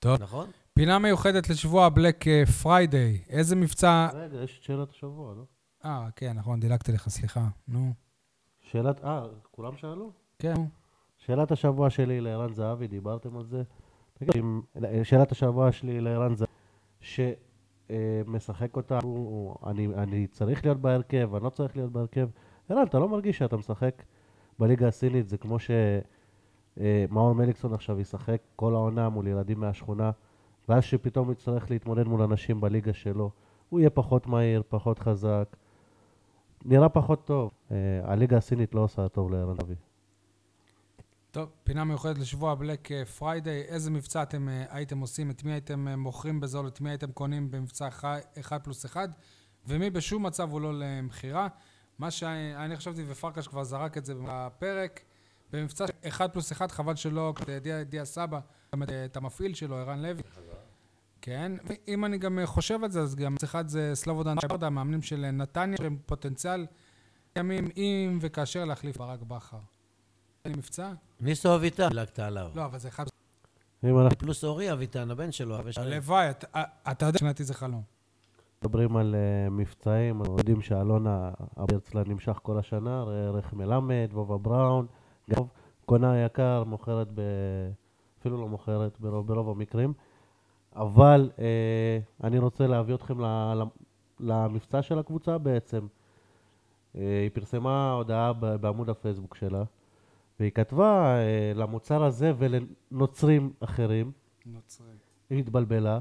Speaker 3: נכון?
Speaker 1: פינה מיוחדת לשבוע בלק פריידיי. איזה מבצע...
Speaker 2: רגע, יש את שאלת השבוע, לא?
Speaker 1: אה, כן, נכון, דילגתי לך, סליחה. נו.
Speaker 2: שאלת, אה, כולם שאלו?
Speaker 1: כן.
Speaker 2: שאלת השבוע שלי לערן זהבי, דיברתם על זה? תגיד, אם- שאלת השבוע שלי לערן זהבי, שמשחק אותה, הוא- הוא- אני, אני צריך להיות בהרכב, אני לא צריך להיות בהרכב. ערן, אתה לא מרגיש שאתה משחק בליגה הסינית, זה כמו שמאור מליקסון עכשיו ישחק כל העונה מול ילדים מהשכונה, ואז שפתאום הוא יצטרך להתמודד מול אנשים בליגה שלו, הוא יהיה פחות מהיר, פחות חזק, נראה פחות טוב. אה, הליגה הסינית לא עושה טוב לערן זהבי.
Speaker 1: טוב, פינה מיוחדת לשבוע בלק אה, פריידיי. איזה מבצע אתם אה, הייתם עושים? את מי הייתם אה, מוכרים בזול? את מי הייתם קונים במבצע 1 פלוס 1? ומי בשום מצב הוא לא למכירה? מה שאני אני חשבתי, ופרקש כבר זרק את זה בפרק, במבצע 1 פלוס 1, חבל שלא, את אה, דיה, דיה סבא, גם את, אה, את המפעיל שלו, ערן לוי. כן, אם אני גם אה, חושב על זה, אז גם אחד זה סלובודן שפרדה, המאמנים של אה, נתניה, שהם פוטנציאל ימים אם וכאשר להחליף ברק בכר. אין לי מבצע?
Speaker 3: ניסו אביטן, דילגת עליו.
Speaker 1: לא, אבל זה אחד...
Speaker 2: אם אנחנו
Speaker 3: פלוס אורי אביטן, הבן שלו. הבן שלו.
Speaker 1: הלוואי, אתה- אה, אתה יודע שמבחינתי זה חלום.
Speaker 2: מדברים על אה, מבצעים, אנחנו יודעים שאלונה אברצלה נמשך כל השנה, ראה ערך מלמד, וובה בראון, גם קונה יקר, מוכרת ב... אפילו לא מוכרת ברוב, ברוב המקרים. אבל אה, אני רוצה להביא אתכם ל, ל, למבצע של הקבוצה בעצם. אה, היא פרסמה הודעה ב- בעמוד הפייסבוק שלה, והיא כתבה אה, למוצר הזה ולנוצרים אחרים,
Speaker 1: נוצרי.
Speaker 2: היא התבלבלה.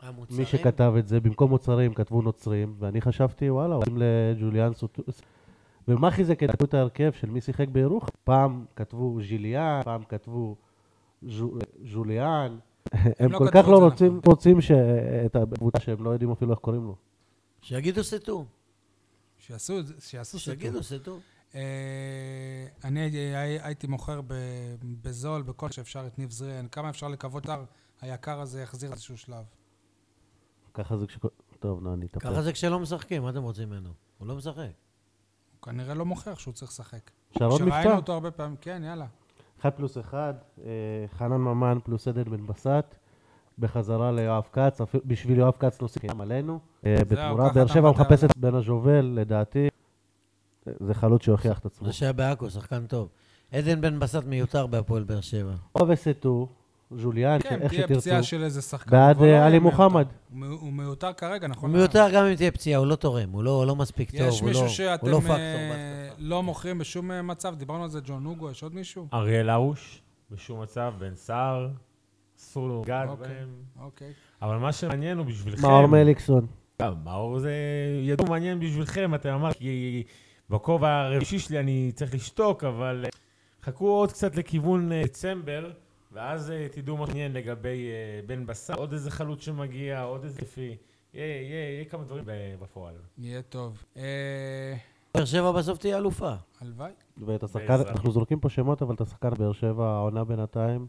Speaker 3: המוצרים.
Speaker 2: מי שכתב את זה, במקום מוצרים כתבו נוצרים, ואני חשבתי, וואלה, הולכים לג'וליאן סוטוס. ומה חיזק את את ההרכב של מי שיחק בירוחם? פעם כתבו ז'יליאן, פעם כתבו ז'ו- ז'וליאן. הם
Speaker 1: לא
Speaker 2: כל
Speaker 1: כתבו
Speaker 2: כך
Speaker 1: את
Speaker 2: לא
Speaker 1: זה,
Speaker 2: רוצים,
Speaker 1: נכון.
Speaker 2: רוצים ש- את הקבוצה שהם לא יודעים אפילו איך קוראים לו.
Speaker 3: שיגידו סטו.
Speaker 1: שיעשו את זה, שיעשו סיפור.
Speaker 3: שיגידו סטו.
Speaker 1: אה, אני הייתי- הי- הייתי מוכר ב- בזול, בכל שאפשר, את ניב זריאן. כמה אפשר לקוות הר היקר הזה יחזיר איזשהו שלב.
Speaker 2: ככה זה כש... טוב, נו, אני אתאפק.
Speaker 3: ככה זה כשלא משחקים, מה אתם רוצים ממנו? הוא לא משחק.
Speaker 1: הוא כנראה לא מוכיח שהוא צריך לשחק.
Speaker 2: עכשיו עוד
Speaker 1: שראינו
Speaker 2: מבצע,
Speaker 1: אותו הרבה פעמים, כן, יאללה.
Speaker 2: 1 פלוס 1, אה, חנן ממן פלוס עדן בן בסט, בחזרה ליואב כץ, אפילו- בשביל יואב כץ נוסיף גם עלינו. אה, בתמורה,
Speaker 1: ככה
Speaker 2: באר
Speaker 1: אתה
Speaker 2: שבע
Speaker 1: מוותר
Speaker 2: מחפשת בן הז'ובל, לדעתי. אה, זה חלוץ שהוכיח את עצמו.
Speaker 3: זה שהיה בעכו, שחקן טוב. עדן בן בסט מיותר בהפועל באר שבע.
Speaker 2: או וסטו, ז'וליאן,
Speaker 1: כן,
Speaker 2: איך
Speaker 1: תהיה פציעה
Speaker 2: שתרצו.
Speaker 1: של איזה שחקן.
Speaker 2: בעד
Speaker 1: אבל לא
Speaker 2: אה, עלי
Speaker 1: יהיה מיותר.
Speaker 2: מוחמד.
Speaker 1: הוא מ- הוא מיותר כרגע, נכון?
Speaker 3: הוא מיותר גם אם תהיה פציעה, הוא לא תורם, הוא לא הוא לא מספיק טוב,
Speaker 1: יש
Speaker 3: הוא לא
Speaker 1: מישהו
Speaker 3: הוא
Speaker 1: שאתם
Speaker 3: לא
Speaker 1: אה,
Speaker 3: פקטור בהתקפה.
Speaker 1: לא מוכרים בשום אה, מצב? דיברנו על זה, ג'ון אוגו, יש עוד מישהו?
Speaker 4: אריאל הרוש, בשום מצב, בן סער, אסור לו לגעת
Speaker 1: אוקיי.
Speaker 4: בהם.
Speaker 1: אוקיי.
Speaker 4: אבל מה שמעניין הוא בשבילכם.
Speaker 2: מאור מליקסון.
Speaker 4: אה, מאור זה ידוע מעניין בשבילכם, אתם אמרת, כי בכובע הרבישי שלי אני צריך לשתוק, אבל אה, חכו עוד קצת לכיוון אה, דצמבר, ואז אה, תדעו מה מעניין לגבי אה, בן בסט, עוד איזה חלוץ שמגיע, עוד איזה לפי. יהיה- יהיה יהיה כמה דברים ב- בפועל.
Speaker 1: יהיה טוב. אה,
Speaker 3: באר שבע בסוף תהיה אלופה.
Speaker 1: הלוואי.
Speaker 2: ואת השחקן,
Speaker 4: בעזרה.
Speaker 2: אנחנו זורקים פה שמות, אבל את השחקן באר שבע, העונה בינתיים,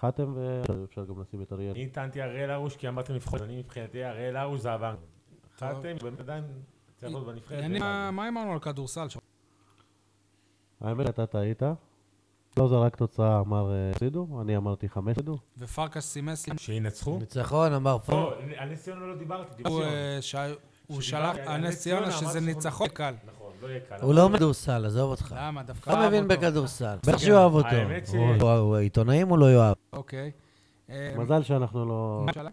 Speaker 2: חתם ואפשר אפשר גם לשים את אריאל.
Speaker 4: אני טענתי אריאל הרוש כי אמרתם לבחור, אז אני מבחינתי אריאל הרוש זה עבר. חתם, באמת עדיין צריך להיות בנבחרת.
Speaker 1: יניב, מה- מה אמרנו על כדורסל שם?
Speaker 2: האמת, אתה טעית. לא זרק תוצאה, אמר אה, הפסידו, אני אמרתי חמש הפסידו.
Speaker 1: ופרקש סימס
Speaker 4: כן,
Speaker 1: לי
Speaker 4: שינצחו?
Speaker 3: ניצחון, אמר פור.
Speaker 4: לא, על נס ציונה לא דיברתי, דיברתי.
Speaker 1: הוא,
Speaker 4: על-
Speaker 1: אה, שה- הוא
Speaker 4: שדיברתי
Speaker 1: שלח
Speaker 4: על
Speaker 1: על נס ציונה שזה
Speaker 4: אמרתי
Speaker 1: ניצחון קל.
Speaker 4: נכון, לא יהיה קל.
Speaker 3: הוא לא בכדורסל, עזוב אותך.
Speaker 1: למה? דווקא
Speaker 3: לא
Speaker 1: אהב
Speaker 3: מבין
Speaker 1: אותו.
Speaker 3: בכדורסל. בטח שיאהב אותו.
Speaker 4: האמת ש-
Speaker 3: הוא- הוא- הוא עיתונאים הוא לא יאהב.
Speaker 1: אוקיי. אה,
Speaker 2: מזל שאנחנו לא...
Speaker 1: מה שאלה?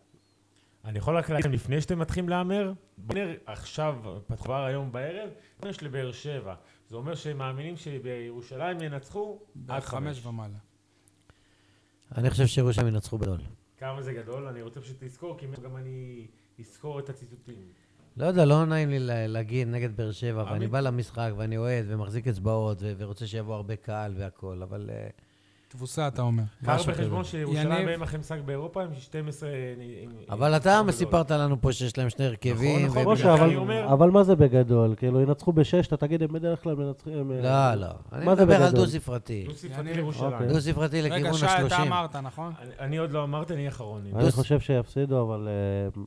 Speaker 4: אני יכול רק להגיד לכם, לפני שאתם מתחילים להמר, בנר עכשיו, כבר היום בערב, יש לבאר שבע. זה אומר שהם מאמינים שבירושלים ינצחו עד חמש.
Speaker 1: חמש ומעלה.
Speaker 3: אני חושב שירושלים ינצחו בגדול.
Speaker 4: כמה זה גדול, אני רוצה פשוט לזכור, כי גם אני אזכור את הציטוטים.
Speaker 3: לא יודע, לא נעים לי לה- להגיד נגד באר שבע, ואני
Speaker 4: עמית.
Speaker 3: בא למשחק ואני אוהד ומחזיק אצבעות ו- ורוצה שיבוא הרבה קהל והכול, אבל אה,
Speaker 1: תבוסה, אתה אומר.
Speaker 4: קח
Speaker 3: משהו
Speaker 4: בחשבון
Speaker 3: כזה.
Speaker 4: שירושלים
Speaker 1: יניב.
Speaker 4: באים אחרי משחק באירופה עם 12... עם- עם-
Speaker 3: אבל אתה
Speaker 4: אה,
Speaker 3: סיפרת לנו פה שיש להם שני הרכבים.
Speaker 4: נכון,
Speaker 3: ו-
Speaker 4: נכון.
Speaker 2: משה,
Speaker 4: אני
Speaker 2: אבל,
Speaker 4: אומר-
Speaker 2: אבל מה זה בגדול? כאילו, ינצחו בשש, אתה תגיד, הם בדרך כלל מנצחים... הם, אה,
Speaker 3: לא, לא. אני
Speaker 2: מה זה
Speaker 3: מדבר על
Speaker 2: בגדול?
Speaker 3: דו-ספרתי.
Speaker 4: דו ספרתי
Speaker 1: יניב,
Speaker 4: לירושלים.
Speaker 2: אוקיי.
Speaker 3: דו-ספרתי
Speaker 1: רגע,
Speaker 3: לכיוון
Speaker 1: שי, אתה
Speaker 3: השלושים.
Speaker 1: אמרת, נכון?
Speaker 4: אני- אני עוד לא אמרתי, אני אחרון.
Speaker 2: אני חושב שיפסידו, אבל... אה,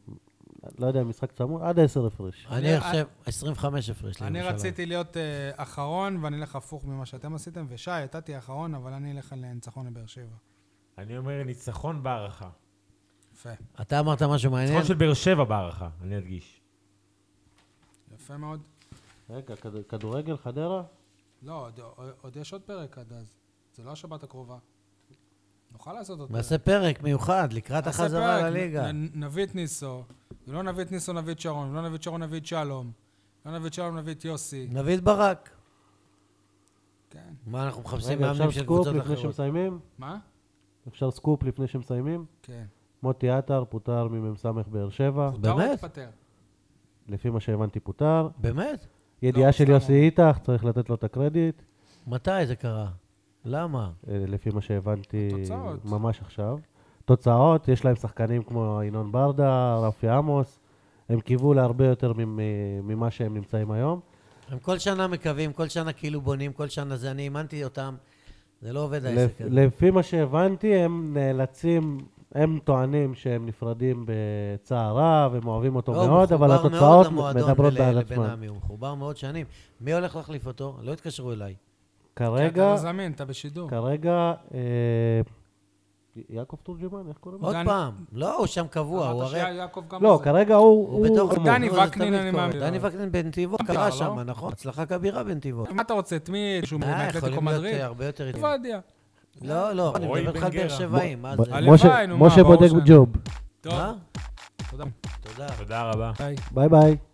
Speaker 2: לא יודע, משחק צמוד, עד עשר הפרש.
Speaker 3: אני
Speaker 1: אני-
Speaker 3: חושב, 25 הפרש
Speaker 4: כן,
Speaker 3: לירושלים.
Speaker 1: אני רציתי להיות אה, אחרון, ואני אלך הפוך ממה שאתם עשיתם, ושי, אתה תהיה אחרון, אבל אני אלך על ניצחון לבאר שבע.
Speaker 4: אני אומר ניצחון בהערכה.
Speaker 1: יפה,
Speaker 3: אתה אמרת משהו מעניין?
Speaker 4: ניצחון של באר שבע בהערכה, אני אדגיש.
Speaker 1: יפה מאוד.
Speaker 2: רגע, כד- כדורגל, חדרה?
Speaker 1: לא, עוד- עוד יש עוד פרק עד אז. זה לא השבת הקרובה. נוכל לעשות עוד פרק.
Speaker 3: נעשה פרק מיוחד לקראת
Speaker 1: נעשה
Speaker 3: החזרה
Speaker 1: פרק,
Speaker 3: לליגה.
Speaker 1: נ- נ- נביא את ניסו, אם לא נביא את ניסו נביא את שרון, אם לא נביא את שרון נביא את שלום, אם לא נביא את שלום נביא את יוסי.
Speaker 3: נביא את ברק.
Speaker 1: כן,
Speaker 3: מה, אנחנו מחפשים
Speaker 2: רגע, אפשר
Speaker 3: מאמנים של
Speaker 2: סקופ
Speaker 3: קבוצות
Speaker 2: לפני
Speaker 3: אחרות.
Speaker 2: שמסיימים?
Speaker 1: מה?
Speaker 2: אפשר סקופ לפני שמסיימים?
Speaker 1: כן.
Speaker 2: מוטי עטר פוטר ממ"ס באר שבע,
Speaker 1: פוטר או
Speaker 3: אה, באמת?
Speaker 1: התפטר?
Speaker 2: לפי מה שהבנתי פוטר.
Speaker 3: באמת?
Speaker 1: לא,
Speaker 2: ידיעה של
Speaker 1: סתם
Speaker 2: יוסי
Speaker 1: הוא-
Speaker 2: איתך, צריך לתת לו את הקרדיט.
Speaker 3: מתי זה קרה? למה?
Speaker 2: אה, לפי מה שהבנתי
Speaker 1: התוצאות.
Speaker 2: ממש עכשיו. תוצאות, יש להם שחקנים כמו ינון ברדה, רפי עמוס, הם קיוו להרבה יותר ממ- אה, ממה שהם נמצאים היום.
Speaker 3: הם כל שנה מקווים, כל שנה כאילו בונים, כל שנה זה, אני אימנתי אותם. זה לא עובד העסק
Speaker 2: לפ-
Speaker 3: הזה.
Speaker 2: לפי מה שהבנתי, הם נאלצים, הם טוענים שהם נפרדים בצער רב, הם אוהבים אותו
Speaker 3: לא, הוא
Speaker 2: מאוד, אבל
Speaker 3: מחובר
Speaker 2: התוצאות
Speaker 3: מאוד למועדון
Speaker 2: מדברות
Speaker 3: ול-
Speaker 2: בעד
Speaker 3: לבן
Speaker 2: עצמן.
Speaker 3: עמי, הוא מחובר מאוד שנים. מי הולך להחליף אותו? לא התקשרו אליי.
Speaker 1: כי אתה
Speaker 2: כרגע,
Speaker 1: לא זמין, אתה בשידור.
Speaker 2: כרגע, אה, י- יעקב תורג'מן, איך קוראים לו?
Speaker 3: עוד
Speaker 1: דני-
Speaker 3: פעם. לא, הוא שם קבוע, הוא
Speaker 1: אמרת
Speaker 3: הרי...
Speaker 1: שיעקב גם
Speaker 2: לא,
Speaker 1: בזה.
Speaker 2: כרגע הוא...
Speaker 3: הוא בתוך...
Speaker 2: אמור.
Speaker 1: דני
Speaker 3: נו, זה
Speaker 1: וקנין,
Speaker 3: תמיד
Speaker 1: אני
Speaker 3: קורה.
Speaker 1: מאמין.
Speaker 3: דני וקנין בנתיבות
Speaker 1: קרה,
Speaker 3: קרה
Speaker 1: לא?
Speaker 3: שם, נכון? הצלחה כבירה בנתיבות.
Speaker 1: מה אתה רוצה? את מי שהוא
Speaker 3: אה,
Speaker 1: מאתלטיקו
Speaker 3: יכולים להיות
Speaker 1: מדריד?
Speaker 3: אה, הרבה יותר... איטיים.
Speaker 1: עובדיה.
Speaker 3: לא, לא, אני
Speaker 4: רועי
Speaker 3: מדבר איתך
Speaker 4: בן
Speaker 3: על באר
Speaker 4: גרא.
Speaker 3: שבעים, מה
Speaker 2: ב-
Speaker 3: זה?
Speaker 1: הלוואי,
Speaker 2: משה-
Speaker 1: נו, מה,
Speaker 2: משה
Speaker 1: ברור
Speaker 2: בודק
Speaker 1: שאני-
Speaker 2: ג'וב.
Speaker 1: טוב,
Speaker 3: מה?
Speaker 1: תודה.
Speaker 3: תודה.
Speaker 4: תודה רבה.
Speaker 1: ביי.
Speaker 2: ביי ביי.